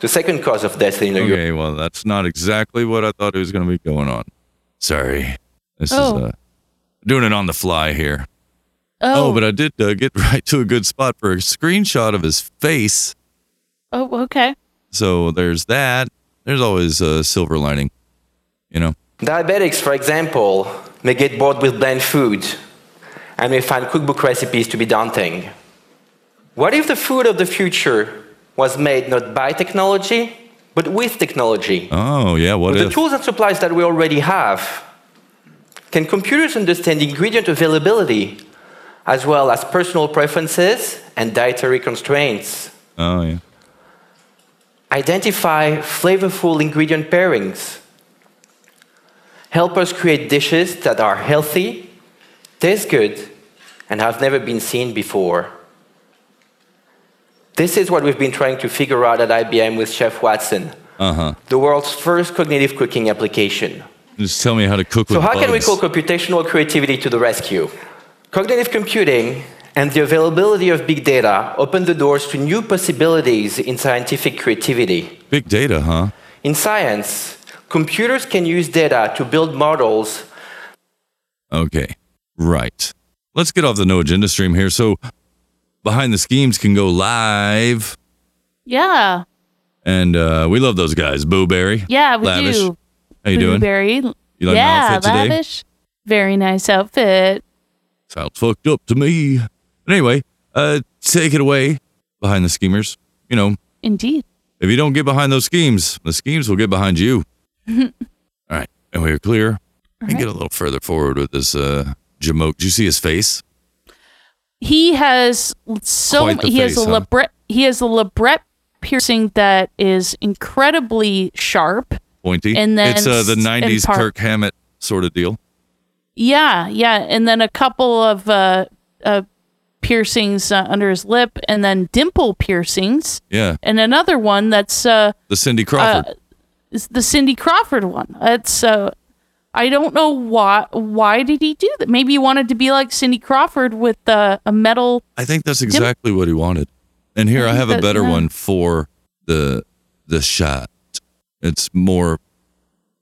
[SPEAKER 25] the second cause of death in the US.
[SPEAKER 7] Okay, well, that's not exactly what I thought it was going to be going on. Sorry. This
[SPEAKER 8] Oh.
[SPEAKER 7] is uh, doing it on the fly here.
[SPEAKER 8] Oh.
[SPEAKER 7] but I did uh, get right to a good spot for a screenshot of his face.
[SPEAKER 8] Oh, okay.
[SPEAKER 7] So there's that. There's always a silver lining, you know?
[SPEAKER 25] Diabetics, for example, may get bored with bland food and may find cookbook recipes to be daunting. What if the food of the future was made not by technology, but with technology?
[SPEAKER 7] Oh, yeah. What
[SPEAKER 25] with
[SPEAKER 7] if?
[SPEAKER 25] the tools and supplies that we already have? Can computers understand ingredient availability as well as personal preferences and dietary constraints?
[SPEAKER 7] oh, yeah.
[SPEAKER 25] Identify flavorful ingredient pairings. Help us create dishes that are healthy, taste good, and have never been seen before. This is what we've been trying to figure out at IBM with Chef Watson,
[SPEAKER 7] Uh huh.
[SPEAKER 25] the world's first cognitive cooking application.
[SPEAKER 7] Just tell me how to cook
[SPEAKER 25] So,
[SPEAKER 7] with
[SPEAKER 25] how can we
[SPEAKER 7] bugs.
[SPEAKER 25] call computational creativity to the rescue? Cognitive computing and the availability of big data open the doors to new possibilities in scientific creativity.
[SPEAKER 7] Big data, huh?
[SPEAKER 25] In science, computers can use data to build models.
[SPEAKER 7] Okay. Right. Let's get off the no agenda stream here. So, Behind the Schemes can go live.
[SPEAKER 8] Yeah.
[SPEAKER 7] And uh, we love those guys. Boo Berry.
[SPEAKER 8] Yeah, we
[SPEAKER 7] Lavish.
[SPEAKER 8] do.
[SPEAKER 7] How you doing?
[SPEAKER 8] Blueberry.
[SPEAKER 7] You like my
[SPEAKER 8] yeah,
[SPEAKER 7] outfit today?
[SPEAKER 8] lavish. Very nice outfit.
[SPEAKER 7] Sounds fucked up to me. But anyway, uh, take it away behind the schemers. You know,
[SPEAKER 8] Indeed.
[SPEAKER 7] if you don't get behind those schemes, the schemes will get behind you. All right. And we're clear. I get a little further forward with this uh, Jamoke. Did you see his face?
[SPEAKER 8] He has so
[SPEAKER 7] Quite the
[SPEAKER 8] he has
[SPEAKER 7] face,
[SPEAKER 8] a
[SPEAKER 7] huh?
[SPEAKER 8] labret he has a labret piercing that is incredibly sharp.
[SPEAKER 7] Pointy.
[SPEAKER 8] And then
[SPEAKER 7] it's uh, the
[SPEAKER 8] s- and
[SPEAKER 7] 90s
[SPEAKER 8] part-
[SPEAKER 7] Kirk Hammett sort of deal.
[SPEAKER 8] Yeah, yeah, and then a couple of uh, uh, piercings uh, under his lip, and then dimple piercings,
[SPEAKER 7] Yeah.
[SPEAKER 8] and another one that's uh,
[SPEAKER 7] The Cindy Crawford.
[SPEAKER 8] Uh, it's the Cindy Crawford one. That's uh, I don't know why. Why did he do that? Maybe he wanted to be like Cindy Crawford with uh, a metal.
[SPEAKER 7] I think that's exactly what he wanted. And here I,
[SPEAKER 8] I think
[SPEAKER 7] have a
[SPEAKER 8] that-
[SPEAKER 7] better
[SPEAKER 8] yeah.
[SPEAKER 7] one for the the shot. It's more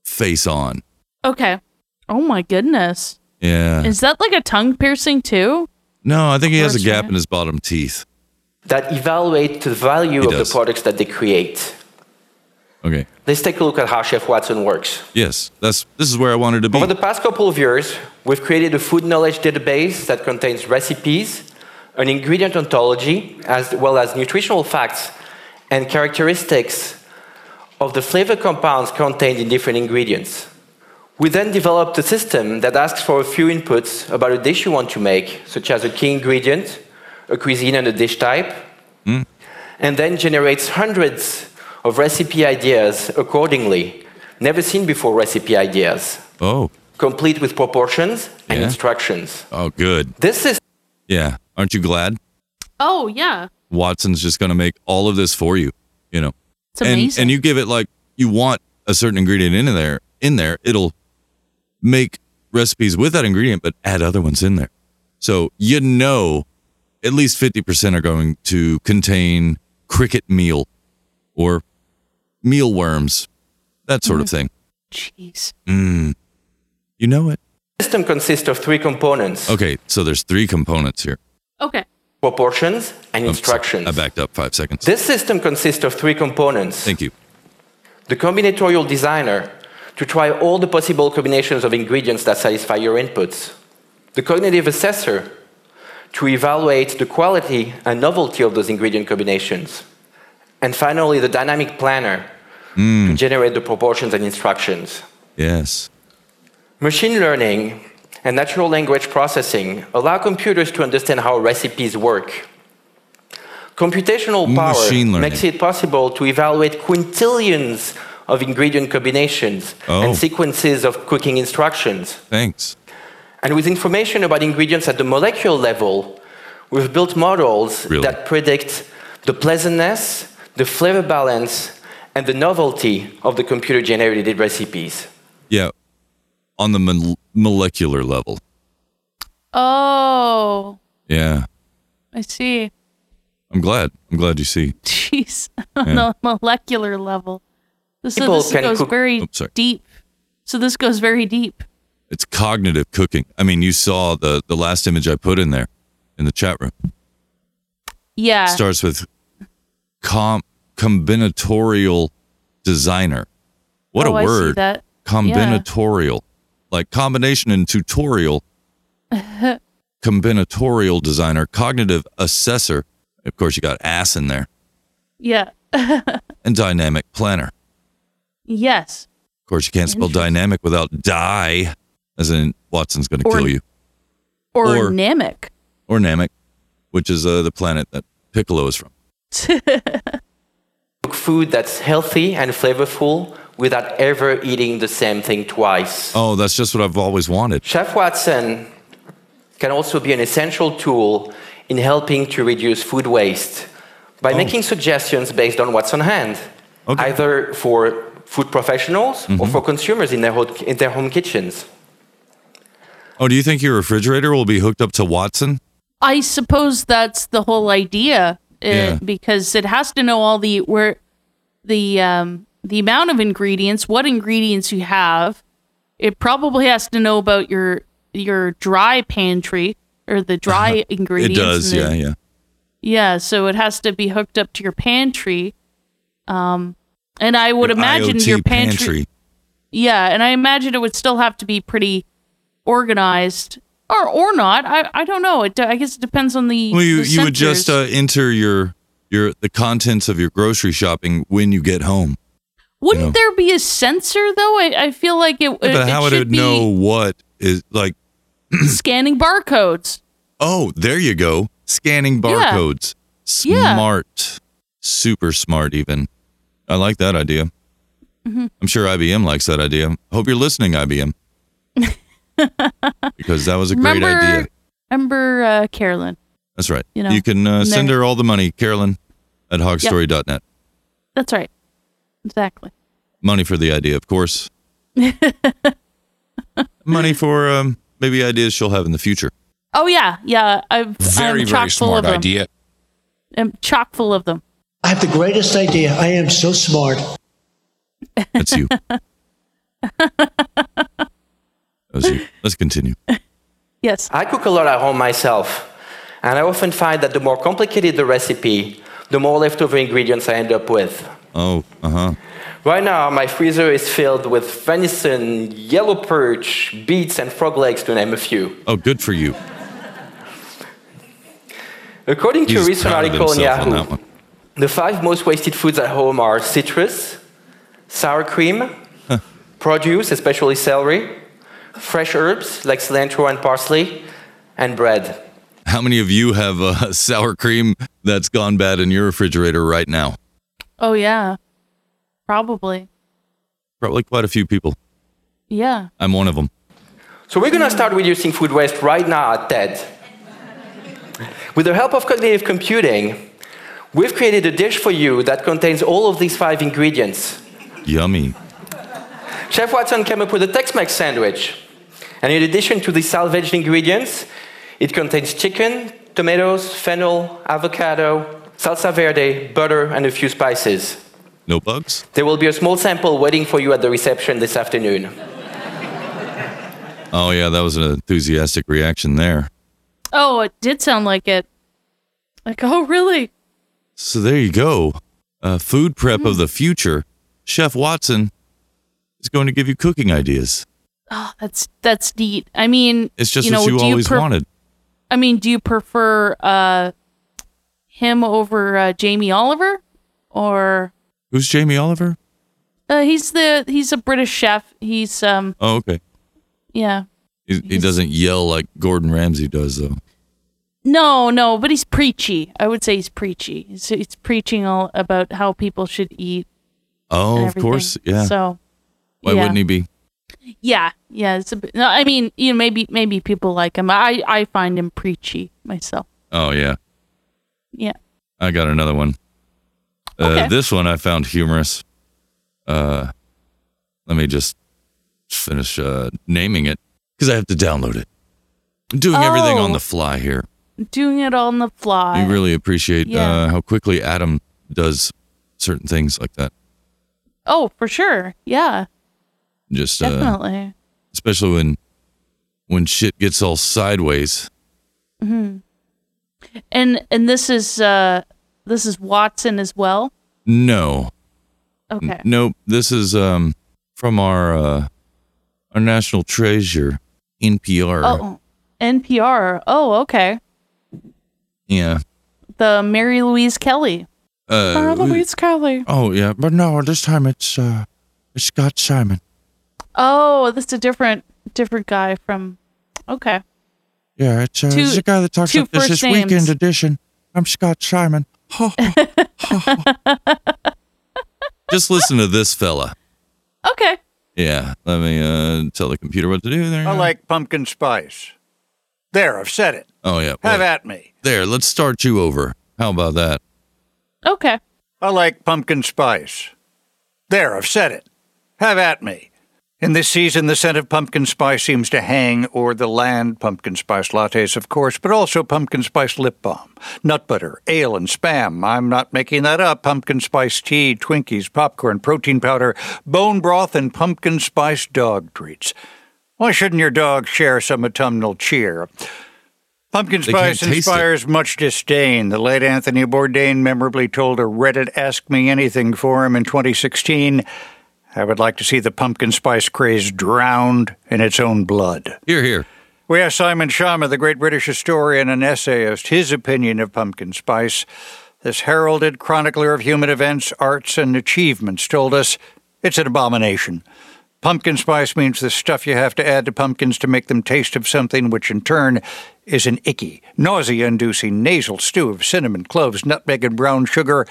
[SPEAKER 7] face on.
[SPEAKER 8] Okay. Oh my goodness.
[SPEAKER 7] Yeah.
[SPEAKER 8] Is that like a tongue piercing too?
[SPEAKER 7] No, I think he has a
[SPEAKER 8] Works,
[SPEAKER 7] gap
[SPEAKER 8] right?
[SPEAKER 7] in his bottom teeth.
[SPEAKER 25] that evaluate the value
[SPEAKER 7] He
[SPEAKER 25] of
[SPEAKER 7] does.
[SPEAKER 25] the products that they create.
[SPEAKER 7] Okay.
[SPEAKER 25] Let's take a look at how Chef Watson works.
[SPEAKER 7] Yes, that's this is where I wanted to be.
[SPEAKER 25] Over the past couple of years, we've created a food knowledge database that contains recipes, an ingredient ontology, as well as nutritional facts and characteristics of the flavor compounds contained in different ingredients. We then developed a system that asks for a few inputs about a dish you want to make, such as a key ingredient, a cuisine and a dish type,
[SPEAKER 7] Hmm?
[SPEAKER 25] and then generates hundreds of recipe ideas accordingly. Never seen before recipe ideas
[SPEAKER 7] Oh,
[SPEAKER 25] complete with proportions and
[SPEAKER 7] Yeah.
[SPEAKER 25] instructions.
[SPEAKER 7] oh, good.
[SPEAKER 25] This is
[SPEAKER 7] Yeah, aren't you glad
[SPEAKER 8] Oh yeah.
[SPEAKER 7] Watson's just going to make all of this for you? You know,
[SPEAKER 8] It's
[SPEAKER 7] and
[SPEAKER 8] amazing.
[SPEAKER 7] and you give it like you want a certain ingredient in there. In there, it'll make recipes with that ingredient, but add other ones in there. So you know, at least fifty percent are going to contain cricket meal or mealworms, that sort of thing.
[SPEAKER 8] Jeez.
[SPEAKER 7] Mm. You know it.
[SPEAKER 25] system consists of three components
[SPEAKER 7] Okay, so there's three components here.
[SPEAKER 8] Okay.
[SPEAKER 25] proportions and
[SPEAKER 7] Oops, sorry,
[SPEAKER 25] instructions.
[SPEAKER 7] I backed up five seconds.
[SPEAKER 25] This system consists of three components
[SPEAKER 7] Thank you.
[SPEAKER 25] the combinatorial designer to try all the possible combinations of ingredients that satisfy your inputs, the cognitive assessor to evaluate the quality and novelty of those ingredient combinations. And finally, the dynamic planner
[SPEAKER 7] Hmm.
[SPEAKER 25] to generate the proportions and instructions.
[SPEAKER 7] Mm, Yes.
[SPEAKER 25] Machine learning and natural language processing allow computers to understand how recipes work. Computational
[SPEAKER 7] Machine
[SPEAKER 25] power
[SPEAKER 7] learning.
[SPEAKER 25] makes it possible to evaluate quintillions of ingredient combinations
[SPEAKER 7] Oh.
[SPEAKER 25] and sequences of cooking instructions.
[SPEAKER 7] Thanks.
[SPEAKER 25] And with information about ingredients at the molecular level, we've built models that predict the pleasantness, the flavor balance, and the novelty of the computer generated recipes.
[SPEAKER 7] Yeah. On the mol- molecular level.
[SPEAKER 8] Oh,
[SPEAKER 7] Yeah.
[SPEAKER 8] I see.
[SPEAKER 7] I'm glad. I'm glad you see.
[SPEAKER 8] Jeez, on
[SPEAKER 7] Yeah.
[SPEAKER 8] the molecular level. This, so
[SPEAKER 7] People
[SPEAKER 8] this
[SPEAKER 7] can
[SPEAKER 8] goes
[SPEAKER 7] cook-
[SPEAKER 8] very
[SPEAKER 7] Oops, sorry.
[SPEAKER 8] deep. So this goes very deep.
[SPEAKER 7] It's cognitive cooking. I mean, you saw the the last image I put in there in the chat room.
[SPEAKER 8] Yeah.
[SPEAKER 7] starts with com- combinatorial designer. What
[SPEAKER 8] Oh,
[SPEAKER 7] a
[SPEAKER 8] I see
[SPEAKER 7] word.
[SPEAKER 8] that. Yeah.
[SPEAKER 7] Combinatorial. Like combination and tutorial, combinatorial designer, cognitive assessor. Of course, you got ass in there,
[SPEAKER 8] yeah.
[SPEAKER 7] and dynamic planner.
[SPEAKER 8] yes.
[SPEAKER 7] Of course, you can't spell dynamic without die, as in Watson's going to
[SPEAKER 8] Or-
[SPEAKER 7] kill you.
[SPEAKER 8] Or,
[SPEAKER 7] Or-
[SPEAKER 8] Namek.
[SPEAKER 7] Or Namek, which is uh, the planet that Piccolo is from.
[SPEAKER 25] Cook food that's healthy and flavorful without ever eating the same thing twice.
[SPEAKER 7] Oh, that's just what I've always wanted.
[SPEAKER 25] Chef Watson can also be an essential tool in helping to reduce food waste by making suggestions based on what's on hand, either for food professionals or for consumers in their, ho- in their home kitchens.
[SPEAKER 7] Oh, do you think your refrigerator will be hooked up to Watson?
[SPEAKER 8] I suppose that's the whole idea, uh,
[SPEAKER 7] Yeah.
[SPEAKER 8] because it has to know all the where the um, the amount of ingredients, what ingredients you have. It probably has to know about your your dry pantry or the dry ingredients.
[SPEAKER 7] Uh-huh. It does,
[SPEAKER 8] and
[SPEAKER 7] yeah,
[SPEAKER 8] the-
[SPEAKER 7] yeah.
[SPEAKER 8] Yeah, so it has to be hooked up to your pantry. Um, and I would imagine
[SPEAKER 7] IoT
[SPEAKER 8] your pantry,
[SPEAKER 7] pantry.
[SPEAKER 8] Yeah, and I imagine it would still have to be pretty organized, or or not. I I don't know. It de- I guess it depends on the.
[SPEAKER 7] Well, you,
[SPEAKER 8] the
[SPEAKER 7] you would just uh,
[SPEAKER 8] sensors.
[SPEAKER 7] enter your your the contents of your grocery shopping when you get home.
[SPEAKER 8] Wouldn't
[SPEAKER 7] uh, know.
[SPEAKER 8] there be a sensor though? I, I feel like it.
[SPEAKER 7] But
[SPEAKER 8] it
[SPEAKER 7] how would
[SPEAKER 8] should
[SPEAKER 7] it know what is like?
[SPEAKER 8] be scanning barcodes?
[SPEAKER 7] Oh, there you go. Scanning
[SPEAKER 8] Yeah.
[SPEAKER 7] barcodes.
[SPEAKER 8] Yeah.
[SPEAKER 7] Smart. Super smart. Even. I like that idea.
[SPEAKER 8] Mhm.
[SPEAKER 7] I'm sure IBM likes that idea. Hope you're listening, IBM. because that was a great
[SPEAKER 8] remember,
[SPEAKER 7] idea.
[SPEAKER 8] Remember uh, Carolyn.
[SPEAKER 7] That's right.
[SPEAKER 8] you
[SPEAKER 7] You,
[SPEAKER 8] know,
[SPEAKER 7] can uh,
[SPEAKER 8] and
[SPEAKER 7] send
[SPEAKER 8] they're-
[SPEAKER 7] her all the money, Carolyn, at hogstory.net.
[SPEAKER 8] That's right. Exactly.
[SPEAKER 7] Money for the idea, of course. money for um, maybe ideas she'll have in the future.
[SPEAKER 8] Oh yeah, yeah. I've, I'm chock full of them. I'm chock full of them.
[SPEAKER 6] I have the greatest idea. I am so smart.
[SPEAKER 7] That's you. That's you. Let's continue.
[SPEAKER 8] Yes.
[SPEAKER 25] I cook a lot at home myself, and I often find that the more complicated the recipe, the more leftover ingredients I end up with.
[SPEAKER 7] Oh, uh huh.
[SPEAKER 25] Right now, my freezer is filled with venison, yellow perch, beets, and frog legs, to name a few.
[SPEAKER 7] Oh, good for you.
[SPEAKER 25] According to a
[SPEAKER 7] He's
[SPEAKER 25] recent
[SPEAKER 7] proud of
[SPEAKER 25] article on
[SPEAKER 7] himself on
[SPEAKER 25] Yahoo,
[SPEAKER 7] that one.
[SPEAKER 25] the five most wasted foods at home are citrus, sour cream, produce, especially celery, fresh herbs like cilantro and parsley, and bread.
[SPEAKER 7] How many of you have uh, sour cream that's gone bad in your refrigerator right now?
[SPEAKER 8] Oh yeah, probably.
[SPEAKER 7] Probably quite a few people.
[SPEAKER 8] Yeah.
[SPEAKER 7] I'm one of them.
[SPEAKER 25] So we're going to start reducing food waste right now at TED. With the help of cognitive computing, we've created a dish for you that contains all of these five ingredients.
[SPEAKER 7] Yummy.
[SPEAKER 25] Chef Watson came up with a Tex-Mex sandwich. And in addition to the salvaged ingredients, it contains chicken, tomatoes, fennel, avocado, salsa verde, butter, and a few spices.
[SPEAKER 7] No bugs?
[SPEAKER 25] There will be a small sample waiting for you at the reception this afternoon.
[SPEAKER 7] Oh, yeah. That was an enthusiastic reaction there.
[SPEAKER 8] Oh, it did sound like it. Like, oh really?
[SPEAKER 7] So there you go. Uh, food prep of the future. Chef Watson is going to give you cooking ideas.
[SPEAKER 8] Oh, that's that's neat. I mean,
[SPEAKER 7] It's just
[SPEAKER 8] you know,
[SPEAKER 7] what you
[SPEAKER 8] do
[SPEAKER 7] always
[SPEAKER 8] pref-
[SPEAKER 7] wanted.
[SPEAKER 8] I mean, do you prefer uh, him over uh, Jamie Oliver, or
[SPEAKER 7] Who's Jamie Oliver?
[SPEAKER 8] uh, he's the he's a British chef. He's um
[SPEAKER 7] Oh, okay.
[SPEAKER 8] yeah
[SPEAKER 7] He, he doesn't yell like Gordon Ramsay does, though.
[SPEAKER 8] no no, but he's preachy. I would say he's preachy. He's, he's preaching all about how people should eat. and
[SPEAKER 7] Oh, of
[SPEAKER 8] everything.
[SPEAKER 7] course. Yeah.
[SPEAKER 8] So
[SPEAKER 7] Why
[SPEAKER 8] yeah.
[SPEAKER 7] wouldn't he be?
[SPEAKER 8] yeah yeah. It's a, bit- no, I mean you know maybe maybe people like him. I I find him preachy myself.
[SPEAKER 7] Oh, yeah.
[SPEAKER 8] Yeah.
[SPEAKER 7] I got another one. Uh, this one I found humorous. Uh, let me just finish uh, naming it because I have to download it. I'm doing everything on
[SPEAKER 8] Oh.
[SPEAKER 7] the fly here.
[SPEAKER 8] Doing it on the fly.
[SPEAKER 7] I really appreciate
[SPEAKER 8] yeah.
[SPEAKER 7] uh, how quickly Adam does certain things like that.
[SPEAKER 8] Oh, for sure. Yeah,
[SPEAKER 7] Just uh,
[SPEAKER 8] definitely.
[SPEAKER 7] especially when when shit gets all sideways.
[SPEAKER 8] hmm And and this is uh this is Watson as well.
[SPEAKER 7] No,
[SPEAKER 8] Okay.
[SPEAKER 7] Nope. This is um from our uh our national treasure NPR.
[SPEAKER 8] Oh, NPR. Oh, okay.
[SPEAKER 7] Yeah.
[SPEAKER 8] The Mary Louise Kelly.
[SPEAKER 7] Uh,
[SPEAKER 8] Mary Louise Kelly.
[SPEAKER 7] Oh yeah, but no, this time it's uh it's Scott Simon.
[SPEAKER 8] Oh, that's a different different guy from. Okay.
[SPEAKER 7] Yeah, it's, uh,
[SPEAKER 8] Two-
[SPEAKER 7] it's the guy that talks
[SPEAKER 8] two
[SPEAKER 7] like this.
[SPEAKER 8] first
[SPEAKER 7] This
[SPEAKER 8] names.
[SPEAKER 7] weekend edition. I'm Scott Simon. Just listen to this fella.
[SPEAKER 8] Okay.
[SPEAKER 7] Yeah, let me uh tell the computer what to do there.
[SPEAKER 2] I like pumpkin spice. There, I've said it.
[SPEAKER 7] Oh yeah.
[SPEAKER 2] Have
[SPEAKER 7] wait.
[SPEAKER 2] at me.
[SPEAKER 7] There, let's start you over. How about that?
[SPEAKER 8] Okay.
[SPEAKER 2] I like pumpkin spice. There, I've said it. Have at me. In this season, the scent of pumpkin spice seems to hang o'er the land. Pumpkin spice lattes, of course, but also pumpkin spice lip balm, nut butter, ale, and spam. I'm not making that up. Pumpkin spice tea, Twinkies, popcorn, protein powder, bone broth, and pumpkin spice dog treats. Why shouldn't your dog share some autumnal cheer? Pumpkin
[SPEAKER 7] They can't
[SPEAKER 2] spice
[SPEAKER 7] taste it.
[SPEAKER 2] inspires much disdain. The late Anthony Bourdain memorably told a Reddit Ask Me Anything forum in 2016 I would like to see the pumpkin spice craze drowned in its own blood.
[SPEAKER 7] Here, here.
[SPEAKER 2] We asked Simon Sharma, the great British historian and essayist, his opinion of pumpkin spice. This heralded chronicler of human events, arts, and achievements told us it's an abomination. Pumpkin spice means the stuff you have to add to pumpkins to make them taste of something, which in turn is an icky, nausea inducing nasal stew of cinnamon, cloves, nutmeg, and brown sugar.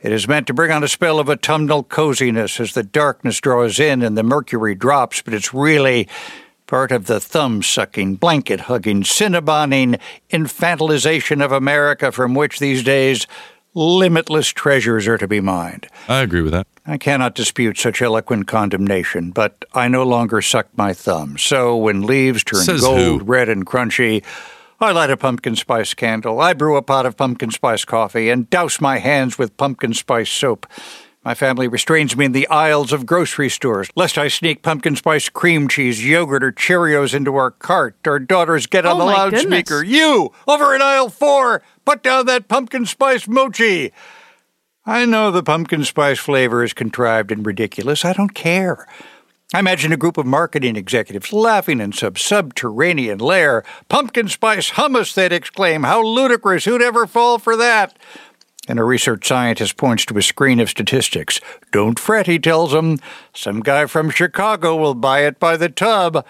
[SPEAKER 2] It is meant to bring on a spell of autumnal coziness as the darkness draws in and the mercury drops, but it's really part of the thumb sucking, blanket hugging, cinnaboning infantilization of America from which these days limitless treasures are to be mined.
[SPEAKER 7] I agree with that.
[SPEAKER 2] I cannot dispute such eloquent condemnation, but I no longer suck my thumb. So when leaves turn
[SPEAKER 7] Says
[SPEAKER 2] gold,
[SPEAKER 7] who?
[SPEAKER 2] red, and crunchy, I light a pumpkin spice candle. I brew a pot of pumpkin spice coffee and douse my hands with pumpkin spice soap. My family restrains me in the aisles of grocery stores lest I sneak pumpkin spice cream cheese, yogurt, or Cheerios into our cart. Our daughters get on
[SPEAKER 14] Oh,
[SPEAKER 2] the
[SPEAKER 14] my
[SPEAKER 2] loudspeaker.
[SPEAKER 14] goodness.
[SPEAKER 2] You over in aisle four, put down that pumpkin spice mochi. I know the pumpkin spice flavor is contrived and ridiculous. I don't care. I imagine a group of marketing executives laughing in some subterranean lair. Pumpkin spice hummus, they'd exclaim. How ludicrous. Who'd ever fall for that? And a research scientist points to a screen of statistics. Don't fret, he tells them. Some guy from Chicago will buy it by the tub.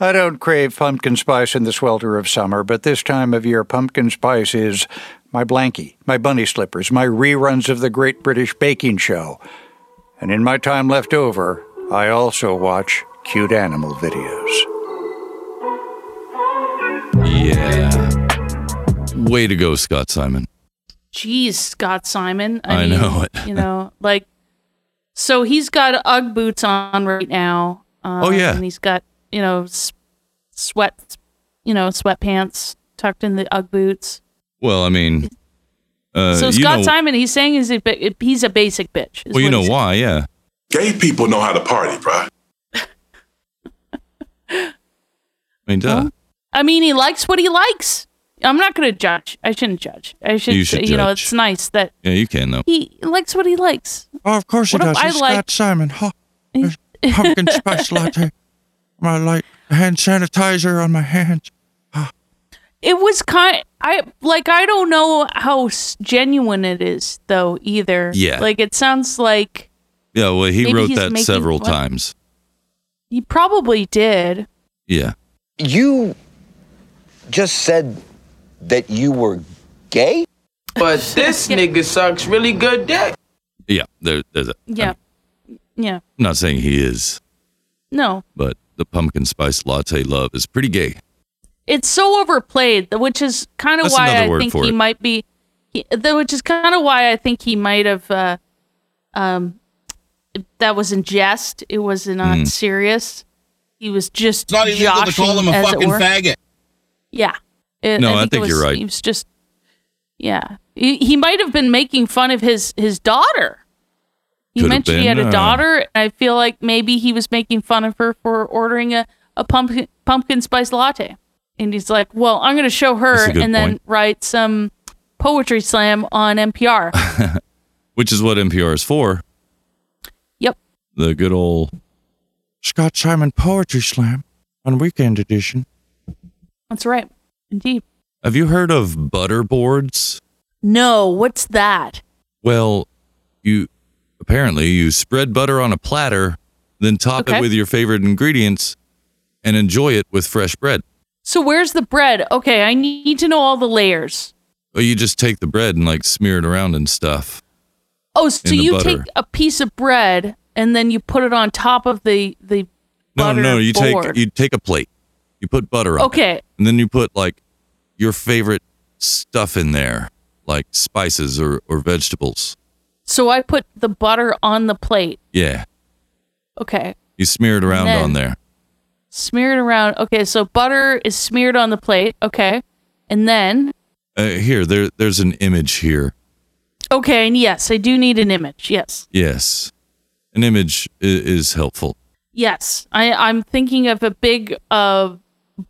[SPEAKER 2] I don't crave pumpkin spice in the swelter of summer, but this time of year, pumpkin spice is my blankie, my bunny slippers, my reruns of the Great British Baking Show. And in my time left over, I also watch cute animal videos.
[SPEAKER 7] Yeah. Way to go, Scott Simon.
[SPEAKER 8] Jeez, Scott Simon.
[SPEAKER 7] I
[SPEAKER 8] mean,
[SPEAKER 7] know it.
[SPEAKER 8] you know, like, so he's got UGG boots on right now. Um,
[SPEAKER 7] Oh, yeah.
[SPEAKER 8] and he's got you know s- sweat, you know sweatpants tucked in the UGG boots.
[SPEAKER 7] Well, I mean, uh,
[SPEAKER 8] so
[SPEAKER 7] you
[SPEAKER 8] Scott
[SPEAKER 7] know,
[SPEAKER 8] Simon, he's saying is a bi- he's a basic bitch. is
[SPEAKER 7] Well, you
[SPEAKER 8] what
[SPEAKER 7] know
[SPEAKER 8] he's-
[SPEAKER 7] why? Yeah.
[SPEAKER 9] Gay people know how to party, bruh.
[SPEAKER 7] I mean, duh.
[SPEAKER 8] I mean, he likes what he likes. I'm not going to judge. I shouldn't judge. I should.
[SPEAKER 7] You should
[SPEAKER 8] you know,
[SPEAKER 7] judge.
[SPEAKER 8] it's nice that
[SPEAKER 7] Yeah, you can though.
[SPEAKER 8] he likes what he likes.
[SPEAKER 7] Oh, of course
[SPEAKER 8] What if I like
[SPEAKER 7] Simon. Pumpkin spice latte. I like hand sanitizer on my hands.
[SPEAKER 8] it was kind. I like. I don't know how s- genuine it is, though. Either.
[SPEAKER 7] Yeah.
[SPEAKER 8] Like it sounds like
[SPEAKER 7] Yeah, well, he
[SPEAKER 8] Maybe
[SPEAKER 7] wrote
[SPEAKER 8] he's
[SPEAKER 7] that
[SPEAKER 8] making
[SPEAKER 7] several
[SPEAKER 8] fun.
[SPEAKER 7] times.
[SPEAKER 8] he probably did.
[SPEAKER 7] Yeah.
[SPEAKER 14] You just said that you were gay?
[SPEAKER 16] But this nigga sucks really good dick.
[SPEAKER 7] Yeah, there, there's that.
[SPEAKER 8] Yeah. yeah.
[SPEAKER 7] I'm not saying he is,
[SPEAKER 8] No.
[SPEAKER 7] but the pumpkin spice latte love is pretty gay.
[SPEAKER 8] it's so overplayed, th- which is kind of
[SPEAKER 7] That's
[SPEAKER 8] why
[SPEAKER 7] another
[SPEAKER 8] I
[SPEAKER 7] word
[SPEAKER 8] think
[SPEAKER 7] for
[SPEAKER 8] he
[SPEAKER 7] it.
[SPEAKER 8] might be, he, th- which is kind of why I think he might have, uh, um, that was in jest. It was not
[SPEAKER 17] Mm.
[SPEAKER 8] serious. He was just
[SPEAKER 17] It's not illegal to
[SPEAKER 8] joshing,
[SPEAKER 17] call him a
[SPEAKER 8] as it
[SPEAKER 17] fucking
[SPEAKER 8] were.
[SPEAKER 17] faggot.
[SPEAKER 8] Yeah. It-
[SPEAKER 7] No, I
[SPEAKER 8] it
[SPEAKER 7] think
[SPEAKER 8] was-
[SPEAKER 7] you're right.
[SPEAKER 8] He was just, yeah. He, he might have been making fun of his his daughter. He
[SPEAKER 7] Could have
[SPEAKER 8] mentioned he
[SPEAKER 7] been,
[SPEAKER 8] had a
[SPEAKER 7] uh,
[SPEAKER 8] daughter, and I feel like maybe he was making fun of her for ordering a, a pumpkin pumpkin spice latte. And he's like, "Well, I'm going to show her,
[SPEAKER 7] That's a
[SPEAKER 8] and
[SPEAKER 7] good
[SPEAKER 8] then
[SPEAKER 7] point.
[SPEAKER 8] write some poetry slam on NPR."
[SPEAKER 7] which is what NPR is for.
[SPEAKER 8] Yep.
[SPEAKER 7] The good old Scott Simon Poetry Slam on Weekend Edition.
[SPEAKER 8] That's right, indeed.
[SPEAKER 7] Have you heard of butterboards?
[SPEAKER 8] No, what's that?
[SPEAKER 7] Well, you apparently you spread butter on a platter, then top
[SPEAKER 8] Okay.
[SPEAKER 7] it with your favorite ingredients and enjoy it with fresh bread.
[SPEAKER 8] So where's the bread? Okay, I need to know all the layers.
[SPEAKER 7] Or you just take the bread and like smear it around and stuff.
[SPEAKER 8] Oh, so
[SPEAKER 7] in the
[SPEAKER 8] you
[SPEAKER 7] butter.
[SPEAKER 8] take a piece of bread and then you put it on top of the the
[SPEAKER 7] No,
[SPEAKER 8] butter
[SPEAKER 7] no, you
[SPEAKER 8] board.
[SPEAKER 7] take you take a plate. You put butter on. it,
[SPEAKER 8] Okay.
[SPEAKER 7] and then you put like your favorite stuff in there, like spices or, or vegetables.
[SPEAKER 8] So I put the butter on the plate.
[SPEAKER 7] Yeah.
[SPEAKER 8] Okay.
[SPEAKER 7] You smear it around
[SPEAKER 8] then-
[SPEAKER 7] on there.
[SPEAKER 8] Smear it around. Okay, so butter is smeared on the plate. Okay. And then
[SPEAKER 7] Uh, here, there there's an image here.
[SPEAKER 8] okay, and yes, I do need an image. Yes.
[SPEAKER 7] Yes. An image is, is helpful.
[SPEAKER 8] Yes. I, I'm thinking of a big uh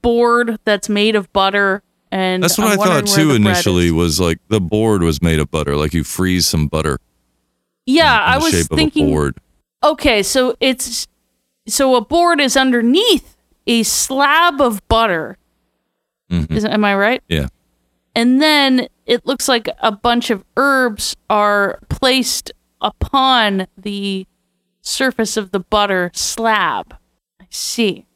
[SPEAKER 8] board that's made of butter and
[SPEAKER 7] That's what
[SPEAKER 8] I'm
[SPEAKER 7] I
[SPEAKER 8] wondering
[SPEAKER 7] thought
[SPEAKER 8] where
[SPEAKER 7] too
[SPEAKER 8] the bread is.
[SPEAKER 7] initially was like the board was made of butter, like you freeze some butter
[SPEAKER 8] Yeah,
[SPEAKER 7] in
[SPEAKER 8] I
[SPEAKER 7] the
[SPEAKER 8] was
[SPEAKER 7] shape
[SPEAKER 8] thinking
[SPEAKER 7] of a board.
[SPEAKER 8] Okay, so it's so a board is underneath a slab of butter. Is, am I right?
[SPEAKER 7] Yeah.
[SPEAKER 8] And then it looks like a bunch of herbs are placed upon the surface of the butter slab. I see.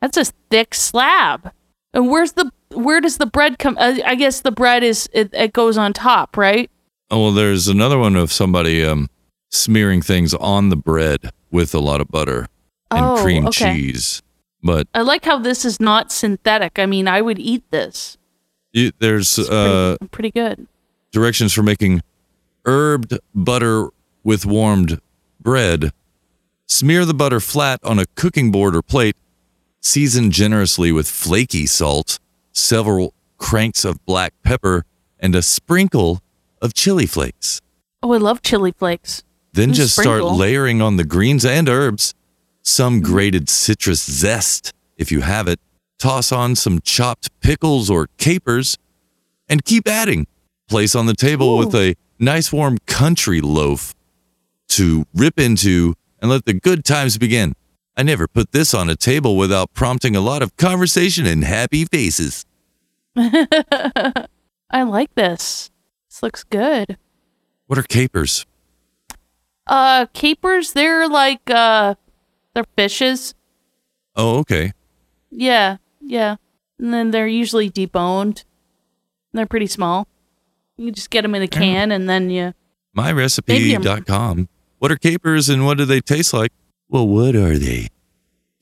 [SPEAKER 8] That's a thick slab. And where's the where does the bread come? Uh, I guess the bread is it, it goes on top, right?
[SPEAKER 7] Oh well, there's another one of somebody um, smearing things on the bread with a lot of butter and
[SPEAKER 8] Oh,
[SPEAKER 7] cream
[SPEAKER 8] okay.
[SPEAKER 7] cheese. But
[SPEAKER 8] I like how this is not synthetic. I mean, I would eat this.
[SPEAKER 7] you, there's uh,
[SPEAKER 8] I'm pretty good.
[SPEAKER 7] directions for making herbed butter with warmed bread. Smear the butter flat on a cooking board or plate. Season generously with flaky salt, several cranks of black pepper, and a sprinkle of chili flakes.
[SPEAKER 8] Oh, I love chili flakes.
[SPEAKER 7] Then
[SPEAKER 8] Mm,
[SPEAKER 7] just start
[SPEAKER 8] sprinkle.
[SPEAKER 7] layering on the greens and herbs, some grated citrus zest if you have it. Toss on some chopped pickles or capers and keep adding. Place on the table with a nice warm country loaf to rip into and let the good times begin. I never put this on a table without prompting a lot of conversation and happy faces.
[SPEAKER 8] I like this. This looks good.
[SPEAKER 7] What are capers?
[SPEAKER 8] Uh, capers, they're like, uh, they're fishes.
[SPEAKER 7] Oh, okay.
[SPEAKER 8] Yeah, yeah. And then they're usually deboned. And they're pretty small. You just get them in a can and then you.
[SPEAKER 7] MyRecipe.com. What are capers and what do they taste like? Well, what are they?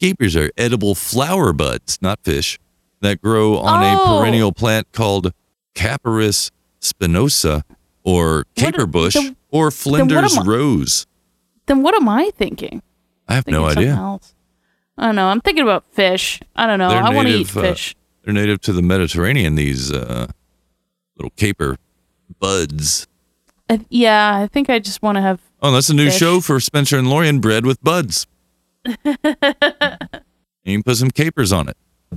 [SPEAKER 7] Capers are edible flower buds, not fish, that grow on
[SPEAKER 8] Oh.
[SPEAKER 7] a perennial plant called Caparis spinosa or caper bush
[SPEAKER 8] then-
[SPEAKER 7] or Flinders
[SPEAKER 8] am I-
[SPEAKER 7] rose.
[SPEAKER 8] Then what am I thinking?
[SPEAKER 7] I have no
[SPEAKER 8] Thinking something
[SPEAKER 7] idea.
[SPEAKER 8] Else. I don't know. I'm thinking about fish. I don't know.
[SPEAKER 7] They're
[SPEAKER 8] I want to eat
[SPEAKER 7] native, uh,
[SPEAKER 8] fish.
[SPEAKER 7] they're native to the Mediterranean, these uh, little caper buds.
[SPEAKER 8] Uh, yeah, I think I just want to have.
[SPEAKER 7] Oh, that's a new
[SPEAKER 8] Fish.
[SPEAKER 7] show for Spencer and Lorian, Bread with Buds. And you can put some capers on it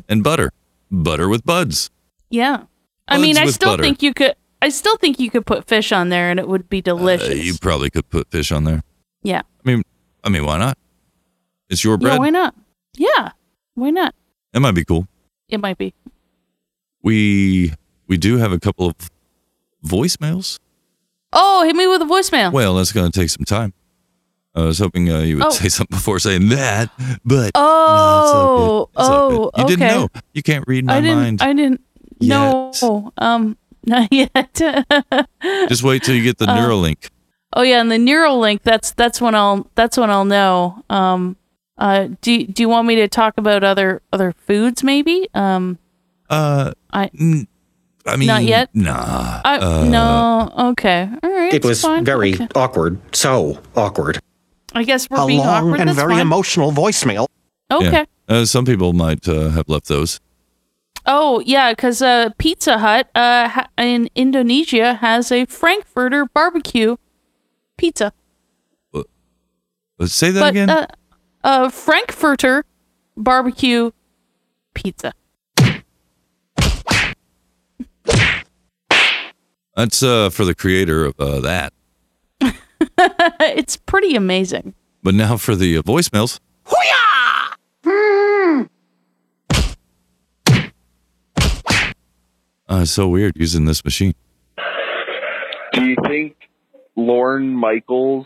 [SPEAKER 7] and butter. Butter with buds.
[SPEAKER 8] Yeah. I
[SPEAKER 7] Buds
[SPEAKER 8] mean, I
[SPEAKER 7] with
[SPEAKER 8] still
[SPEAKER 7] butter.
[SPEAKER 8] think you could. I still think you could put fish on there and it would be
[SPEAKER 7] Uh,
[SPEAKER 8] delicious.
[SPEAKER 7] you probably could put fish on there.
[SPEAKER 8] yeah.
[SPEAKER 7] I mean, I mean, why not? It's your bread.
[SPEAKER 8] Yeah. Why not? Yeah. Why not?
[SPEAKER 7] That might be cool.
[SPEAKER 8] It might be.
[SPEAKER 7] We we do have a couple of voicemails.
[SPEAKER 8] Oh, hit me with a voicemail.
[SPEAKER 7] Well, that's going to take some time. I was hoping uh, you would
[SPEAKER 8] Oh.
[SPEAKER 7] say something before saying that, but
[SPEAKER 8] oh,
[SPEAKER 7] it's all good.
[SPEAKER 8] oh,
[SPEAKER 7] you
[SPEAKER 8] okay.
[SPEAKER 7] didn't know. You can't read my
[SPEAKER 8] I didn't.
[SPEAKER 7] mind.
[SPEAKER 8] I didn't. No. Um. Not yet.
[SPEAKER 7] Just wait till you get the
[SPEAKER 8] Uh,
[SPEAKER 7] Neuralink.
[SPEAKER 8] oh yeah, and the neural link. That's that's when I'll that's when I'll know. Um. Uh. Do Do you want me to talk about other other foods? Maybe. Um.
[SPEAKER 7] Uh,
[SPEAKER 8] I.
[SPEAKER 7] I mean,
[SPEAKER 8] not yet.
[SPEAKER 7] Nah.
[SPEAKER 8] I,
[SPEAKER 15] uh,
[SPEAKER 8] no. Okay. All right.
[SPEAKER 15] it
[SPEAKER 8] it's
[SPEAKER 15] was
[SPEAKER 8] fine.
[SPEAKER 15] very
[SPEAKER 8] Okay.
[SPEAKER 15] awkward. So awkward.
[SPEAKER 8] I guess we're
[SPEAKER 15] A
[SPEAKER 8] being
[SPEAKER 15] long
[SPEAKER 8] awkward.
[SPEAKER 15] and
[SPEAKER 8] that's
[SPEAKER 15] very
[SPEAKER 8] fine.
[SPEAKER 15] emotional voicemail.
[SPEAKER 8] Okay.
[SPEAKER 7] Yeah. Uh, some people might uh, have left those.
[SPEAKER 8] Oh yeah, because uh, Pizza Hut uh, ha- in Indonesia has a Frankfurter barbecue pizza.
[SPEAKER 7] But say that
[SPEAKER 8] but
[SPEAKER 7] again.
[SPEAKER 8] Uh, uh, Frankfurter barbecue pizza.
[SPEAKER 7] That's uh, for the creator of uh, that.
[SPEAKER 8] it's pretty amazing.
[SPEAKER 7] But now for the uh, voicemails.
[SPEAKER 8] Hmm.
[SPEAKER 7] Uh, it's so weird using this machine.
[SPEAKER 17] Do you think Lorne Michaels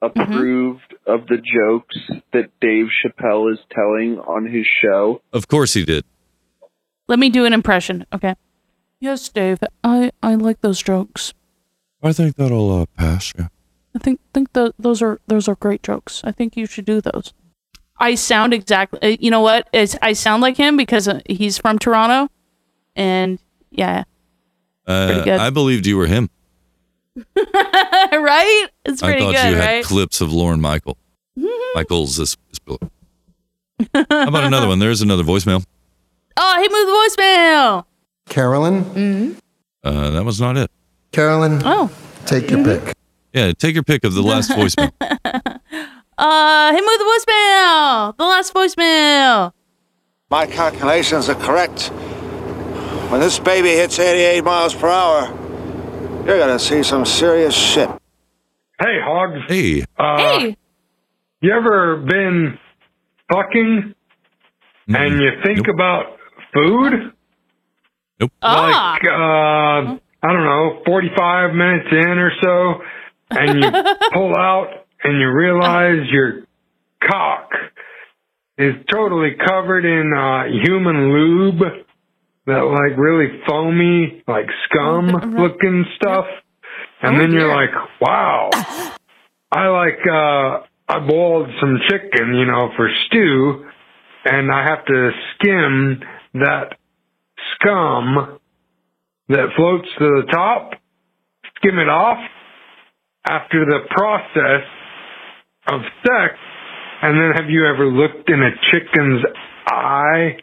[SPEAKER 17] approved of the jokes that Dave Chappelle is telling on his show?
[SPEAKER 7] Of course he did.
[SPEAKER 8] Let me do an impression. Okay. Yes, Dave. I, I like those jokes.
[SPEAKER 7] I think that'll uh, pass. Yeah.
[SPEAKER 8] I think think tho- those are those are great jokes. I think you should do those. I sound exactly. uh, You know what? It's, I sound like him because uh, he's from Toronto, and yeah,
[SPEAKER 7] Uh,
[SPEAKER 8] Pretty good.
[SPEAKER 7] I believed you were him.
[SPEAKER 8] right? It's
[SPEAKER 7] I
[SPEAKER 8] pretty
[SPEAKER 7] thought
[SPEAKER 8] good,
[SPEAKER 7] you had
[SPEAKER 8] right?
[SPEAKER 7] clips of Lauren Michael. Michael's this. this below. How about another one? There's another voicemail.
[SPEAKER 8] oh, hit me with the voicemail.
[SPEAKER 20] Carolyn?
[SPEAKER 7] Uh, that was not it.
[SPEAKER 20] Carolyn?
[SPEAKER 8] Oh.
[SPEAKER 20] Take your pick.
[SPEAKER 7] Yeah, take your pick of the last voicemail.
[SPEAKER 8] Uh, hit me with the voicemail. The last voicemail.
[SPEAKER 21] My calculations are correct. When this baby hits 88 miles per hour, you're gonna see some serious shit.
[SPEAKER 26] Hey, Hogs.
[SPEAKER 7] Hey.
[SPEAKER 26] Uh,
[SPEAKER 8] hey.
[SPEAKER 26] You ever been fucking and you think about food?
[SPEAKER 7] Nope.
[SPEAKER 26] Ah. Like, uh, I don't know, 45 minutes in or so, and you pull out and you realize your cock is totally covered in uh, human lube, that like really foamy, like scum looking stuff. And then you're like, wow, I like, uh, I boiled some chicken, you know, for stew, and I have to skim that scum that floats to the top, skim it off after the process of sex. And then have you ever looked in a chicken's eye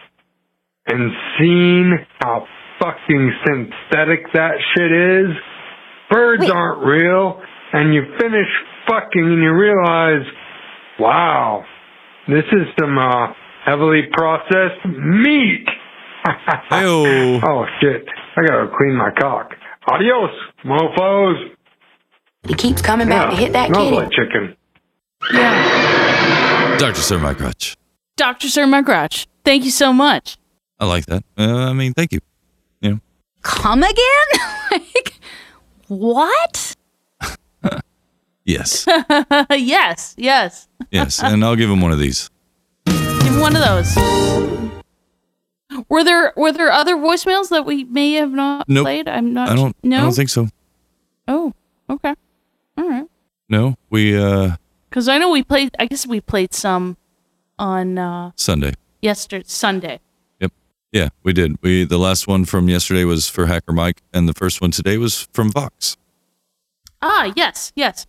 [SPEAKER 26] and seen how fucking synthetic that shit is? Birds aren't real. And you finish fucking and you realize, wow, this is some uh, heavily processed meat. oh shit! I gotta clean my cock. Adios, mofo's.
[SPEAKER 27] It keeps coming back to hit that
[SPEAKER 26] smells
[SPEAKER 27] kitty.
[SPEAKER 26] like chicken.
[SPEAKER 7] Dr. Sir My Crutch.
[SPEAKER 8] Doctor Sir My Crotch. Thank you so much.
[SPEAKER 7] I like that. Uh, I mean, thank you.
[SPEAKER 24] Come again? like, what?
[SPEAKER 7] Yes.
[SPEAKER 8] yes, yes.
[SPEAKER 7] Yes. And I'll give him one of these.
[SPEAKER 8] Give one of those. Were there were there other voicemails that we may have not
[SPEAKER 7] Nope.
[SPEAKER 8] played? I'm not.
[SPEAKER 7] I don't
[SPEAKER 8] No.
[SPEAKER 7] I don't think so.
[SPEAKER 8] oh, okay. All right.
[SPEAKER 7] No. We uh
[SPEAKER 8] Because I know we played. I guess we played some on uh
[SPEAKER 7] Sunday.
[SPEAKER 8] yesterday Sunday.
[SPEAKER 7] Yep. Yeah, we did. We the last one from yesterday was for Hacker Mike and the first one today was from Vox.
[SPEAKER 8] Ah, yes, yes.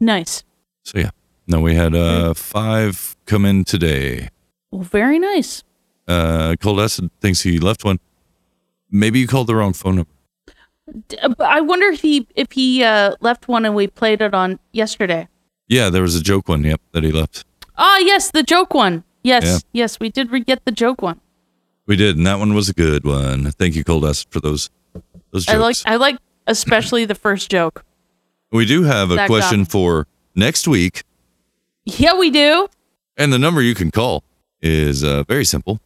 [SPEAKER 8] Nice.
[SPEAKER 7] So yeah. No, we had uh five come in today.
[SPEAKER 8] Well, very nice.
[SPEAKER 7] Uh Cold Acid thinks he left one. Maybe you called the wrong phone number.
[SPEAKER 8] D- uh, but I wonder if he if he uh, left one and we played it on yesterday.
[SPEAKER 7] Yeah, there was a joke one, yep, that he left.
[SPEAKER 8] Ah, yes, the joke one. Yes,
[SPEAKER 7] Yeah.
[SPEAKER 8] yes, we did re- get the joke one.
[SPEAKER 7] We did, and that one was a good one. Thank you, Cold Acid, for those those jokes.
[SPEAKER 8] I like I like especially the first joke.
[SPEAKER 7] we do have a
[SPEAKER 8] Back
[SPEAKER 7] question
[SPEAKER 8] up.
[SPEAKER 7] for next week.
[SPEAKER 8] Yeah, we do.
[SPEAKER 7] And the number you can call is uh, very simple.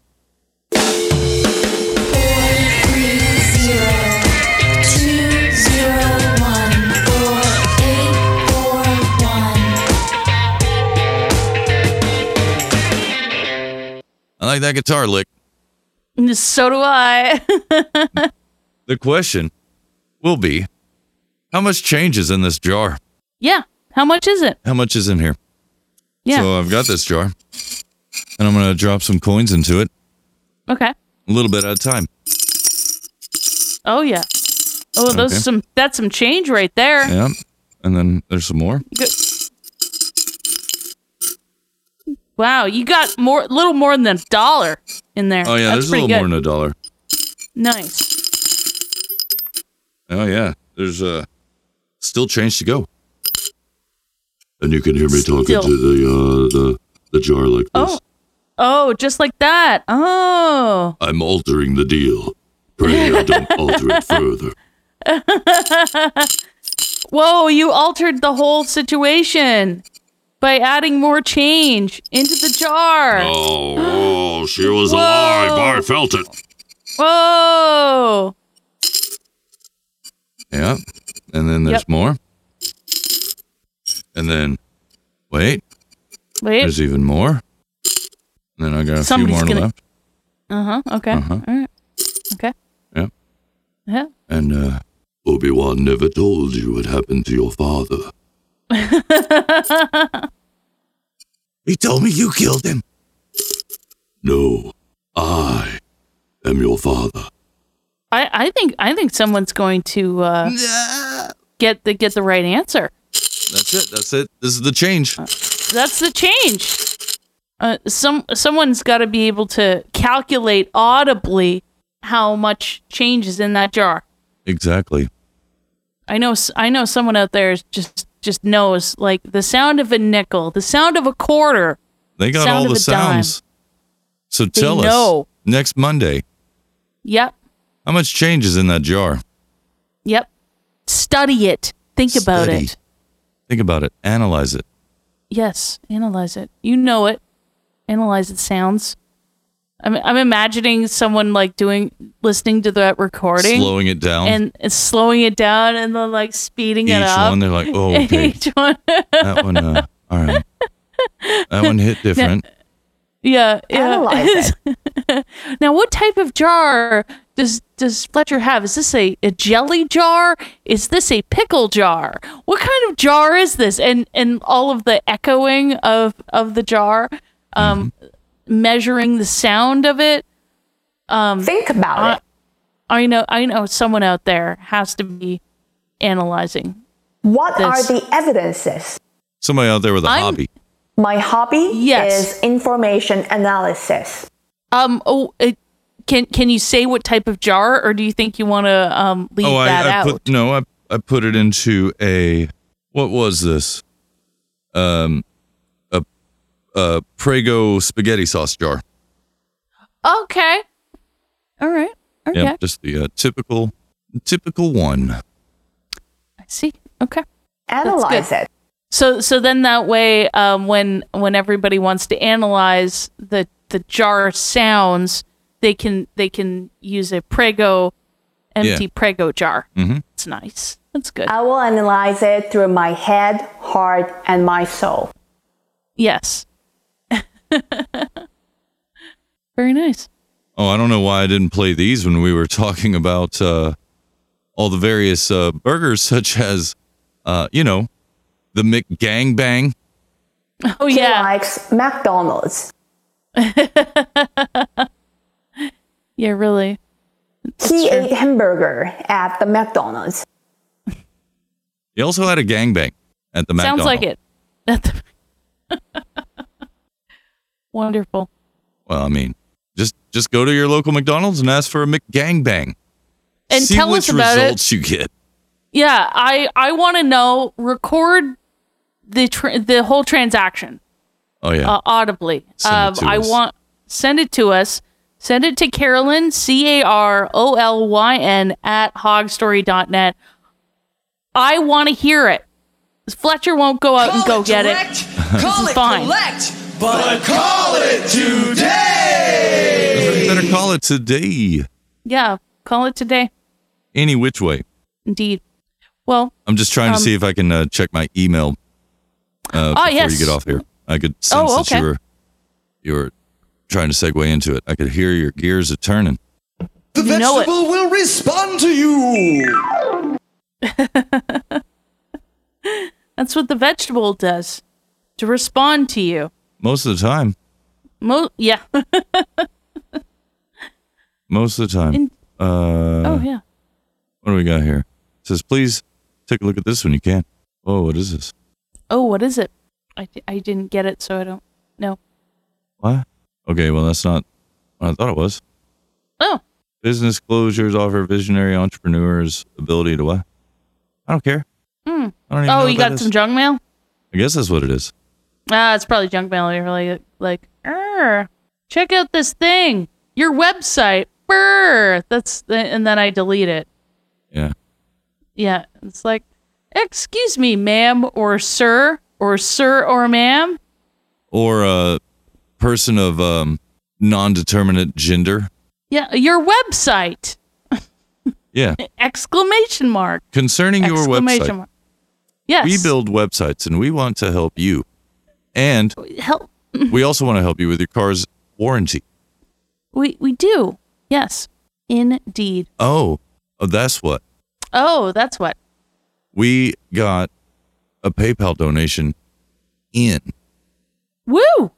[SPEAKER 7] like that guitar lick.
[SPEAKER 8] So do I.
[SPEAKER 7] The question will be how much change is in this jar?
[SPEAKER 8] yeah. How much is it?
[SPEAKER 7] How much is in here?
[SPEAKER 8] Yeah.
[SPEAKER 7] So I've got this jar and I'm going to drop some coins into it
[SPEAKER 8] okay.
[SPEAKER 7] a little bit at a time.
[SPEAKER 8] Oh yeah. Oh, those
[SPEAKER 7] Okay.
[SPEAKER 8] some that's some change right there.
[SPEAKER 7] Yeah. And then there's some more.
[SPEAKER 8] You got- Wow, you got more, little more than a dollar in there.
[SPEAKER 7] Oh, yeah. there's
[SPEAKER 8] that's
[SPEAKER 7] a little
[SPEAKER 8] pretty
[SPEAKER 7] more
[SPEAKER 8] good.
[SPEAKER 7] than a dollar.
[SPEAKER 8] Nice.
[SPEAKER 7] Oh, yeah. There's uh, still change to go. And you can hear me
[SPEAKER 8] talking Still. to
[SPEAKER 7] the, uh, the, the jar like
[SPEAKER 8] Oh, oh, just like that. Oh.
[SPEAKER 7] I'm altering the deal. further.
[SPEAKER 8] Whoa, you altered the whole situation by adding more change into the jar.
[SPEAKER 7] Oh, oh, she was
[SPEAKER 8] Whoa. alive. I
[SPEAKER 7] felt it.
[SPEAKER 8] Whoa.
[SPEAKER 7] Yeah. And then there's
[SPEAKER 8] Yep.
[SPEAKER 7] more. And then, wait,
[SPEAKER 8] Wait.
[SPEAKER 7] there's even more. And then I got a
[SPEAKER 8] Somebody's
[SPEAKER 7] few more
[SPEAKER 8] gonna-
[SPEAKER 7] left.
[SPEAKER 8] Uh huh. Okay.
[SPEAKER 7] Uh-huh.
[SPEAKER 8] All right. Okay.
[SPEAKER 7] Yep.
[SPEAKER 8] Yeah.
[SPEAKER 7] And, uh, Obi Wan never told you what happened to your father. He told me you killed him. No, I am your father.
[SPEAKER 8] I, I think I think someone's going to uh, get the get the right answer.
[SPEAKER 7] That's it. That's it. This is the change.
[SPEAKER 8] Uh, That's the change. Uh, some someone's got to be able to calculate audibly how much change is in that jar.
[SPEAKER 7] Exactly.
[SPEAKER 8] I know s- I know someone out there is just just knows like the sound of a nickel, the sound of a quarter.
[SPEAKER 7] They got
[SPEAKER 8] Sound
[SPEAKER 7] all
[SPEAKER 8] of
[SPEAKER 7] the
[SPEAKER 8] a dime.
[SPEAKER 7] sounds. So
[SPEAKER 8] They
[SPEAKER 7] tell us
[SPEAKER 8] know.
[SPEAKER 7] next Monday
[SPEAKER 8] Yep,
[SPEAKER 7] how much change is in that jar.
[SPEAKER 8] yep. Study it. Think about
[SPEAKER 7] Study.
[SPEAKER 8] it.
[SPEAKER 7] Think about it. Analyze it.
[SPEAKER 8] Yes, analyze it. You know it. Analyze its sounds. I'm I'm imagining someone like doing listening to that recording,
[SPEAKER 7] Slowing it down.
[SPEAKER 8] and, and slowing it down, and then like speeding it
[SPEAKER 7] Each
[SPEAKER 8] up.
[SPEAKER 7] one, they're like, "Oh, okay."
[SPEAKER 8] Each one.
[SPEAKER 7] that one. Uh, all right. That one hit different.
[SPEAKER 8] Yeah, yeah.
[SPEAKER 3] Analyze
[SPEAKER 8] now, what type of jar does does Fletcher have? Is this a, a jelly jar? Is this a pickle jar? What kind of jar is this? And and all of the echoing of of the jar, um, measuring the sound of it. Um,
[SPEAKER 3] Think about
[SPEAKER 8] I,
[SPEAKER 3] it.
[SPEAKER 8] I know. I know. Someone out there has to be analyzing.
[SPEAKER 3] What
[SPEAKER 8] this.
[SPEAKER 3] are the evidences?
[SPEAKER 7] Somebody out there with a
[SPEAKER 3] I'm-
[SPEAKER 7] hobby.
[SPEAKER 3] My hobby
[SPEAKER 8] Yes.
[SPEAKER 3] is information analysis.
[SPEAKER 8] Um. Oh. It, can can you say what type of jar, or do you think you want to um leave
[SPEAKER 7] oh,
[SPEAKER 8] that
[SPEAKER 7] I, I
[SPEAKER 8] out?
[SPEAKER 7] put no. I I put it into a what was this? Um, a a Prego spaghetti sauce jar.
[SPEAKER 8] Okay. All right. Okay.
[SPEAKER 7] Yep, just the uh, typical typical one.
[SPEAKER 8] I see. Okay.
[SPEAKER 3] Analyze it.
[SPEAKER 8] So so then that way, um, when when everybody wants to analyze the the jar sounds, they can they can use a Prego empty
[SPEAKER 3] Yeah.
[SPEAKER 8] Prego jar.
[SPEAKER 7] Mm-hmm.
[SPEAKER 8] That's nice. That's good.
[SPEAKER 3] I will analyze it through my head, heart, and my soul.
[SPEAKER 8] Yes. Very nice.
[SPEAKER 7] Oh, I don't know why I didn't play these when we were talking about uh, all the various uh, burgers, such as uh, you know the McGangbang.
[SPEAKER 8] Oh yeah.
[SPEAKER 3] He likes McDonald's.
[SPEAKER 8] Yeah, really.
[SPEAKER 3] He ate hamburger at the McDonald's.
[SPEAKER 7] He also had a gangbang at the
[SPEAKER 8] Sounds
[SPEAKER 7] McDonald's.
[SPEAKER 8] like it. Wonderful.
[SPEAKER 7] Well, I mean, just just go to your local McDonald's and ask for a McGangbang.
[SPEAKER 8] And
[SPEAKER 7] See
[SPEAKER 8] tell
[SPEAKER 7] which
[SPEAKER 8] us about it.
[SPEAKER 7] results you get.
[SPEAKER 8] Yeah, I I want to know. Record the tr the whole transaction
[SPEAKER 7] Oh yeah.
[SPEAKER 8] uh, audibly.
[SPEAKER 7] Send it
[SPEAKER 8] um,
[SPEAKER 7] to
[SPEAKER 8] I
[SPEAKER 7] us.
[SPEAKER 8] want send it to us. Send it to Carolyn C A R O L Y N at hogstory.net. I want to hear it. Fletcher won't go out and go get it. This is fine.
[SPEAKER 4] but call it today.
[SPEAKER 7] Better call it today.
[SPEAKER 8] Yeah, call it today.
[SPEAKER 7] Any which way.
[SPEAKER 8] Indeed. Well,
[SPEAKER 7] I'm just trying to
[SPEAKER 8] Um,
[SPEAKER 7] see if I can uh, check my email uh,
[SPEAKER 8] Ah,
[SPEAKER 7] before
[SPEAKER 8] yes.
[SPEAKER 7] you get off here. I could sense
[SPEAKER 8] Oh,
[SPEAKER 7] that
[SPEAKER 8] okay.
[SPEAKER 7] you were you were trying to segue into it. I could hear your gears a turning.
[SPEAKER 4] The vegetable will respond to you.
[SPEAKER 8] That's what the vegetable does to respond to you.
[SPEAKER 7] Most of the time.
[SPEAKER 8] Mo- yeah.
[SPEAKER 7] Most of the time. uh,
[SPEAKER 8] oh, yeah.
[SPEAKER 7] What do we got here? It says, please take a look at this when you can. Oh, what is this?
[SPEAKER 8] Oh, what is it? I, di- I didn't get it, so I don't know.
[SPEAKER 7] What? Okay, well, that's not what I thought it was.
[SPEAKER 8] Oh.
[SPEAKER 7] Business closures offer visionary entrepreneurs ability to what? I don't care.
[SPEAKER 8] Hmm.
[SPEAKER 7] I don't even know
[SPEAKER 8] Oh,
[SPEAKER 7] what
[SPEAKER 8] you
[SPEAKER 7] that
[SPEAKER 8] got
[SPEAKER 7] is.
[SPEAKER 8] some junk mail?
[SPEAKER 7] I guess that's what it is.
[SPEAKER 8] Ah, it's probably junk mail. You're like, like, "Err, check out this thing, your website. Brr. That's and then I delete it.
[SPEAKER 7] Yeah.
[SPEAKER 8] Yeah, it's like, excuse me, ma'am or sir or sir or ma'am.
[SPEAKER 7] Or a person of um, non-determinate gender.
[SPEAKER 8] Yeah, your website!
[SPEAKER 7] Yeah.
[SPEAKER 8] Exclamation mark.
[SPEAKER 7] Concerning your
[SPEAKER 8] Exclamation
[SPEAKER 7] website,
[SPEAKER 8] mark. Yes.
[SPEAKER 7] we build websites and we want to help you. And
[SPEAKER 8] help.
[SPEAKER 7] we also want to help you with your car's warranty.
[SPEAKER 8] We we do. Yes, indeed.
[SPEAKER 7] Oh, oh, that's what.
[SPEAKER 8] Oh, that's what.
[SPEAKER 7] We got a PayPal donation in.
[SPEAKER 8] Woo!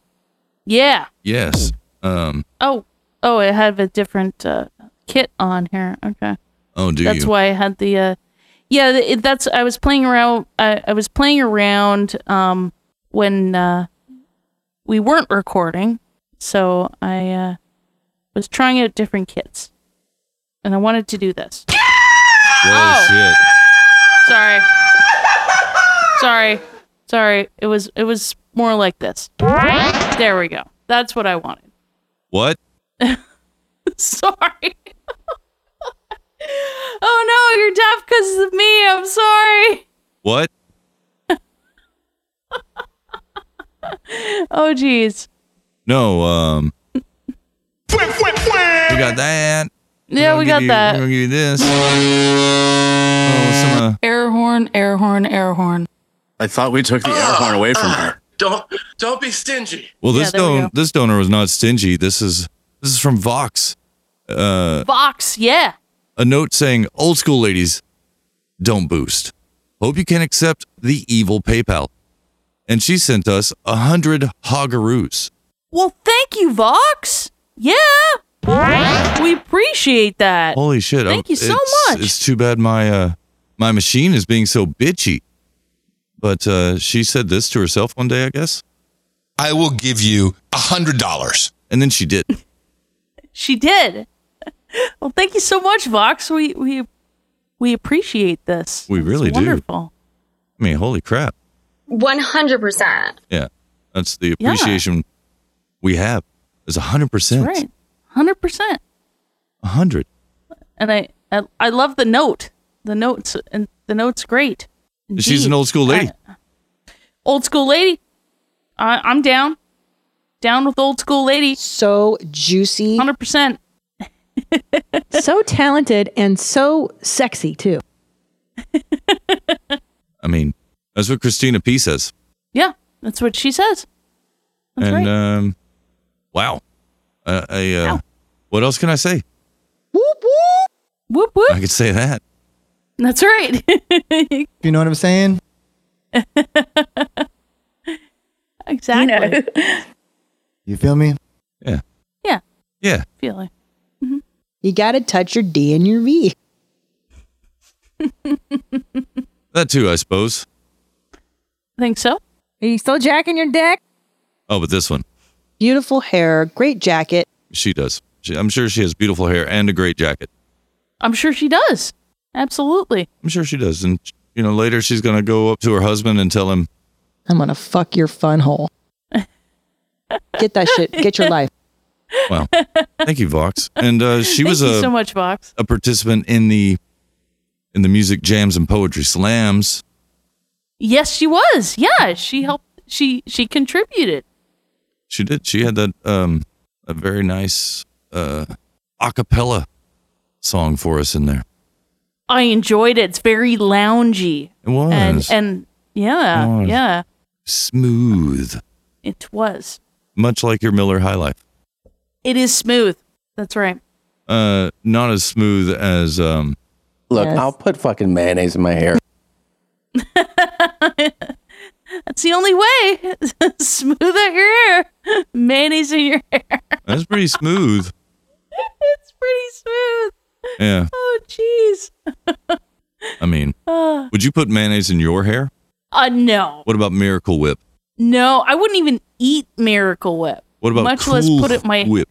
[SPEAKER 8] Yeah.
[SPEAKER 7] Yes. Um.
[SPEAKER 8] Oh, oh, I have a different uh, kit on here. Okay.
[SPEAKER 7] Oh, do
[SPEAKER 8] that's
[SPEAKER 7] you?
[SPEAKER 8] why I had the. Uh, yeah, th- it, that's I was playing around. I, I was playing around um, when uh, we weren't recording, so I uh, was trying out different kits, and I wanted to do this.
[SPEAKER 27] Oh.
[SPEAKER 7] Whoa, shit.
[SPEAKER 8] Sorry. Sorry. Sorry. It was it was more like this. There we go. That's what I wanted.
[SPEAKER 7] What?
[SPEAKER 8] sorry. oh no, you're deaf because of me. I'm sorry.
[SPEAKER 7] What?
[SPEAKER 8] Oh jeez.
[SPEAKER 7] No. Um. We got that.
[SPEAKER 8] Yeah, we
[SPEAKER 7] give
[SPEAKER 8] got
[SPEAKER 7] you-
[SPEAKER 8] that.
[SPEAKER 7] We're gonna give you this. Oh, some, uh,
[SPEAKER 8] Air horn, air horn, air horn.
[SPEAKER 1] I thought we took the air horn away from her.
[SPEAKER 16] Don't don't be stingy.
[SPEAKER 7] well, this
[SPEAKER 8] there we
[SPEAKER 7] don- this donor was not stingy. This is this is from Vox. Uh,
[SPEAKER 8] Vox, yeah.
[SPEAKER 7] a note saying, "Old school ladies, don't boost. Hope you can accept the evil PayPal." And she sent us a hundred hogaroos.
[SPEAKER 8] Well, thank you, Vox. Yeah. We appreciate that.
[SPEAKER 7] Holy shit! I'm-
[SPEAKER 8] Thank you so
[SPEAKER 7] it's-
[SPEAKER 8] much.
[SPEAKER 7] It's too bad my uh my machine is being so bitchy. But uh, she said this to herself one day, I guess.
[SPEAKER 10] I will give you a hundred dollars.
[SPEAKER 7] And then she did.
[SPEAKER 8] She did. well, thank you so much, Vox. We we we appreciate this.
[SPEAKER 7] We
[SPEAKER 8] That's
[SPEAKER 7] really do.
[SPEAKER 8] wonderful.
[SPEAKER 7] I mean, holy crap!
[SPEAKER 11] 100%.
[SPEAKER 7] Yeah, that's the
[SPEAKER 8] Yeah.
[SPEAKER 7] appreciation we have. Is a hundred percent,
[SPEAKER 8] Right. Hundred percent.
[SPEAKER 7] a hundred.
[SPEAKER 8] And I, I I love the note. The notes and the notes great.
[SPEAKER 7] She's
[SPEAKER 8] Indeed.
[SPEAKER 7] an old school lady.
[SPEAKER 8] old school lady. I I'm down. Down with old school lady. So juicy. Hundred percent.
[SPEAKER 19] so talented and so sexy too.
[SPEAKER 7] I mean, that's what Christina P says.
[SPEAKER 8] Yeah, that's what she says.
[SPEAKER 7] and um, wow. Uh, I, uh, What else can I say?
[SPEAKER 8] Whoop whoop.
[SPEAKER 7] I could say that.
[SPEAKER 8] That's right.
[SPEAKER 20] You know what I'm saying?
[SPEAKER 8] exactly.
[SPEAKER 20] You feel me?
[SPEAKER 8] Yeah.
[SPEAKER 7] Yeah.
[SPEAKER 8] Feeling.
[SPEAKER 19] You got to touch your D and your V.
[SPEAKER 7] That too, I suppose.
[SPEAKER 8] Think so?
[SPEAKER 19] Are you still jacking your dick?
[SPEAKER 7] Oh, but this one,
[SPEAKER 19] Beautiful hair, great jacket.
[SPEAKER 7] she does. She, I'm sure she has beautiful hair and a great jacket.
[SPEAKER 8] I'm sure she does. Absolutely.
[SPEAKER 7] I'm sure she does. And, you know, later she's going to go up to her husband and tell him,
[SPEAKER 19] I'm gonna fuck your fun hole. Get that shit. Get your life.
[SPEAKER 7] well, thank you, Vox. And uh, she was
[SPEAKER 8] Thank
[SPEAKER 7] a,
[SPEAKER 8] you so much, Vox.
[SPEAKER 7] a participant in the in the music jams and poetry slams.
[SPEAKER 8] Yes, she was. Yeah, she helped. She she contributed.
[SPEAKER 7] She did. She had that um a very nice uh a cappella song for us in there.
[SPEAKER 8] I enjoyed it. It's very loungy.
[SPEAKER 7] It was.
[SPEAKER 8] And and
[SPEAKER 7] It
[SPEAKER 8] yeah,
[SPEAKER 7] was.
[SPEAKER 8] yeah,
[SPEAKER 7] Smooth.
[SPEAKER 8] it was.
[SPEAKER 7] Much like your Miller High Life.
[SPEAKER 8] It is smooth. That's right.
[SPEAKER 7] Uh, not as smooth as um.
[SPEAKER 5] Look, I'll put fucking mayonnaise in my hair.
[SPEAKER 8] That's the only way. smooth out your hair. Mayonnaise in your hair.
[SPEAKER 7] That's pretty smooth.
[SPEAKER 8] it's pretty smooth.
[SPEAKER 7] Yeah.
[SPEAKER 8] Oh, jeez.
[SPEAKER 7] I mean,
[SPEAKER 8] Uh.
[SPEAKER 7] would you put mayonnaise in your hair?
[SPEAKER 8] Uh, no.
[SPEAKER 7] What about Miracle Whip?
[SPEAKER 8] No, I wouldn't even eat Miracle Whip.
[SPEAKER 7] What about
[SPEAKER 8] Much
[SPEAKER 7] cool
[SPEAKER 8] less put it in my...
[SPEAKER 7] whip?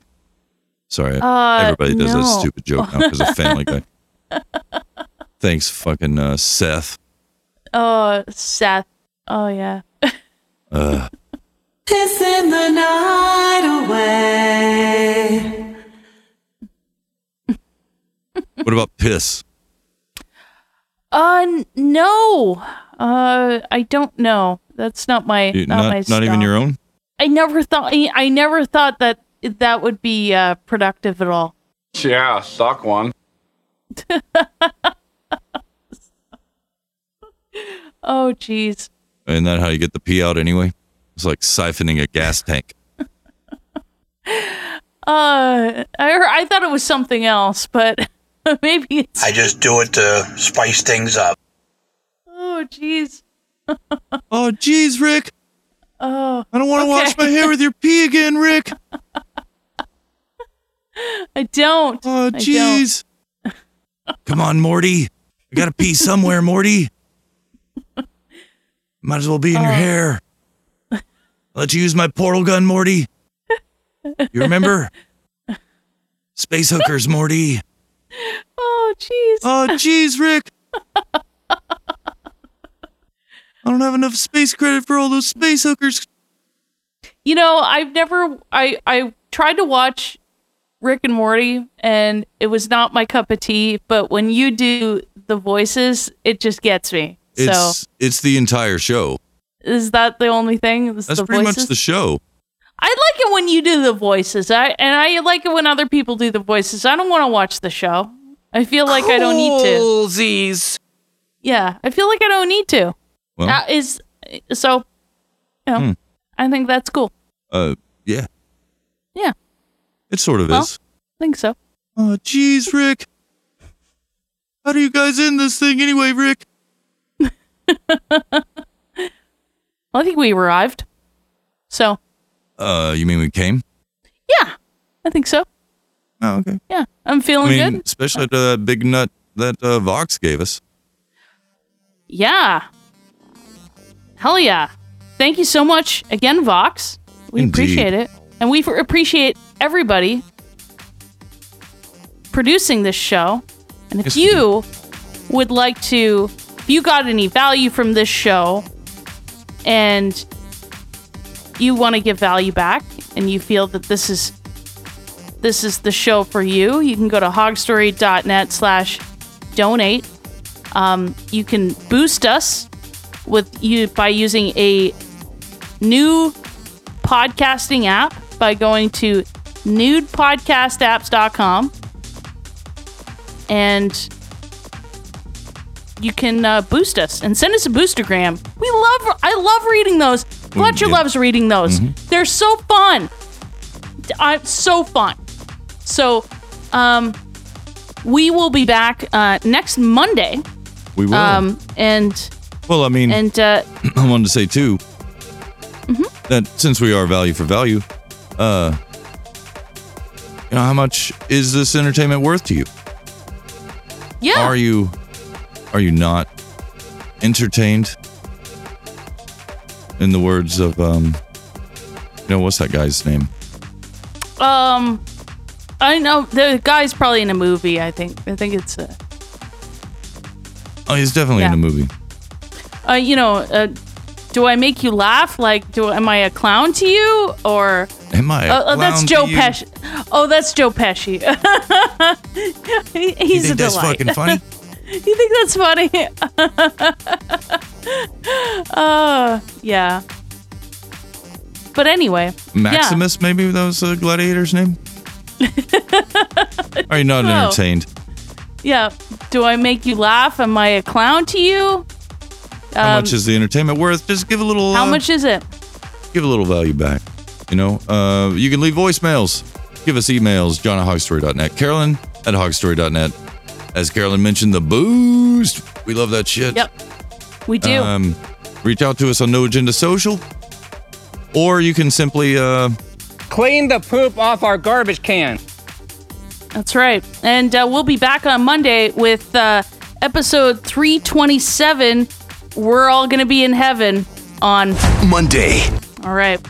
[SPEAKER 7] Sorry,
[SPEAKER 8] Uh,
[SPEAKER 7] everybody does
[SPEAKER 8] no.
[SPEAKER 7] that stupid joke now because of Family Guy. Thanks, fucking uh, Seth.
[SPEAKER 8] Oh, Seth. Oh, yeah.
[SPEAKER 7] Uh,
[SPEAKER 6] Kissing the night away.
[SPEAKER 7] what about piss?
[SPEAKER 8] Uh, n- no. Uh, I don't know. That's not my
[SPEAKER 7] You-
[SPEAKER 8] not,
[SPEAKER 7] not
[SPEAKER 8] my
[SPEAKER 7] not even
[SPEAKER 8] style.
[SPEAKER 7] your own.
[SPEAKER 8] I never thought I, I never thought that that would be uh, productive at all.
[SPEAKER 16] Yeah, suck one.
[SPEAKER 8] Oh, jeez.
[SPEAKER 7] Isn't that how you get the pee out anyway? It's like siphoning a gas tank.
[SPEAKER 8] Uh, I I thought it was something else, but maybe it's.
[SPEAKER 12] I just do it to spice things up.
[SPEAKER 8] Oh, jeez.
[SPEAKER 7] oh, jeez, Rick.
[SPEAKER 8] Oh,
[SPEAKER 7] I don't want to wash my hair with your pee again, Rick.
[SPEAKER 8] I don't.
[SPEAKER 7] Oh,
[SPEAKER 8] don't.
[SPEAKER 7] jeez. Come on, Morty. I gotta pee somewhere, Morty. Might as well be in
[SPEAKER 8] Oh.
[SPEAKER 7] your hair. I'll let you use my portal gun, Morty. You remember? Space hookers, Morty.
[SPEAKER 8] Oh, jeez.
[SPEAKER 7] Oh, jeez, Rick. I don't have enough space credit for all those space hookers.
[SPEAKER 8] You know, I've never I I tried to watch Rick and Morty and it was not my cup of tea, but when you do the voices, it just gets me.
[SPEAKER 7] It's
[SPEAKER 8] so
[SPEAKER 7] it's the entire show.
[SPEAKER 8] is that the only thing? Is
[SPEAKER 7] That's
[SPEAKER 8] the
[SPEAKER 7] pretty
[SPEAKER 8] voices?
[SPEAKER 7] much the show.
[SPEAKER 8] I like it when you do the voices. I and I like it when other people do the voices. I don't want to watch the show. I feel like I don't need to.
[SPEAKER 5] Coolsies.
[SPEAKER 8] Yeah, I feel like I don't need to.
[SPEAKER 7] Well.
[SPEAKER 8] That is so. You know,
[SPEAKER 7] Hmm.
[SPEAKER 8] I think that's cool.
[SPEAKER 7] Uh, yeah,
[SPEAKER 8] Yeah,
[SPEAKER 7] it sort of
[SPEAKER 8] Well,
[SPEAKER 7] is.
[SPEAKER 8] I think so.
[SPEAKER 7] Oh, jeez, Rick. How do you guys end this thing anyway, Rick?
[SPEAKER 8] Well, I think we arrived. So
[SPEAKER 7] Uh, you mean we came?
[SPEAKER 8] yeah, I think so.
[SPEAKER 7] Oh, okay.
[SPEAKER 8] Yeah, I'm feeling
[SPEAKER 7] I mean,
[SPEAKER 8] good.
[SPEAKER 7] especially after that big nut that uh, Vox gave us.
[SPEAKER 8] Yeah. Hell yeah. Thank you so much again, Vox. We
[SPEAKER 7] Indeed.
[SPEAKER 8] appreciate it. And we f- appreciate everybody producing this show. And if you would like to, if you got any value from this show and you want to give value back and you feel that this is this is the show for you you can go to hogstory.net slash donate um, you can boost us with you by using a new podcasting app by going to nudepodcastapps.com and you can uh, boost us and send us a boostergram. We love I love reading those. Fletcher
[SPEAKER 22] yeah.
[SPEAKER 8] loves reading those. They're so fun. I'm so fun. So um we will be back uh, next Monday.
[SPEAKER 7] We will.
[SPEAKER 8] Um and
[SPEAKER 7] well, I mean,
[SPEAKER 8] and uh Mm-hmm.
[SPEAKER 7] I wanted to say too that since we are value for value, uh, you know, how much is this entertainment worth to you?
[SPEAKER 8] yeah.
[SPEAKER 7] Are you, are you not entertained? In the words of um, you know, what's that guy's name?
[SPEAKER 8] Um, I know the guy's probably in a movie. I think. I think it's a,
[SPEAKER 7] Oh, he's definitely in a
[SPEAKER 8] Yeah.
[SPEAKER 7] movie.
[SPEAKER 8] uh, you know, uh, do I make you laugh? Like, do am I a clown to you or?
[SPEAKER 7] Am I? a
[SPEAKER 8] Oh, oh, that's
[SPEAKER 7] clown
[SPEAKER 8] Joe
[SPEAKER 7] to you?
[SPEAKER 8] Pesci. Oh, that's Joe Pesci. He- He's
[SPEAKER 7] You think
[SPEAKER 8] a
[SPEAKER 7] that's
[SPEAKER 8] delight.
[SPEAKER 7] fucking funny?
[SPEAKER 8] you think that's funny? uh, yeah. But anyway, yeah.
[SPEAKER 7] Maximus, maybe that was uh, the gladiator's name. Are you not
[SPEAKER 8] Oh.
[SPEAKER 7] entertained?
[SPEAKER 8] Yeah. Do I make you laugh? Am I a clown to you?
[SPEAKER 7] How
[SPEAKER 8] Um,
[SPEAKER 7] much is the entertainment worth? Just give a little.
[SPEAKER 8] How
[SPEAKER 7] uh,
[SPEAKER 8] much is it?
[SPEAKER 7] Give a little value back. You know, uh, you can leave voicemails Give us emails, john at hogstory.net, carolyn at hogstory.net. As Carolyn mentioned, the boost. We love that shit.
[SPEAKER 8] Yep. We do.
[SPEAKER 7] Um, reach out to us on No Agenda Social, or you can simply uh,
[SPEAKER 2] Clean the poop off our garbage can.
[SPEAKER 8] That's right. And uh, we'll be back on Monday with uh, episode 327. We're all going to be in heaven on
[SPEAKER 7] Monday.
[SPEAKER 8] All right.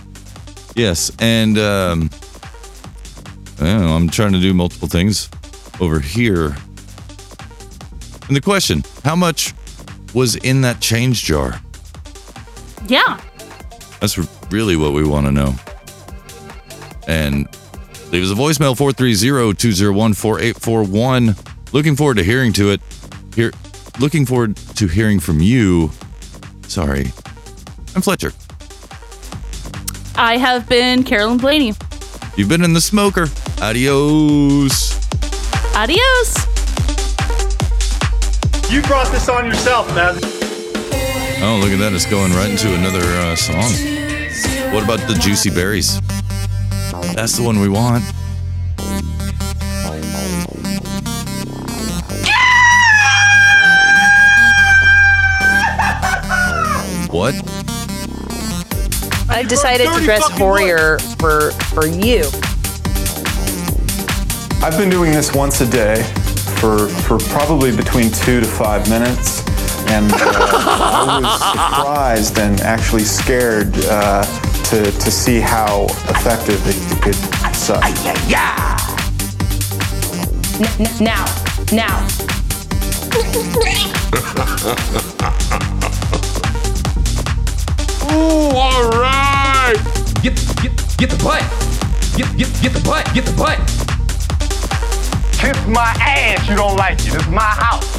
[SPEAKER 7] Yes, and um, I don't know, I'm trying to do multiple things over here. And the question: How much was in that change jar?
[SPEAKER 8] Yeah.
[SPEAKER 7] That's really what we want to know. And leave us a voicemail 430-201-4841. Looking forward to hearing to it. Here looking forward to hearing from you. Sorry. I'm Fletcher.
[SPEAKER 8] I have been Carolyn Blaney.
[SPEAKER 7] You've been in the smoker. Adios.
[SPEAKER 8] Adios.
[SPEAKER 9] You brought this on yourself, man.
[SPEAKER 7] Oh, look at that. It's going right into another uh, song. What about the Juicy Berries? That's the one we want. What?
[SPEAKER 25] I've decided to dress horrier for for you.
[SPEAKER 22] I've been doing this once a day for for probably between two to five minutes, and uh, I was surprised and actually scared uh, to to see how effective it could suck.
[SPEAKER 6] Yeah!
[SPEAKER 25] N- n- now, now.
[SPEAKER 6] Ooh, all right. Get, get, get the butt. Get, get, get the butt. Get the butt. Kiss my ass. You don't like it. It's my house.